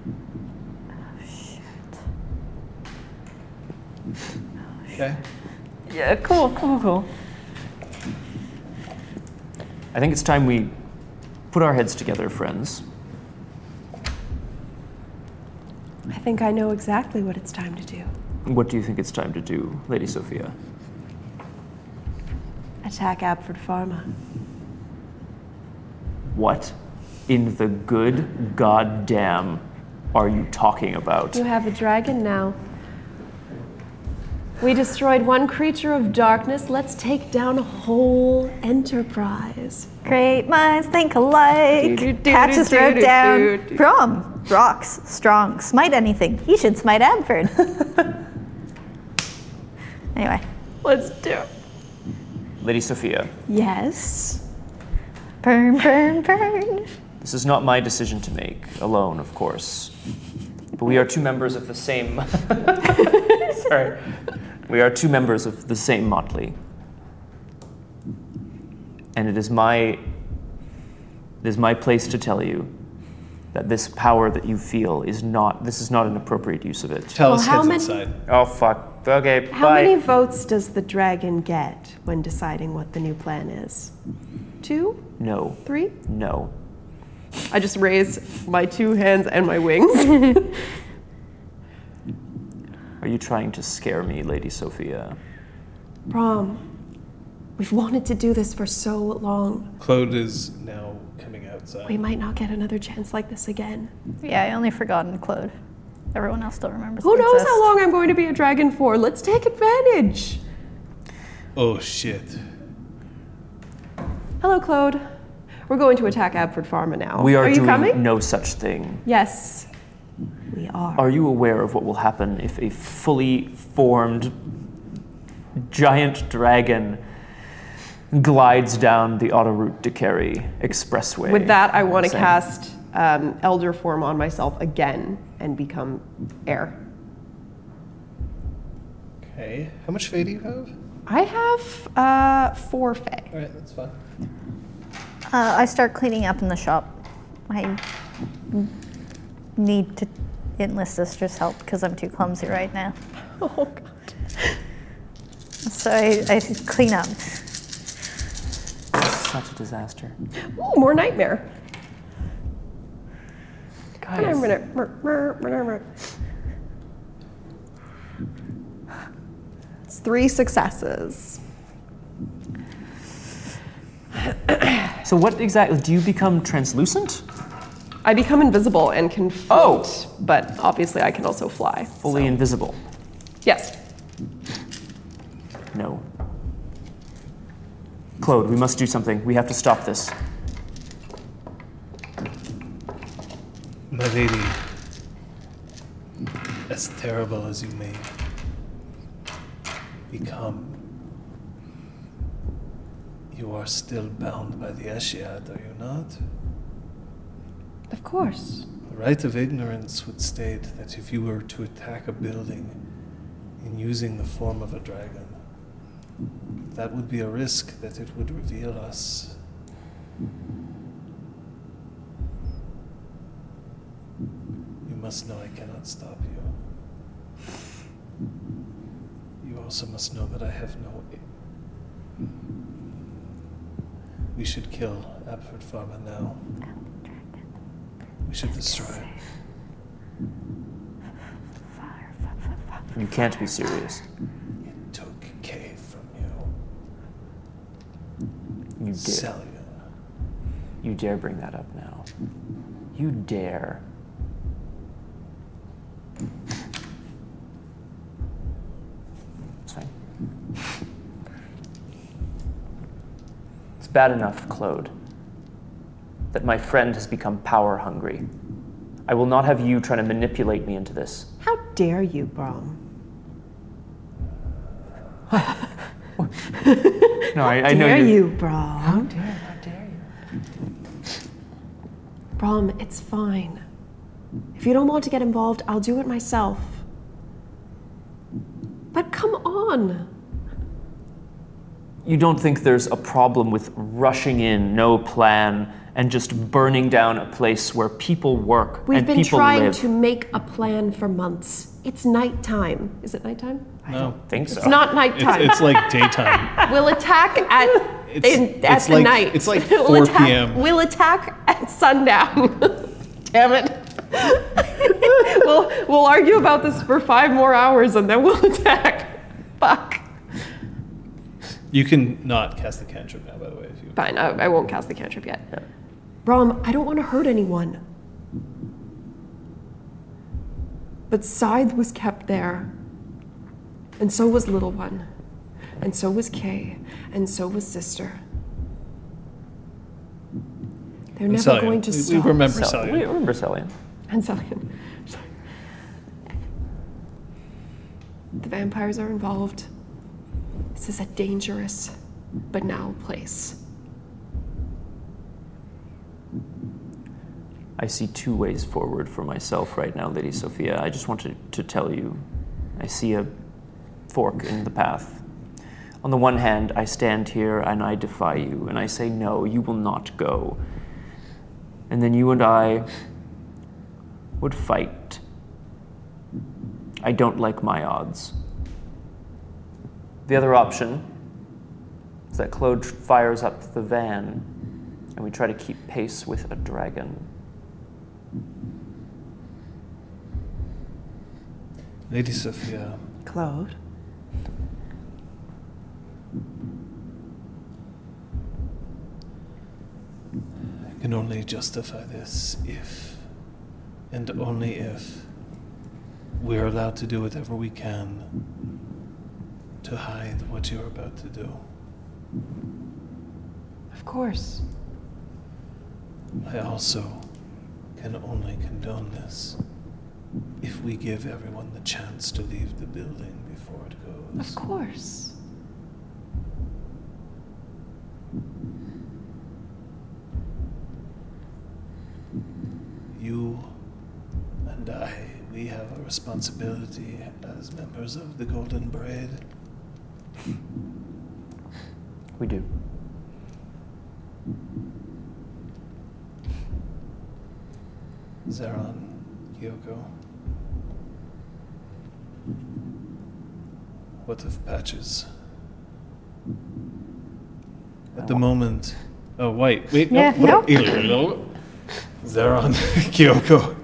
Oh, Okay. Yeah, cool, cool, cool. I think it's time we put our heads together, friends. I think I know exactly what it's time to do. What do you think it's time to do, Lady Sophia? Attack Abford Pharma. What in the good goddamn are you talking about? You have a dragon now. We destroyed one creature of darkness. Let's take down a whole enterprise. Great minds think alike. Patches wrote down. Brom, rocks, strong, smite anything. He should smite Abford. anyway, Let's do it. Lady Sophia, Yes. burn, burn, burn. this is not my decision to make, alone, of course. But we are two members of the same. Sorry. We are two members of the same motley. And it is my it is my place to tell you that this power that you feel is not this is not an appropriate use of it. Tell us how heads many- inside. Oh fuck. Okay, How many votes does the dragon get when deciding what the new plan is? Two? No. Three? No. I just raise my two hands and my wings. Are you trying to scare me, Lady Sophia? Prom. We've wanted to do this for so long. Claude is now coming We outside. might not get another chance like this again. Yeah, I only forgotten Claude. Everyone else still remembers. Who the knows exist. how long I'm going to be a dragon for? Let's take advantage. Oh shit! Hello, Claude. We're going to attack Abford Pharma now. We are, you doing coming? no such thing. Yes. We are. Are you aware of what will happen if a fully formed giant dragon glides down the auto route to Kerry expressway? With that, I want to Same. cast um, Elder Form on myself again and become air. Okay. How much fey do you have? I have uh, four Fey. All right, that's fine. Uh, I start cleaning up in the shop. I need to enlist sister's help because I'm too clumsy right now. Oh, God. So I, I clean up. such a disaster. Ooh, more Nightmare. Guys, It's three successes. so what exactly do you become translucent? I become invisible and can Oh. float, but obviously I can also fly. Fully invisible? Yes. No. Claude, we must do something. We have to stop this. My lady, as terrible as you may become, you are still bound by the Ashiat, are you not? Of course. The right of ignorance would state that if you were to attack a building in using the form of a dragon, that would be a risk that it would reveal us. You must know I cannot stop you. You also must know that I have no. e-, We should kill Abford Farmer now. We should destroy him. You can't be serious. took Kay from you. You dare. Salian. You dare bring that up now. You dare. It's fine. It's bad enough, Claude, that my friend has become power hungry. I will not have you trying to manipulate me into this. How dare you, Brom? No, I, I Dare you, Brom? How dare, how dare you? Brom, it's fine. If you don't want to get involved, I'll do it myself. But come on. You don't think there's a problem with rushing in, no plan, and just burning down a place where people work We've and been people trying live? to make a plan for months. It's nighttime. Is it nighttime? No. think so. Uh, It's not nighttime. It's, it's like daytime. we'll attack at It's- in, at it's the like- night. it's like We'll 4 attack- p.m.. We'll attack at sundown. Damn it. we'll, we'll argue about this for five more hours and then we'll attack. Fuck. You can not cast the cantrip now, by the way, if you want. Fine, uh, I, I won't cast the cantrip yet. Rom, I don't want to hurt anyone. But Scythe was kept there. And so was Little One. And so was Kay. And so was Sister. They're never Celia. going to we, stop. We remember Sel- Celia. we remember Celia. And Celia. The vampires are involved. This is a dangerous, but now place. I see two ways forward for myself right now, Lady Sophia. I just wanted to tell you I see a fork in the path. On the one hand, I stand here and I defy you, and I say, No, you will not go. And then you and I would fight. I don't like my odds. The other option is that Claude fires up the van and we try to keep pace with a dragon. Lady Sophia, Claude. I can only justify this if, and only if, we're allowed to do whatever we can to hide what you're about to do. Of course. I also can only condone this if we give everyone the chance to leave the building before it Of goes. course. You and I, we have a responsibility as members of the Golden Braid. We do. Zeron, Kyoko. What of patches? At the moment. Oh, wait. Wait, Yeah, what- nope. no. Zeron, Kyoko.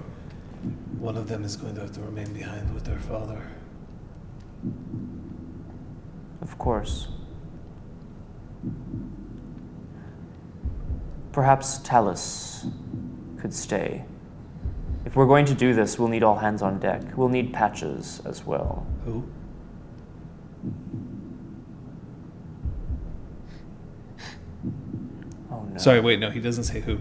One of them is going to have to remain behind with their father. Of course. Perhaps Talus could stay. If we're going to do this, we'll need all hands on deck. We'll need patches as well. Who? Oh no. Sorry, wait, no, he doesn't say who.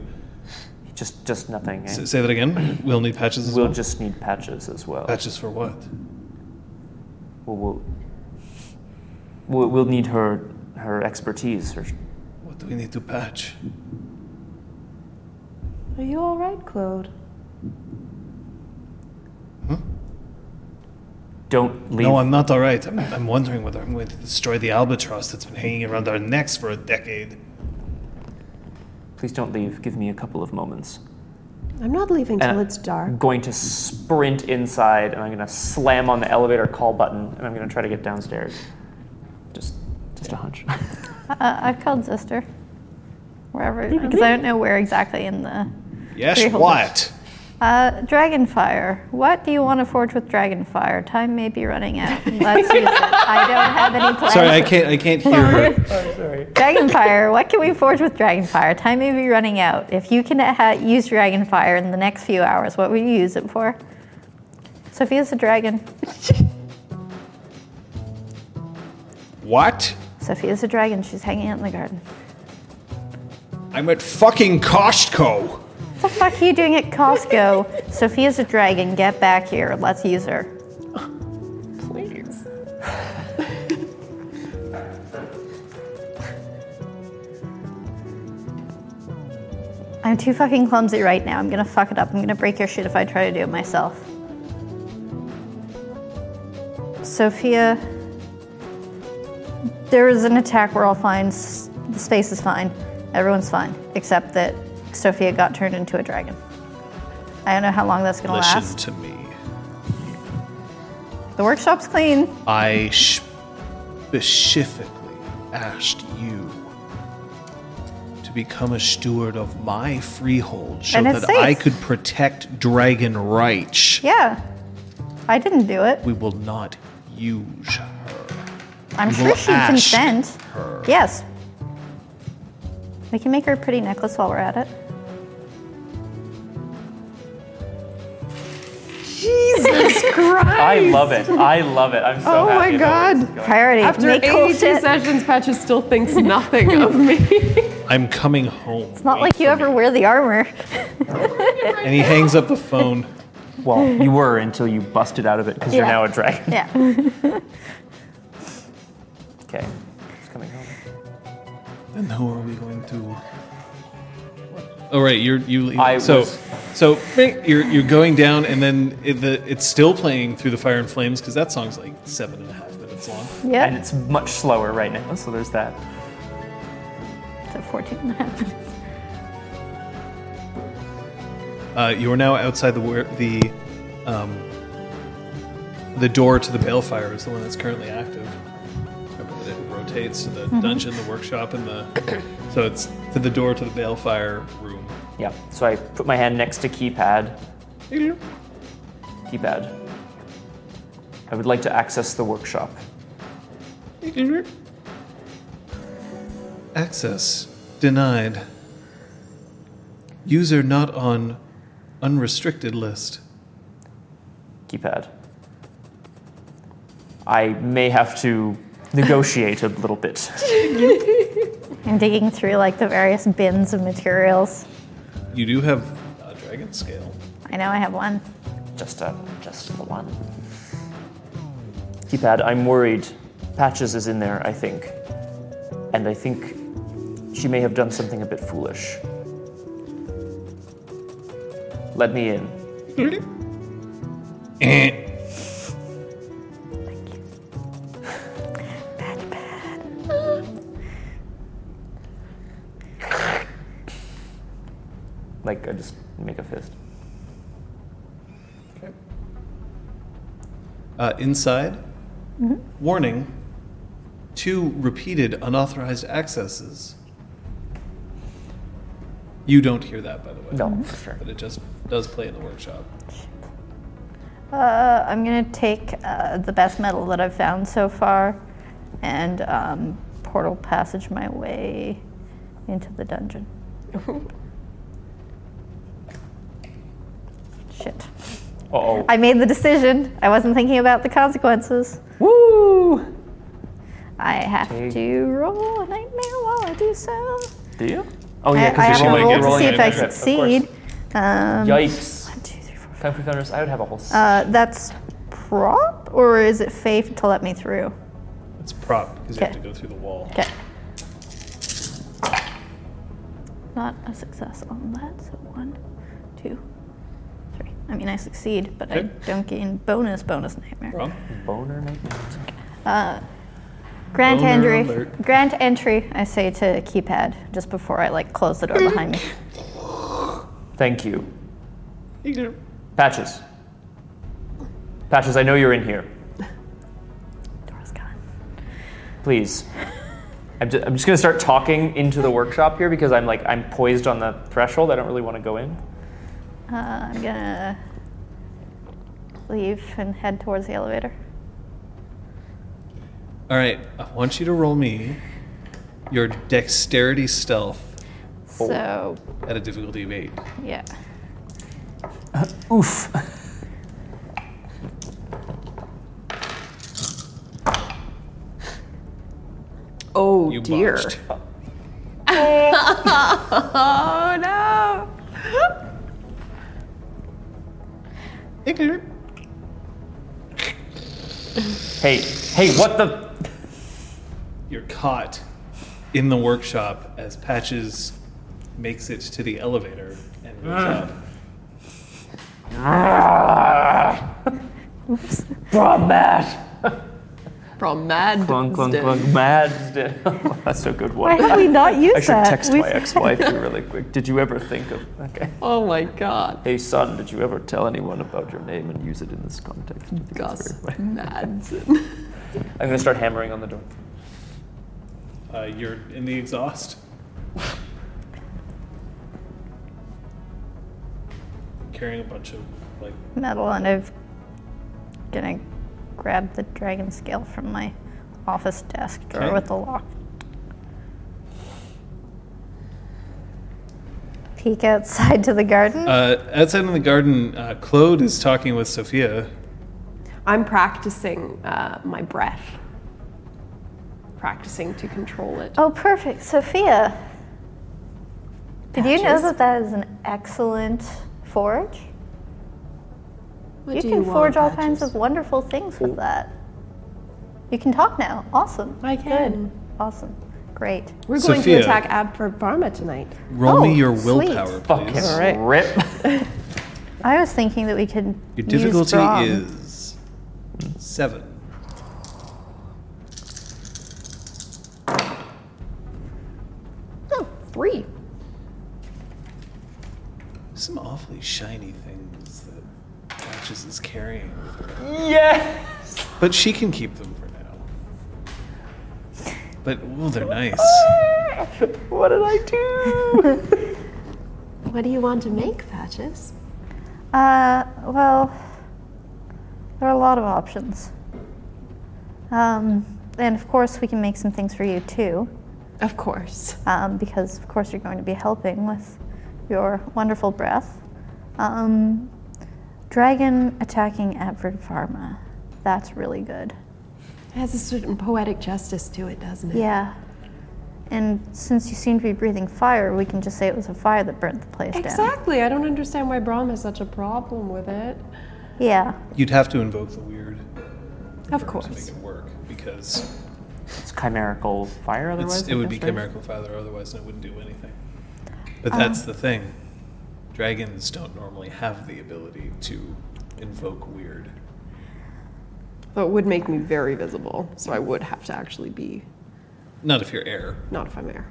Just just nothing. eh? S- say that again. We'll need patches as we'll well. just need patches as well. patches for what? We'll, we'll, we'll, we'll need her her expertise. Her, What do we need to patch? Are you all right, Claude? don't leave. Hmm? No, I'm not all right. I'm, I'm wondering whether I'm going to destroy the albatross that's been hanging around our necks for a decade. Please don't leave. Give me a couple of moments. I'm not leaving And till I- it's dark. I'm going to sprint inside and I'm going to slam on the elevator call button and I'm going to try to get downstairs. Just just a hunch. Uh, I've called sister. Wherever, because I don't know where exactly in the. Yes, Three what? Uh, Dragonfire. What do you want to forge with Dragonfire? Time may be running out. Let's use it. I don't have any plans. Sorry, I can't. I can't hear her. Dragonfire. What can we forge with Dragonfire? Time may be running out. If you can uh, ha- use Dragonfire in the next few hours, what would you use it for? Sophia's a dragon. What? Sophia's a dragon. She's hanging out in the garden. I'm at fucking Costco. What the fuck are you doing at Costco? Sophia's a dragon. Get back here. Let's use her. Please. I I'm too fucking clumsy right now. I'm gonna fuck it up. I'm gonna break your shit if I try to do it myself. Sophia, there is an attack. We're all fine. S- The space is fine. Everyone's fine. Except that Sophia got turned into a dragon. I don't know how long that's gonna Listen last. to me. The workshop's clean. I sh- specifically asked you to become a steward of my freehold so And it's that I safe. could protect Dragon Reich. Yeah. I didn't do it. We will not use her. I'm We sure will she'd ash consent. her. Yes. We can make her a pretty necklace while we're at it. Jesus Christ! I love it. I love it. I'm so Oh my happy. about where this is going. Priority. After make 82 cool shit. sessions, Patches still thinks nothing of me. I'm coming home. It's not like you ever wear the armor. And he hangs up the phone. Well, you were until you busted out of it because you're Yeah. now a dragon. Yeah. Okay. It's coming home. Then who are we going to? Oh right, you're you. Leave. I so was- So bing, you're you're going down, and then it, the, it's still playing through the fire and flames because that song's like seven and a half minutes long. And Yeah. it's much slower right now, so there's that. So 14 and a half minutes. Uh, you are now outside the where, the um, the door to the balefire is the one that's currently active. Remember that It rotates to the dungeon, the workshop, and the so it's to the door to the balefire room. Yeah. So I put my hand next to keypad. Keypad. I would like to access the workshop. Access denied. User not on unrestricted list. Keypad. I may have to negotiate a little bit. I'm digging through like the various bins of materials. You do have a dragon scale. I know I have one. Just a, just the one. Keypad, I'm worried. Patches is in there, I think. And I think she may have done something a bit foolish. Let me in. Like, I just make a fist. Uh, inside, Mm-hmm. warning: two repeated unauthorized accesses. You don't hear that, by the way. No, for sure. But it just does play in the workshop. Uh, I'm gonna take uh, the best metal that I've found so far and um, portal passage my way into the dungeon. Shit. Uh-oh. I made the decision. I wasn't thinking about the consequences. Woo! I have Take- to roll a nightmare while I do so. Do you? Oh I, yeah, I because have you're to rolling, roll you're to rolling see it. if I Yep, of course. succeed. Um, Yikes! one, two, three, four, Kung Fu Thunders, I would have a whole. s- Uh, that's prop, or is it faith to let me through? It's prop because you have to Okay. go through the wall. Okay. Not a success on that, so one, two, three. I mean, I succeed, but I Okay. don't gain bonus bonus nightmare. Prop. boner nightmare. Grant Boner entry. alert. Grant entry, I say to keypad just before I like close the door behind me. Thank you. Patches. Patches, I know you're in here. Door's gone. Please. I'm, ju- I'm just gonna start talking into the workshop here because I'm like I'm poised on the threshold. I don't really want to go in. Uh, I'm gonna leave and head towards the elevator. All right, I want you to roll me your dexterity stealth So, at a difficulty of eight. yeah. Oof. Oh You dear. botched. Oh no. Hey, hey, what the? You're caught in the workshop as Patches makes it to the elevator and Ah. goes up. From mad. From mad. Clunk, clunk, clunk. Mad. That's a good Why one. have we not used I should that? text We- my ex-wife here really quick. Did you ever think of? Okay. Oh my god. Hey son, did you ever tell anyone about your name and use it in this context? I think it's Gus very funny. Madsen. I'm gonna start hammering on the door. Uh, you're in the exhaust. Carrying a bunch of like metal, and I'm gonna grab the dragon scale from my office desk drawer Okay. with the lock. Peek outside to the garden. uh, outside in the garden. Uh, Claude is talking with Sophia. I'm practicing uh, my breath. Practicing to control it. oh, perfect, Sophia. Did you know that that is an excellent forge? you do can you want, forge all Patches? kinds of wonderful things with that. You can talk now. Awesome. I can. Awesome. Great. We're going Sophia. to attack Ab for Varma tonight. Roll Oh, me your sweet. willpower, please. Fucking rip. I was thinking that we could. Your use difficulty Brahm. is seven. Oh, Three. Some awfully shiny things that Patches is carrying. yeah. But she can keep them for now. But, ooh, they're nice. What did I do? What do you want to make, Patches? Uh, well, there are a lot of options. Um, and of course, we can make some things for you too, Of course. um, because of course you're going to be helping with your wonderful breath. Um, dragon attacking Advert Pharma. That's really good. It has a certain poetic justice to it, doesn't it? Yeah. And since you seem to be breathing fire, we can just say it was a fire that burnt the place down. Exactly. I don't understand why Brahm has such a problem with it. Yeah. You'd have to invoke the weird Of to make course. it work because It's chimerical fire. Otherwise, it's, it I would be guess, right? chimerical father, otherwise, it wouldn't do anything. But that's the thing. Dragons don't normally have the ability to invoke weird. Though it would make me very visible, so I would have to actually be, Not if you're air. not if I'm there.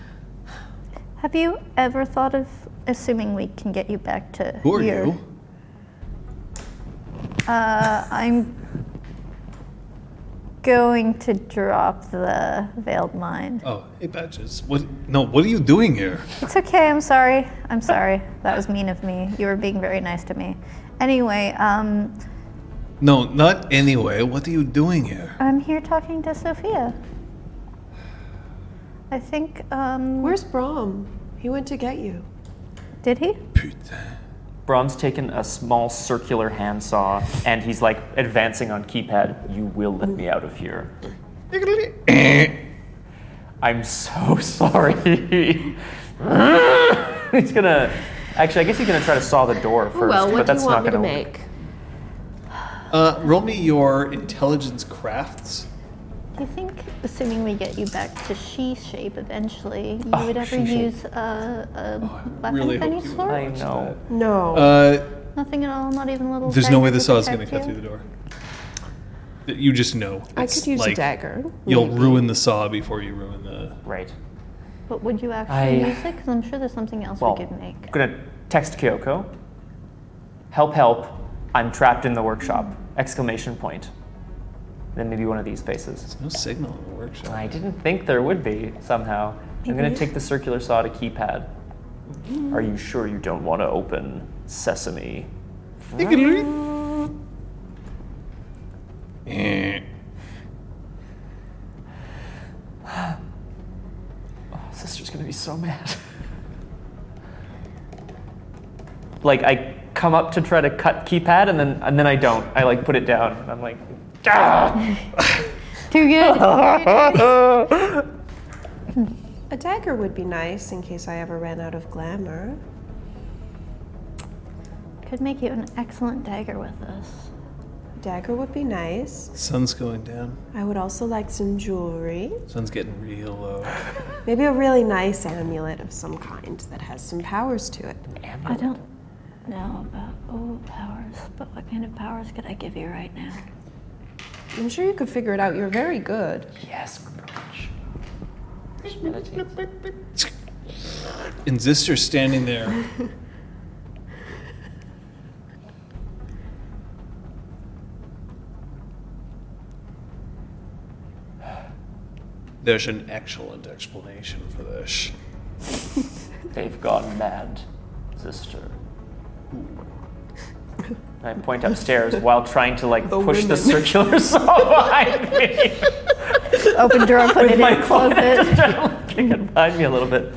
Have you ever thought of assuming we can get you back to Who are your- you? Uh, I'm going to drop the veiled mind. Oh, hey, Patches. What? No, what are you doing here? It's okay. I'm sorry. I'm sorry. That was mean of me. You were being very nice to me. Anyway, um, No, not anyway. What are you doing here? I'm here talking to Sophia. I think. Um, Where's Brahm? He went to get you. did he? Putain. Brahm's taken a small circular handsaw and he's like advancing on keypad. You will let me out of here. I'm so sorry. he's gonna. Actually, I guess he's gonna try to saw the door first, well, but what do that's you want not me to gonna work. make? Uh, roll me your intelligence crafts. I think, assuming we get you back to she shape eventually, you Oh, would ever she shape. use uh, a weapon really of any hope you sort? I know. No. Uh, Nothing at all. Not even a little. there's no dagger way the to saw is going protect to cut you? through the door. That You just know. I It's could use a like, dagger. You'll ruin the saw before you ruin the. Right. But would you actually I- use it? Because I'm sure there's something else Well, we could make. I'm gonna text Kyoko. Help! Help! I'm trapped in the workshop! Exclamation point. Then maybe one of these faces. No signal in the workshop. I didn't think there would be somehow. I'm gonna take the circular saw to keypad. Are you sure you don't want to open sesame? Eh. Oh, Sister's gonna be so mad. like I come up to try to cut keypad and then and then I don't. I like put it down and I'm like, "Ah!" Too good. A dagger would be nice in case I ever ran out of glamour. Could make you an excellent dagger with us. Dagger would be nice. Sun's going down. I would also like some jewelry. Sun's getting real low. Maybe a really nice amulet of some kind that has some powers to it. I don't know about oh powers, but what kind of powers could I give you right now? I'm sure you could figure it out. You're very good. And Zister's standing there. There's an excellent explanation for this. They've gone mad, sister. And I point upstairs while trying to like push the circular saw behind me. Open door, put it My in, close phone it. just trying to kick it behind me a little bit.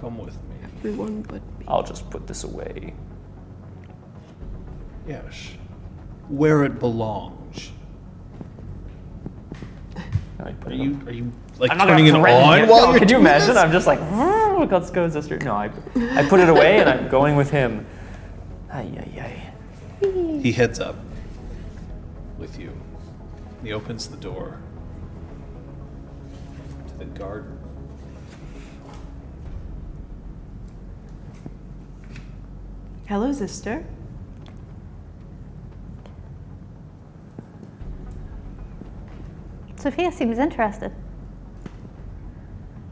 Come with me. Everyone but me. I'll just put this away. Yes. Where it belongs. And I put Are it you, are you like I'm not turning it on gonna threaten him. while Oh, you're Could you doing imagine? this? I'm just like, "Vroom, look, let's go, sister. No, I, I put it away and I'm going with him. Ay, ay, ay. He heads up with you. He opens the door to the garden. Hello, sister. Sophia seems interested.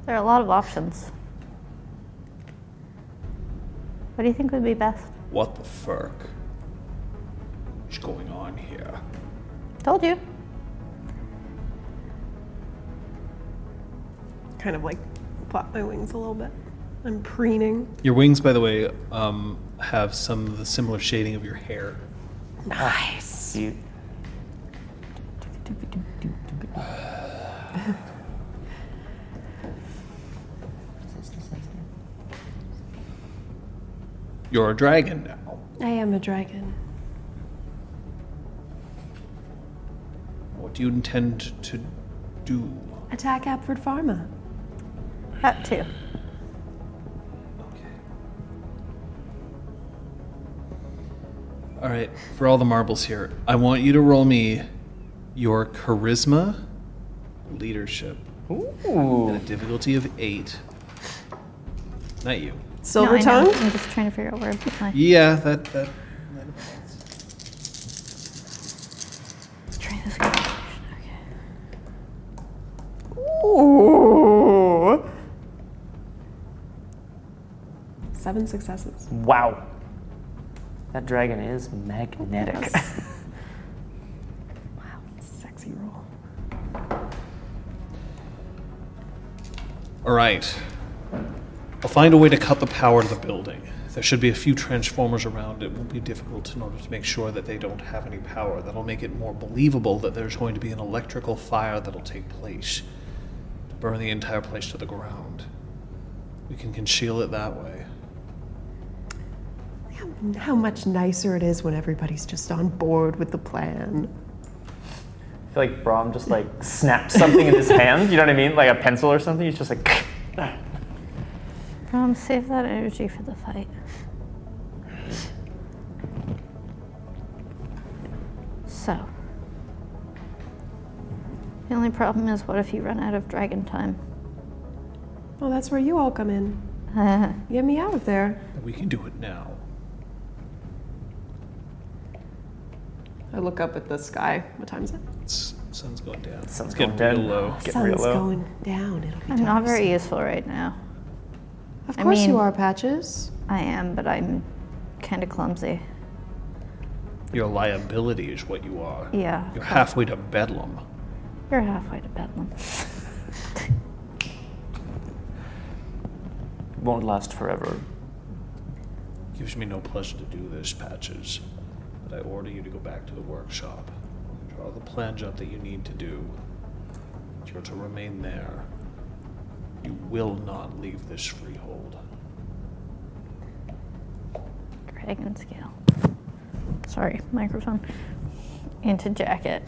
There are a lot of options. What do you think would be best? What the fuck is going on here? Told you. Kind of like flap my wings a little bit. I'm preening. Your wings, by the way, um, have some of the similar shading of your hair. You, You're a dragon now. I am a dragon. What do you intend to do? Attack Apford Pharma. That too. All right, for all the marbles here, I want you to roll me your charisma, leadership, ooh. and a difficulty of eight. Not you. Silver I know. tongue? I'm just trying to figure out where I put my. Yeah, that that. Let's try this one. Ooh. Seven successes. Wow. That dragon is magnetic. Sexy roll. All right. I'll find a way to cut the power to the building. There should be a few transformers around. It will be difficult in order to make sure that they don't have any power. That'll make it more believable that there's going to be an electrical fire that'll take place to burn the entire place to the ground. We can conceal it that way. How much nicer it is when everybody's just on board with the plan. I feel like Brom just like snaps something in his hand. You know what I mean? Like a pencil or something. He's just like, Um, save that energy for the fight. So. The only problem is what if you run out of dragon time? Well, Oh, that's where you all come in. Get me out of there. We can do it now. I look up at the sky. What time is it? It's, sun's going down. sun's It's going getting dead. real low. Getting Sun's real low. going down. It'll be I'm not very useful right now. Of I course mean- you are, Patches. I am, but I'm kind of clumsy. Your liability is what you are. Yeah. You're halfway to bedlam. You're halfway to Bedlam. Won't last forever. Gives me no pleasure to do this, Patches, but I order you to go back to the workshop. Draw the plans up that you need to do. You're to remain there. You will not leave this freehold. Dragon scale. Sorry, microphone. Into jacket.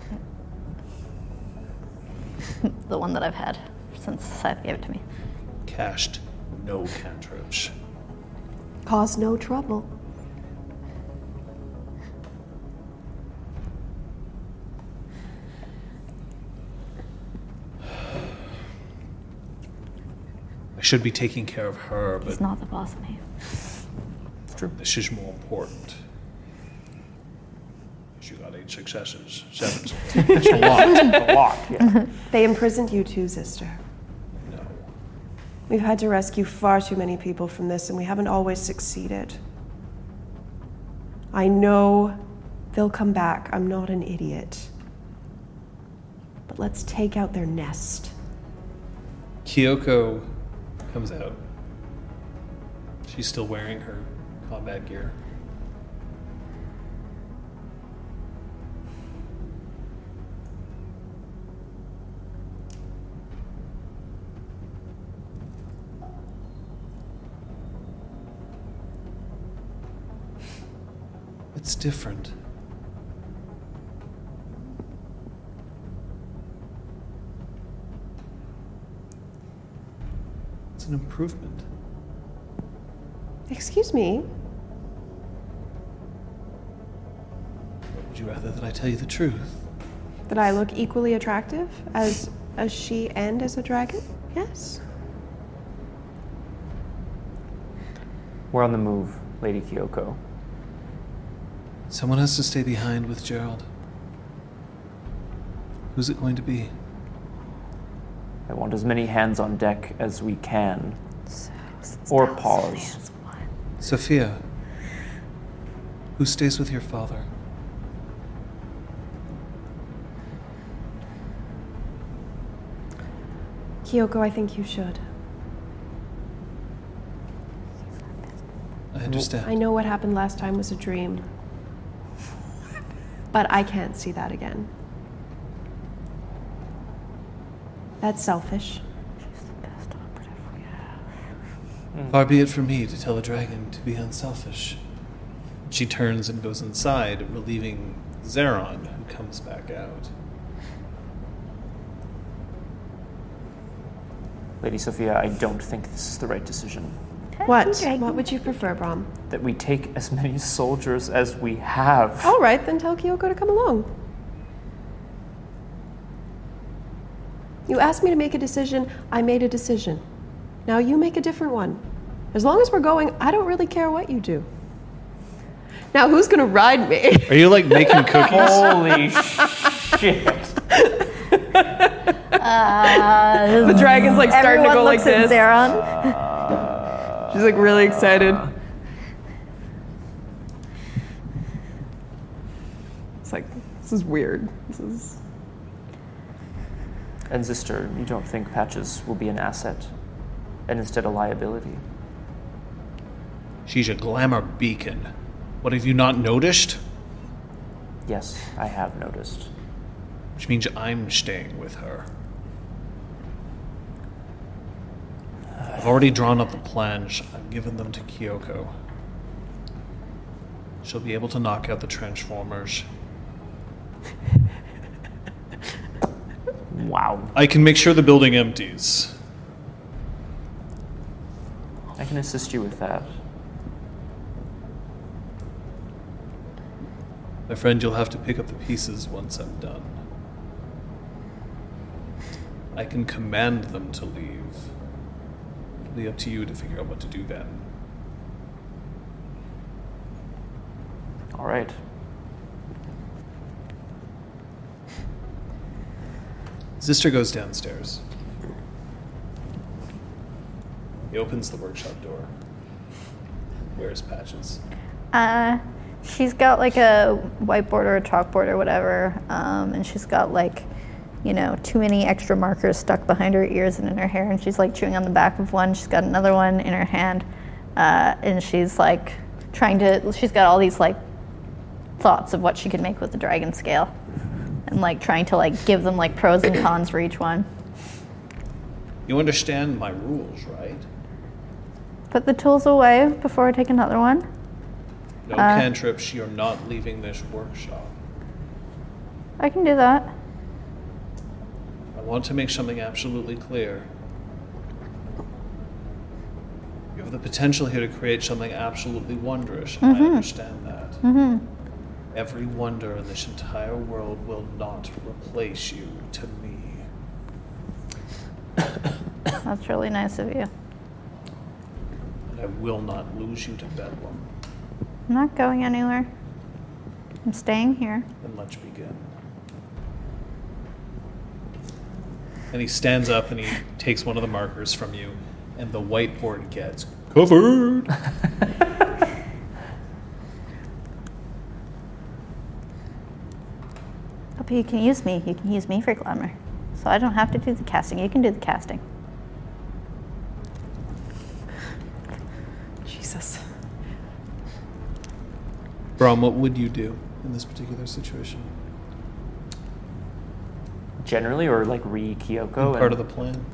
the one that I've had since Scythe gave it to me. Cast no cantrips. Cause no trouble. should be taking care of her, but He's not the boss man. this is more important. She got eight successes, sevens. It's a lot. It's a lot. Yeah. They imprisoned you too, sister. No. We've had to rescue far too many people from this, and we haven't always succeeded. I know they'll come back. I'm not an idiot. But let's take out their nest. Kyoko comes out. She's still wearing her combat gear. It's different. It's an improvement. Excuse me. Would you rather that I tell you the truth? That I look equally attractive as a she and as a dragon? Yes. We're on the move, Lady Kyoko. Someone has to stay behind with Gerald. Who's it going to be? I want as many hands on deck as we can. Or pause. Sophia. Who stays with your father? Kyoko, I think you should. I understand. I know what happened last time was a dream. But I can't see that again. That's selfish. Far be it from me to tell a dragon to be unselfish. She turns and goes inside, relieving Zeron, who comes back out. Lady Sophia, I don't think this is the right decision. What? What would you prefer, Brom? That we take as many soldiers as we have. All right, then tell Kyoko to come along. You asked me to make a decision. I made a decision. Now you make a different one. As long as we're going, I don't really care what you do. Now who's gonna ride me? Are you like making cookies? Holy shit. The dragon's like starting to Everyone go like looks at this. Zeron. She's like really excited. It's like this is weird. This is And sister, you don't think patches will be an asset and instead a liability? She's a glamour beacon. What have you not noticed? Yes, I have noticed. Which means I'm staying with her. I've already drawn up the plans. I've given them to Kyoko. She'll be able to knock out the Transformers. Wow. I can make sure the building empties. I can assist you with that. My friend, you'll have to pick up the pieces once I'm done. I can command them to leave. It'll be up to you to figure out what to do then. All right. Zister goes downstairs. He opens the workshop door. Where's Patches? Uh, she's got like a whiteboard or a chalkboard or whatever, um, and she's got like, you know, too many extra markers stuck behind her ears and in her hair, and she's like chewing on the back of one. She's got another one in her hand, uh, and she's like trying to. She's got all these like thoughts of what she could make with the dragon scale, and like trying to like give them like pros and cons for each one. You understand my rules, right? Put the tools away before I take another one. No Uh. cantrips, you're not leaving this workshop. I can do that. I want to make something absolutely clear. You have the potential here to create something absolutely wondrous. and I understand that. Mm-hmm. Every wonder in this entire world will not replace you to me. That's really nice of you. I will not lose you to Bedlam. I'm not going anywhere. I'm staying here. The much begin. And he stands up and he takes one of the markers from you, and the whiteboard gets covered. Oh, but you can use me. You can use me for glamour. So I don't have to do the casting. You can do the casting. Jesus. Brom, what would you do in this particular situation? Generally, or like re Kyoko? Part of the plan.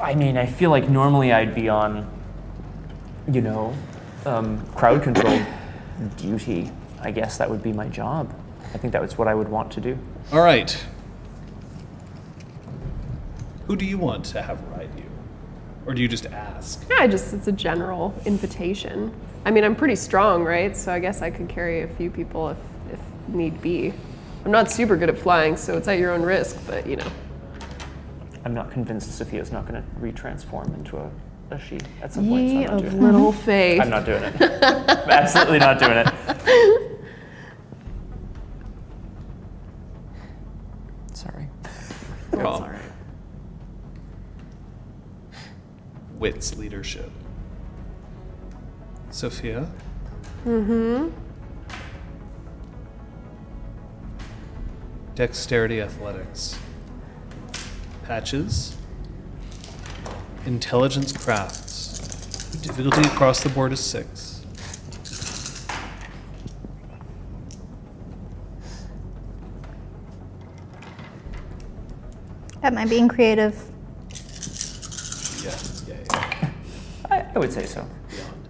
I mean, I feel like normally I'd be on, you know, um, crowd control duty. I guess that would be my job. I think that was what I would want to do. All right. Who do you want to have ride you? Or do you just ask? Yeah, I just it's a general invitation. I mean, I'm pretty strong, right? So I guess I could carry a few people if if need be. I'm not super good at flying, so it's at your own risk, but you know. I'm not convinced Sophia's not going to retransform into a, a she at some point. Ye So I'm not of doing it. little faith. I'm not doing it. I'm absolutely not doing it. Sorry. Call. Wits leadership. Sophia? Mm-hmm. Dexterity athletics. Patches. Intelligence crafts. Difficulty across the board is six. Am I being creative? Yeah, yeah, yeah. I, I would say so. Beyond.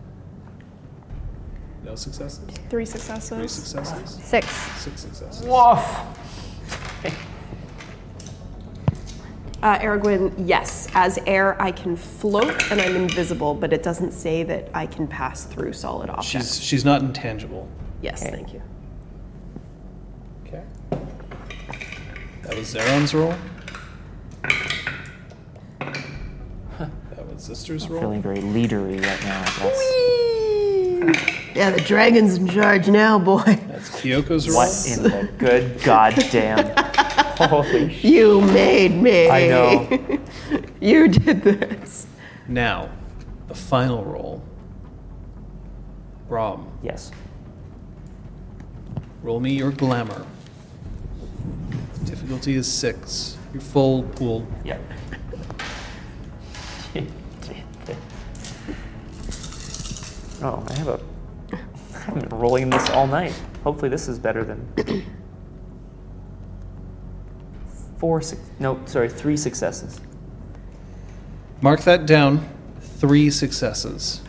No successes? Three Three successes. successes? Six. Six successes. Woof. Uh, Aragorn, yes. As air, I can float and I'm invisible, but it doesn't say that I can pass through solid objects. She's, she's not intangible. yes, thank you. Okay. That was Zeron's roll. That was Sister's roll. Feeling very leadery right now, I guess. Yeah, the dragon's in charge now, boy. That's Kyoko's roll. What in the good goddamn? Holy shit. You made me. I know. You did this. Now, the final roll. Brom, Yes. roll me your glamour. Difficulty is six. Your full pool. Yeah. oh, I have a. I've been rolling this all night. Hopefully, this is better than. Four, six, no, sorry, three successes. Mark that down. Three successes.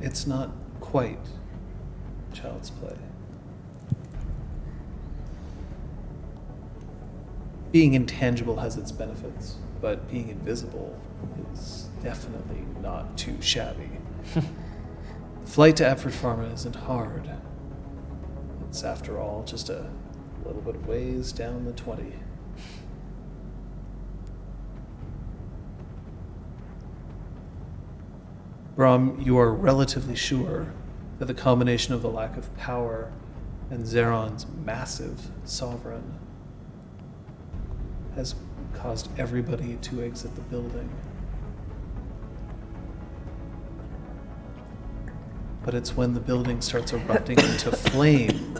It's not quite child's play. Being intangible has its benefits, but being invisible is definitely not too shabby. Flight to Effort Pharma isn't hard. It's, after all, just a little bit ways down the 20. Brom, you are relatively sure that the combination of the lack of power and Zeron's massive sovereign has caused everybody to exit the building. But it's when the building starts erupting into flame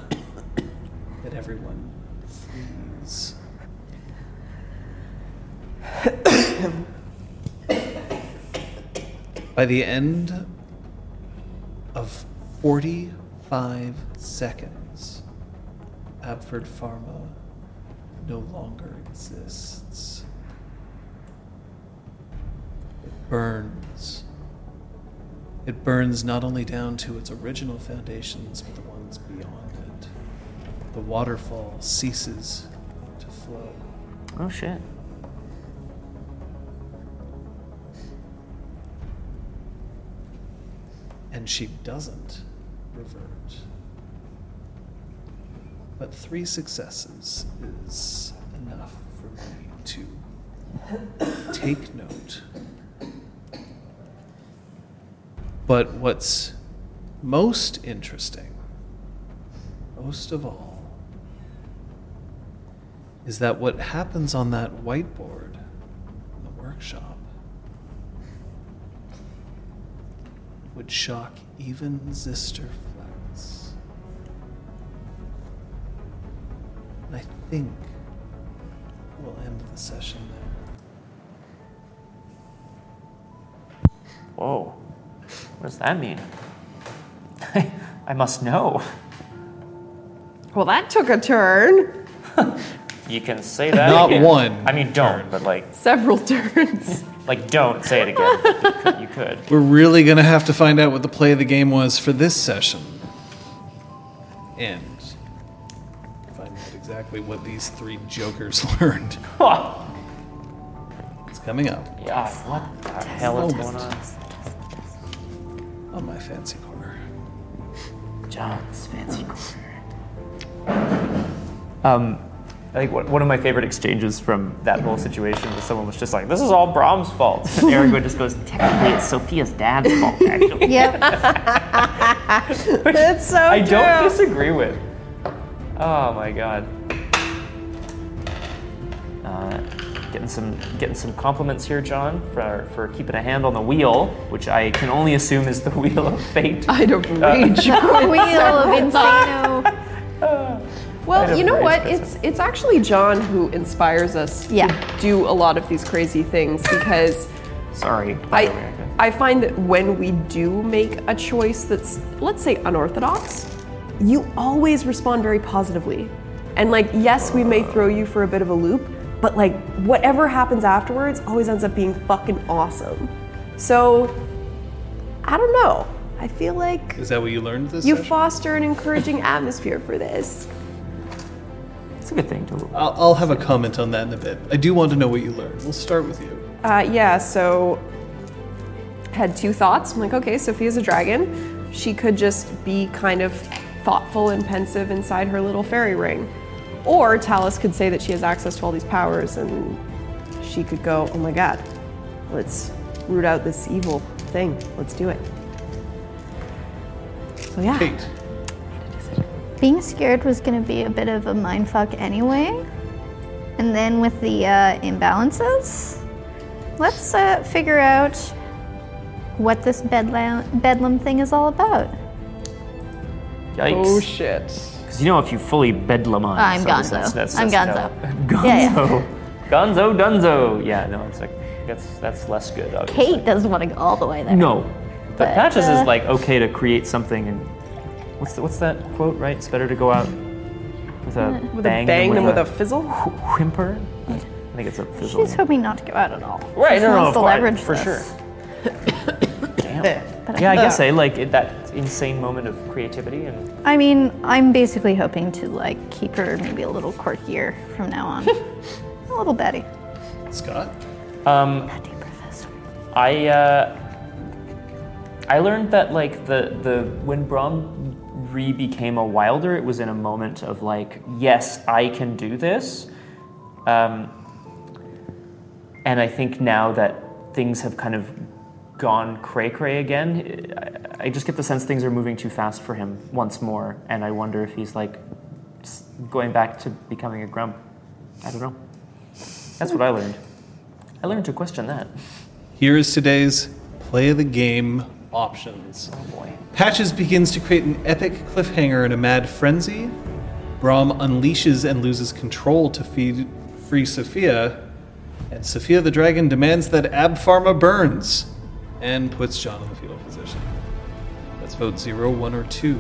that everyone flees. By the end of 45 seconds, Abford Pharma no longer exists. It burns. It burns not only down to its original foundations, but the ones beyond it. The waterfall ceases to flow. Oh, shit. and she doesn't revert. But three successes is enough for me to take note. But what's most interesting, most of all, is that what happens on that whiteboard in the workshop would shock even Zister Flex. And I think we'll end the session there. Whoa. What does that mean? I, I must know. Well, that took a turn. You can say that. Not again. one I mean, don't, but like, Several turns. like, don't say it again. but you could- you could. We're really going to have to find out what the play of the game was for this session. And find out exactly what these three jokers learned. Huh. It's coming up Yeah. What the hell is going on? on my fancy corner. Um, I think one one of my favorite exchanges from that whole situation was someone was just like, "This is all Brahm's fault." And Aragorn just goes, "Technically, it's Sophia's dad's fault, actually." Yep. That's so I don't true. disagree with. Oh my god. Uh, getting some getting some compliments here, John, for for keeping a hand on the wheel, which I can only assume is the wheel of fate. I don't rage. Wheel of Insano. well, don't you know rage what? because It's it's actually John who inspires us Yeah. to do a lot of these crazy things because Sorry. by the way, I guess. I find that when we do make a choice that's let's say unorthodox, you always respond very positively. And like yes, we may throw you for a bit of a loop, but like whatever happens afterwards always ends up being fucking awesome. So I don't know. I feel like Is that what you learned this you session? foster an encouraging atmosphere for this. it's a good thing to. I'll, I'll have a comment on that in a bit. I do want to know what you learned. We'll start with you. Uh, yeah, so had two thoughts. I'm like, okay, Sophia's a dragon. She could just be kind of thoughtful and pensive inside her little fairy ring. Or Talus could say that she has access to all these powers and she could go, oh my god, let's root out this evil thing. Let's do it. So yeah. Kate, Being scared was going to be a bit of a mindfuck anyway. And then with the uh, imbalances, let's uh, figure out what this bedlam, bedlam thing is all about. Yikes. Oh shit. Because you know, if you fully bedlamize, I'm that's- Gonzo. That's, that's, I'm that's Gonzo. No. Yeah, yeah. Gonzo. Gonzo. Dunzo. Yeah, no, it's like that's that's less good. Obviously. Kate doesn't want to go all the way there. No, but, But, Patches uh, is like okay to create something and what's the, what's that quote? Right, it's better to go out with a With bang, a bang than and with a fizzle? wh- whimper. I think it's a fizzle. She's hoping not to go out at all. Right, She no, no, wants to of course, leverage for this. sure. Damn. But Yeah, I I- guess I like it, that insane moment of creativity and I mean, I'm basically hoping to like keep her maybe a little quirkier from now on. a little Betty. Scott, um, Betty Professor. I uh, I learned that like the the when Brahm re became a wilder, it was in a moment of like, yes, I can do this. Um, and I think now that things have kind of gone cray cray again, I, I just get the sense things are moving too fast for him once more, and I wonder if he's like s- going back to becoming a grump. I don't know. That's what I learned. I learned to question that. here is today's play of the game options. Boy. Patches begins to create an epic cliffhanger in a mad frenzy. Brahm unleashes and loses control to feed free Sophia, and Sophia the dragon demands that Ab Pharma burns and puts John in the fetal position. Let's vote zero, one, or two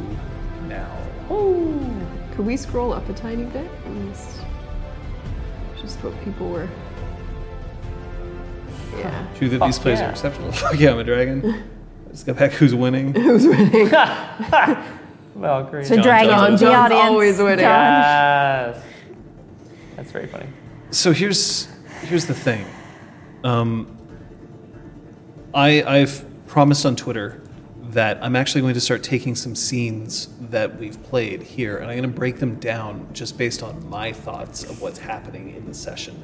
now. Could we scroll up a tiny bit? And s- just what people were. Yeah. True that these plays are exceptional. Fuck yeah, I'm a dragon. Let's go back. Who's winning? Well, great. The dragon, John, the John's audience. always winning. John. Yes. That's very funny. so here's here's the thing. Um, I I've promised on Twitter that I'm actually going to start taking some scenes that we've played here and I'm going to break them down just based on my thoughts of what's happening in the session.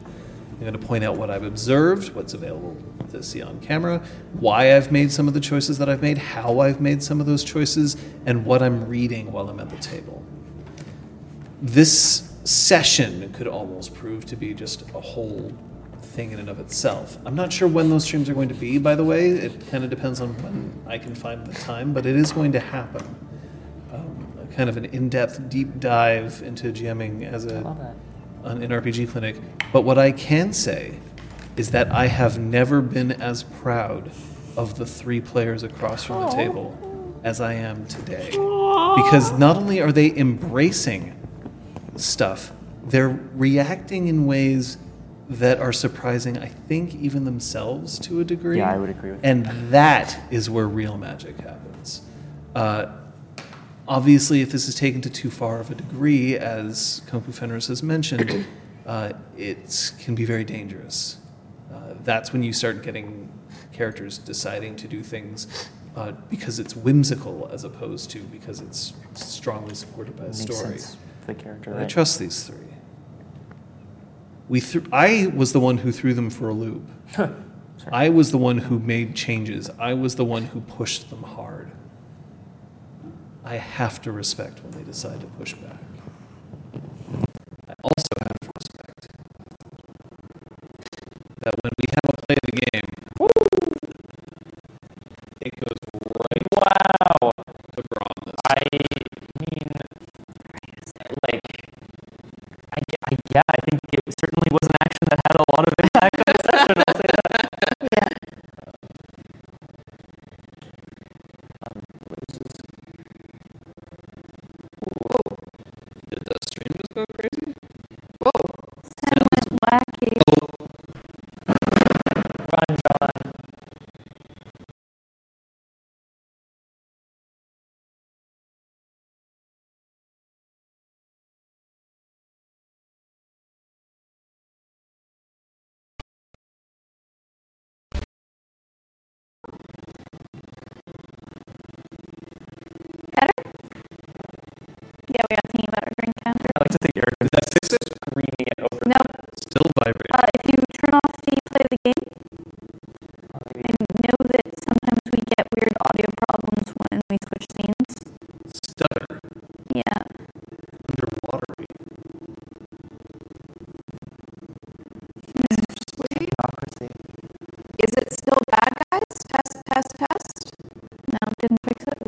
I'm going to point out what I've observed, what's available to see on camera, why I've made some of the choices that I've made, how I've made some of those choices, and what I'm reading while I'm at the table. This session could almost prove to be just a whole thing in and of itself. I'm not sure when those streams are going to be, by the way. It kind of depends on when I can find the time, but it is going to happen. Um, a kind of an in depth, deep dive into GMing as a Love that. an, an RPG clinic. But what I can say is that I have never been as proud of the three players across from the table as I am today. Because not only are they embracing stuff, they're reacting in ways that are surprising, I think, even themselves to a degree. Yeah, I would agree with that. And that is where real magic happens. Uh, obviously, if this is taken to too far of a degree, as Kung Fu Fenris has mentioned, uh, it can be very dangerous. Uh, that's when you start getting characters deciding to do things uh, because it's whimsical as opposed to because it's strongly supported by a Makes story. sense for the character. And I right? trust these three. We threw, I was the one who threw them for a loop. I was the one who made changes. I was the one who pushed them hard. I have to respect when they decide to push back. I also have to respect that when we have a play of the game, it goes right Wow. to Brom. I Oh, mean, like, I, g- I- yeah, I think it certainly was an action that had a lot of impact on the session. I'll say that. Yeah. Did the stream just go crazy? Sound went wacky. Run, John. Better? Yeah, we are thinking about our drink counter. I like to think Eric is that six screaming it over. No, Still vibrating. uh, if you turn off the play of the game, and know that sometimes we get weird audio problems when we switch scenes. Stutter. Yeah. Underwater. Democracy. Is it still bad, guys? Test, test, test. No, didn't fix it.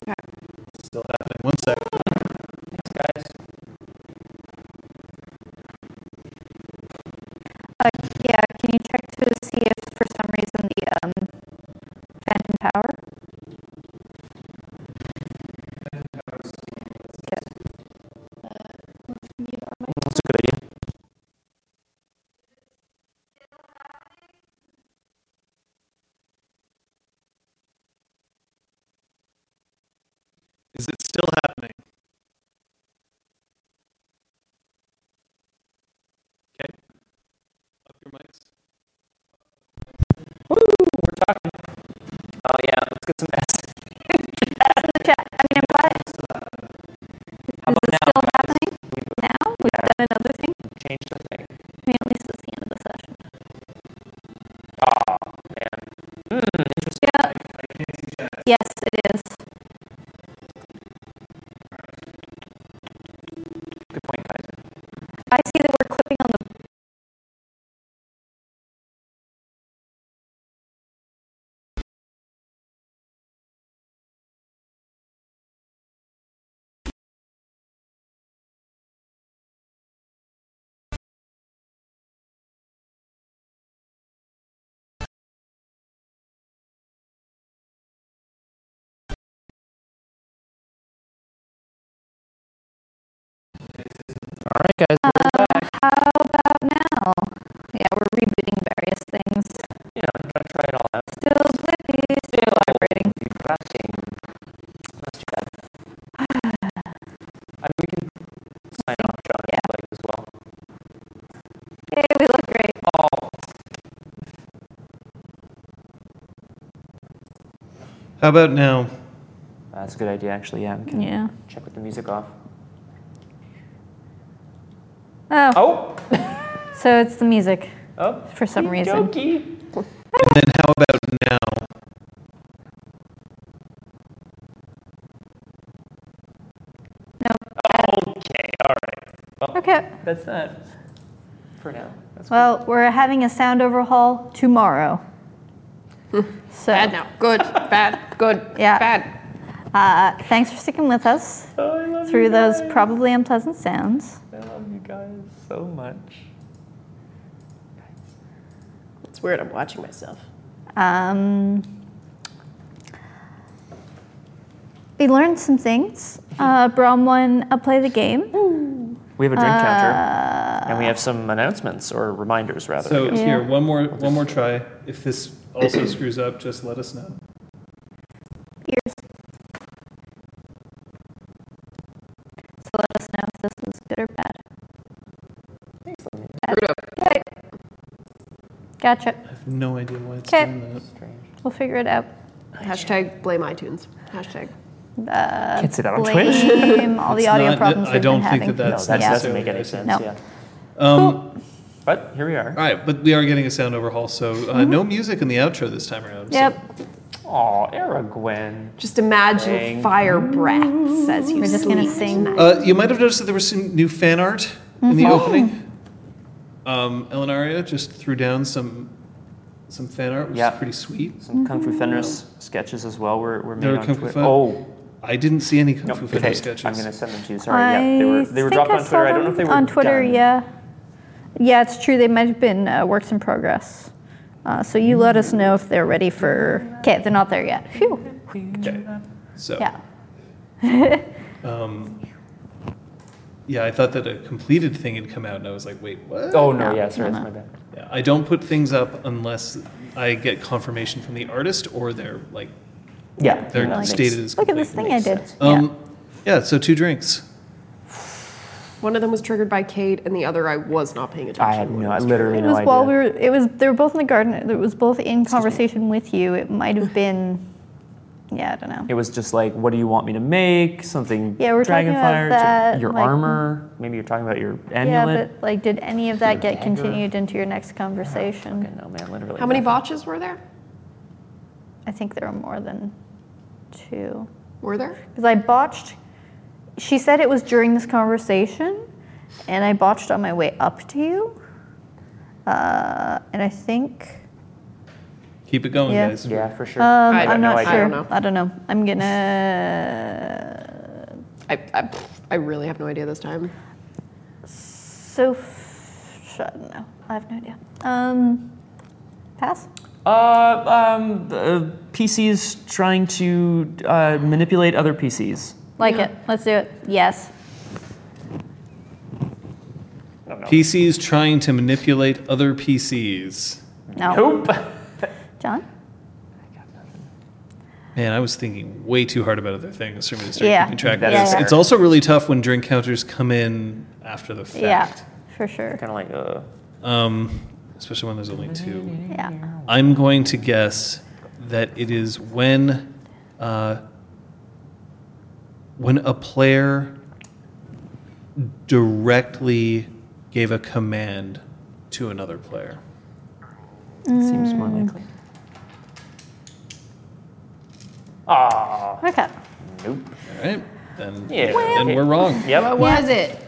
Still happening. One sec. Thanks, guys. Uh, yeah, can you check to see if for some reason the um, phantom power? That's a good idea. Is it still happening? Okay. Up your mics. Woo, we're talking. Oh yeah, let's get some S. That's in the chat. I mean, I'm glad. Is about it now, still happening? Now? We've done another thing? Change the thing. I mean, at least it's the end of the session. Oh man. Hmm. Interesting. Yeah. Yes, it is. Good point, guys. I see that we're clipping on the All right, guys. Uh, We're back. how about now? Yeah, we're rebooting various things. You know, gotta try it all out. Still blippy, still vibrating. Crashing. That's too bad. I mean, we can sign off, John, if you'd like as well. Hey, we look great. Oh, How about now? a good idea, actually. Yeah, we can Yeah. check with the music off. Oh, Oh, so it's the music oh, for some reason. Dokey. And then how about now? Okay, all right. Okay. That's that for now. That's Well, we're having a sound overhaul tomorrow. so Bad now. Good. Bad. Good. Yeah. Bad. Uh, thanks for sticking with us cool. I love through you those guys. probably unpleasant sounds. I love you guys so much. It's weird. I'm watching myself. Um, we learned some things. Uh, Bronwyn uh, play the game. We have a drink counter, Uh, and we have some announcements or reminders, rather. So Yeah. here, one more, one more try. If this also screws up, just let us know. Ears. So let us know if this was good or bad. Bad. Okay. Gotcha. I have no idea why it's Okay. doing that. We'll figure it out. Hashtag blame iTunes. Hashtag. Uh, Can't say that on Twitch. blame all the It's audio not- problems I we've don't been think having. that No, That's that yeah. doesn't make any sense. necessary, No. Yeah. Um, But here we are. All right, but we are getting a sound overhaul, so uh, no music in the outro this time around. so- Mm-hmm. Yep. Aw, Aragwen. Just imagine Dang. fire breaths as you We're just gonna sleep sing. tonight. Uh, you might have noticed that there was some new fan art in Mm-hmm. the opening. Oh. Um, Elenaria just threw down some some fan art, which Yeah. is pretty sweet. Some Kung Fu Mm-hmm. Fenris sketches as well were, were made There are on Kung Fu Twitter. Fen- Oh, I didn't see any Kung no, Fu okay. Fighter sketches. I'm gonna send them to you. Sorry, yeah, they were they were think dropped I on saw Twitter. I don't know if they them were on Twitter. done. Yeah, yeah, it's true. They might have been uh, works in progress. Uh, so you let us know if they're ready for. Okay, they're not there yet. Phew. Okay. So, Yeah. um, yeah, I thought that a completed thing had come out, and I was like, wait, what? Oh no, No, yeah, sorry, no, that's my no. bad. Yeah, I don't put things up unless I get confirmation from the artist or they're like Yeah, they're no, Like, stated as Look at this complete. thing I did. sense. Yeah. Um, yeah. so two drinks. One of them was triggered by Kate, and the other I was not paying attention. I had no, I literally It no was idea. while we were. It was. They were both in the garden. It was both in conversation with you. It might have been. Yeah, I don't know. it was just like, what do you want me to make? Something. Yeah, we're talking about dragonfire, that, Your like- armor. Maybe you're talking about your Yeah, amulet. but like, did any of that get dagger. continued into your next conversation? okay, no, man, literally. How many nothing. botches were there? I think there were more than two. Were there? Because I botched. She said it was during this conversation, and I botched on my way up to you. Uh, and I think. Keep it going, Yeah. guys. Yeah, for sure. Um, I don't am know, not I sure. don't know. I don't know. I'm gonna. I, I, I really have no idea this time. So. f- I don't know. I have no idea. Um, pass. Uh, um, uh, PCs trying to uh, manipulate other PCs. Like it. Let's do it. Yes. PCs trying to manipulate other PCs. No. Nope. John. Man, I was thinking way too hard about other things for me to start Yeah. keeping track of That this. is fair. It's also really tough when drink counters come in after the fact, Yeah. For sure. kind of like uh, um, especially when there's only two. Yeah. I'm going to guess that it is when, uh, when a player directly gave a command to another player. seems more likely. Ah, Okay. nope. All right, then, Yeah. then we're wrong. Yep. was it?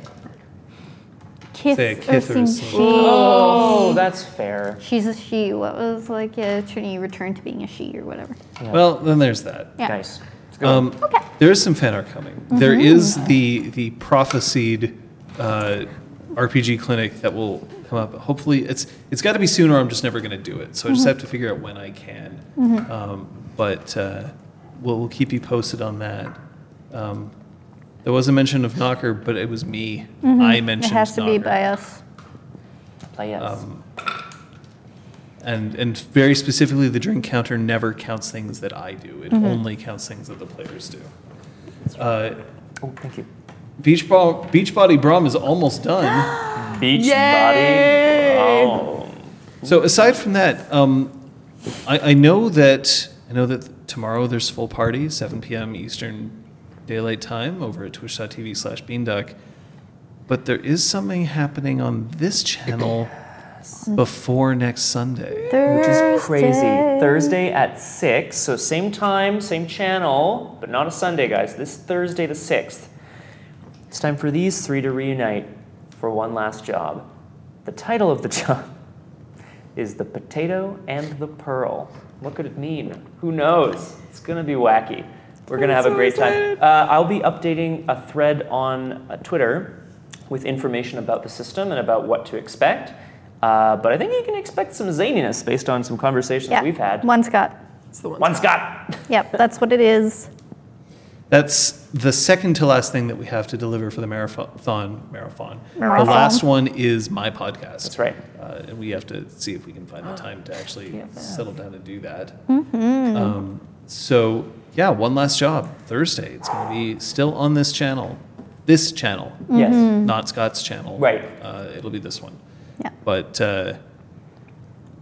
Kiss Say a or kith or some some- Oh, that's fair. She's a she. What was like a Trini returned to being a she or whatever? Well, then there's that. Yeah. Nice. Let's go. Um, There is some fan art coming. There Mm-hmm. is the the prophesied uh, RPG clinic that will come up. Hopefully, it's it's got to be soon, or I'm just never going to do it. So I just Mm-hmm. have to figure out when I can. Um, but uh, we'll, we'll keep you posted on that. Um, there was a mention of Knocker, but it was me. I Mm-hmm. It mentioned has to be Knocker. by us. Play yes. and and very specifically, the drink counter never counts things that I do. Mm-hmm. It only counts things that the players do. Uh, oh, thank you. Beach ball, Beachbody Brom is almost done. Beach body. Oh. so aside from that, um, I, I know that I know that tomorrow there's full party, 7 p.m. Eastern daylight time over at twitch.tv slash beanduck. But there is something happening on this channel before next Sunday. which is crazy. Thursday at 6, so same time, same channel, but not a Sunday, guys. This Thursday the 6th. It's time for these three to reunite for one last job. The title of the job is The Potato and the Pearl. What could it mean? Who knows? It's going to be wacky. We're going to have a great time. Uh, I'll be updating a thread on uh, Twitter with information about the system and about what to expect. Uh, but I think you can expect some zaniness based on some conversations Yeah. we've had. One Scott. It's the one. One Scott. Yep, that's what it is. That's the second to last thing that we have to deliver for the marathon. Marathon. Marathon. The last one is my podcast. That's right. Uh, and we have to see if we can find the time to actually Yeah. Mm-hmm. settle down and do that. Um, so yeah, one last job Thursday. It's going to be still on this channel, this channel, Mm-hmm. Yes. not Scott's channel. Mm-hmm. Right. Uh, it'll be this one. Yeah. But uh,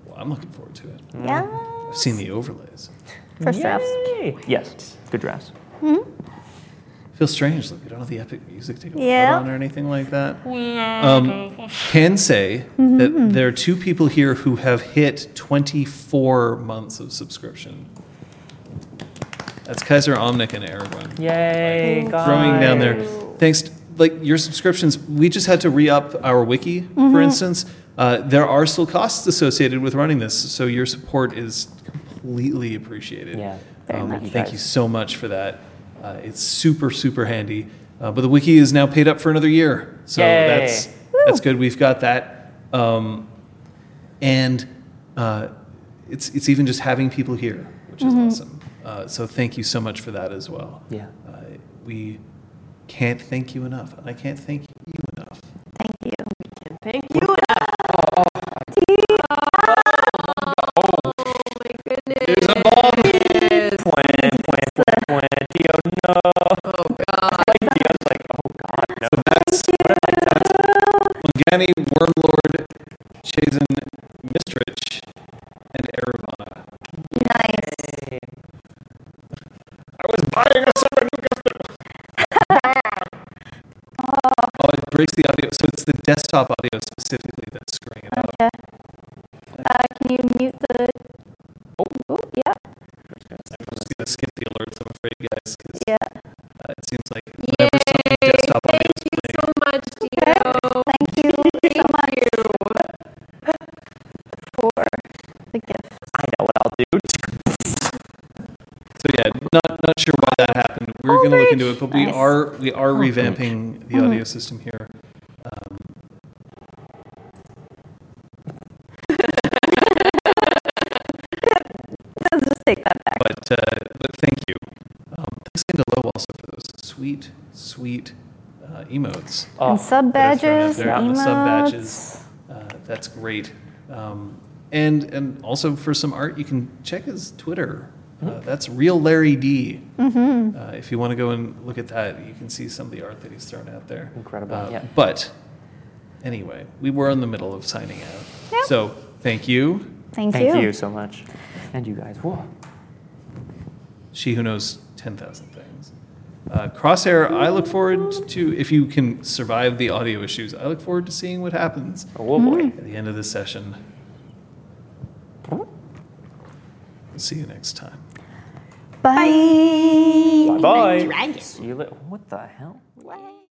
well, I'm looking forward to it. Mm-hmm. Yeah. I've seen the overlays. First drafts. Yay. Yes. Good drafts. Feels strange. Look, we don't have the epic music to go Yeah. on or anything like that. Um, can say that there are two people here who have hit 24 months of subscription. That's Kaiser Omnic and Aragorn. Yay. Guys. Growing down there. Thanks, t- like your subscriptions. We just had to re up our wiki, for instance. Uh, there are still costs associated with running this, so your support is completely appreciated. Um, Yeah. Very much. Thank you so much for that. Uh, it's super, super handy. Uh, but the wiki is now paid up for another year, so Yay. that's that's good. We've got that, um, and uh, it's it's even just having people here, which is awesome. Uh, so thank you so much for that as well. Yeah. uh, we can't thank you enough, and I can't thank you enough. Thank you. Thank you. Oh, my goodness. Oh, oh, Mangani, Wormlord, Chazen, Mistrich, and Erevana. Nice. I was buying us up a new computer. oh, it breaks the audio. So it's the desktop audio specifically that's screwing it up. Okay. Uh, can you mute the? Oh. yeah. I'm just going to skip the alerts, I'm afraid, guys, because Yeah. uh, it seems like whenever something desktop audio is playing, So much, Thank you so much for the gift. I know what I'll do. so yeah, not, not sure why that happened. We're going to look into it, but we Nice. are we are revamping the audio system here. Um, Let's just take that back. but uh, but thank you. Um, thanks again to Low also for those sweet sweet uh, emotes. Oh, and sub that are badges, thrown out there on and the sub emotes. badges. Uh, that's great. Um, and and also for some art, you can check his Twitter. Uh, that's real Larry D. Uh, if you want to go and look at that, you can see some of the art that he's thrown out there. Incredible, Uh, yeah. But anyway, we were in the middle of signing out. Yeah. So thank you, Thank, Thank you. you so much. And you guys. Whoa. she who knows ten thousand things. Uh, Crosshair, I look forward to if you can survive the audio issues. I look forward to seeing what happens Oh boy. at the end of this session. We'll see you next time. Bye. Bye bye. Dragon. See you later. What the hell? What?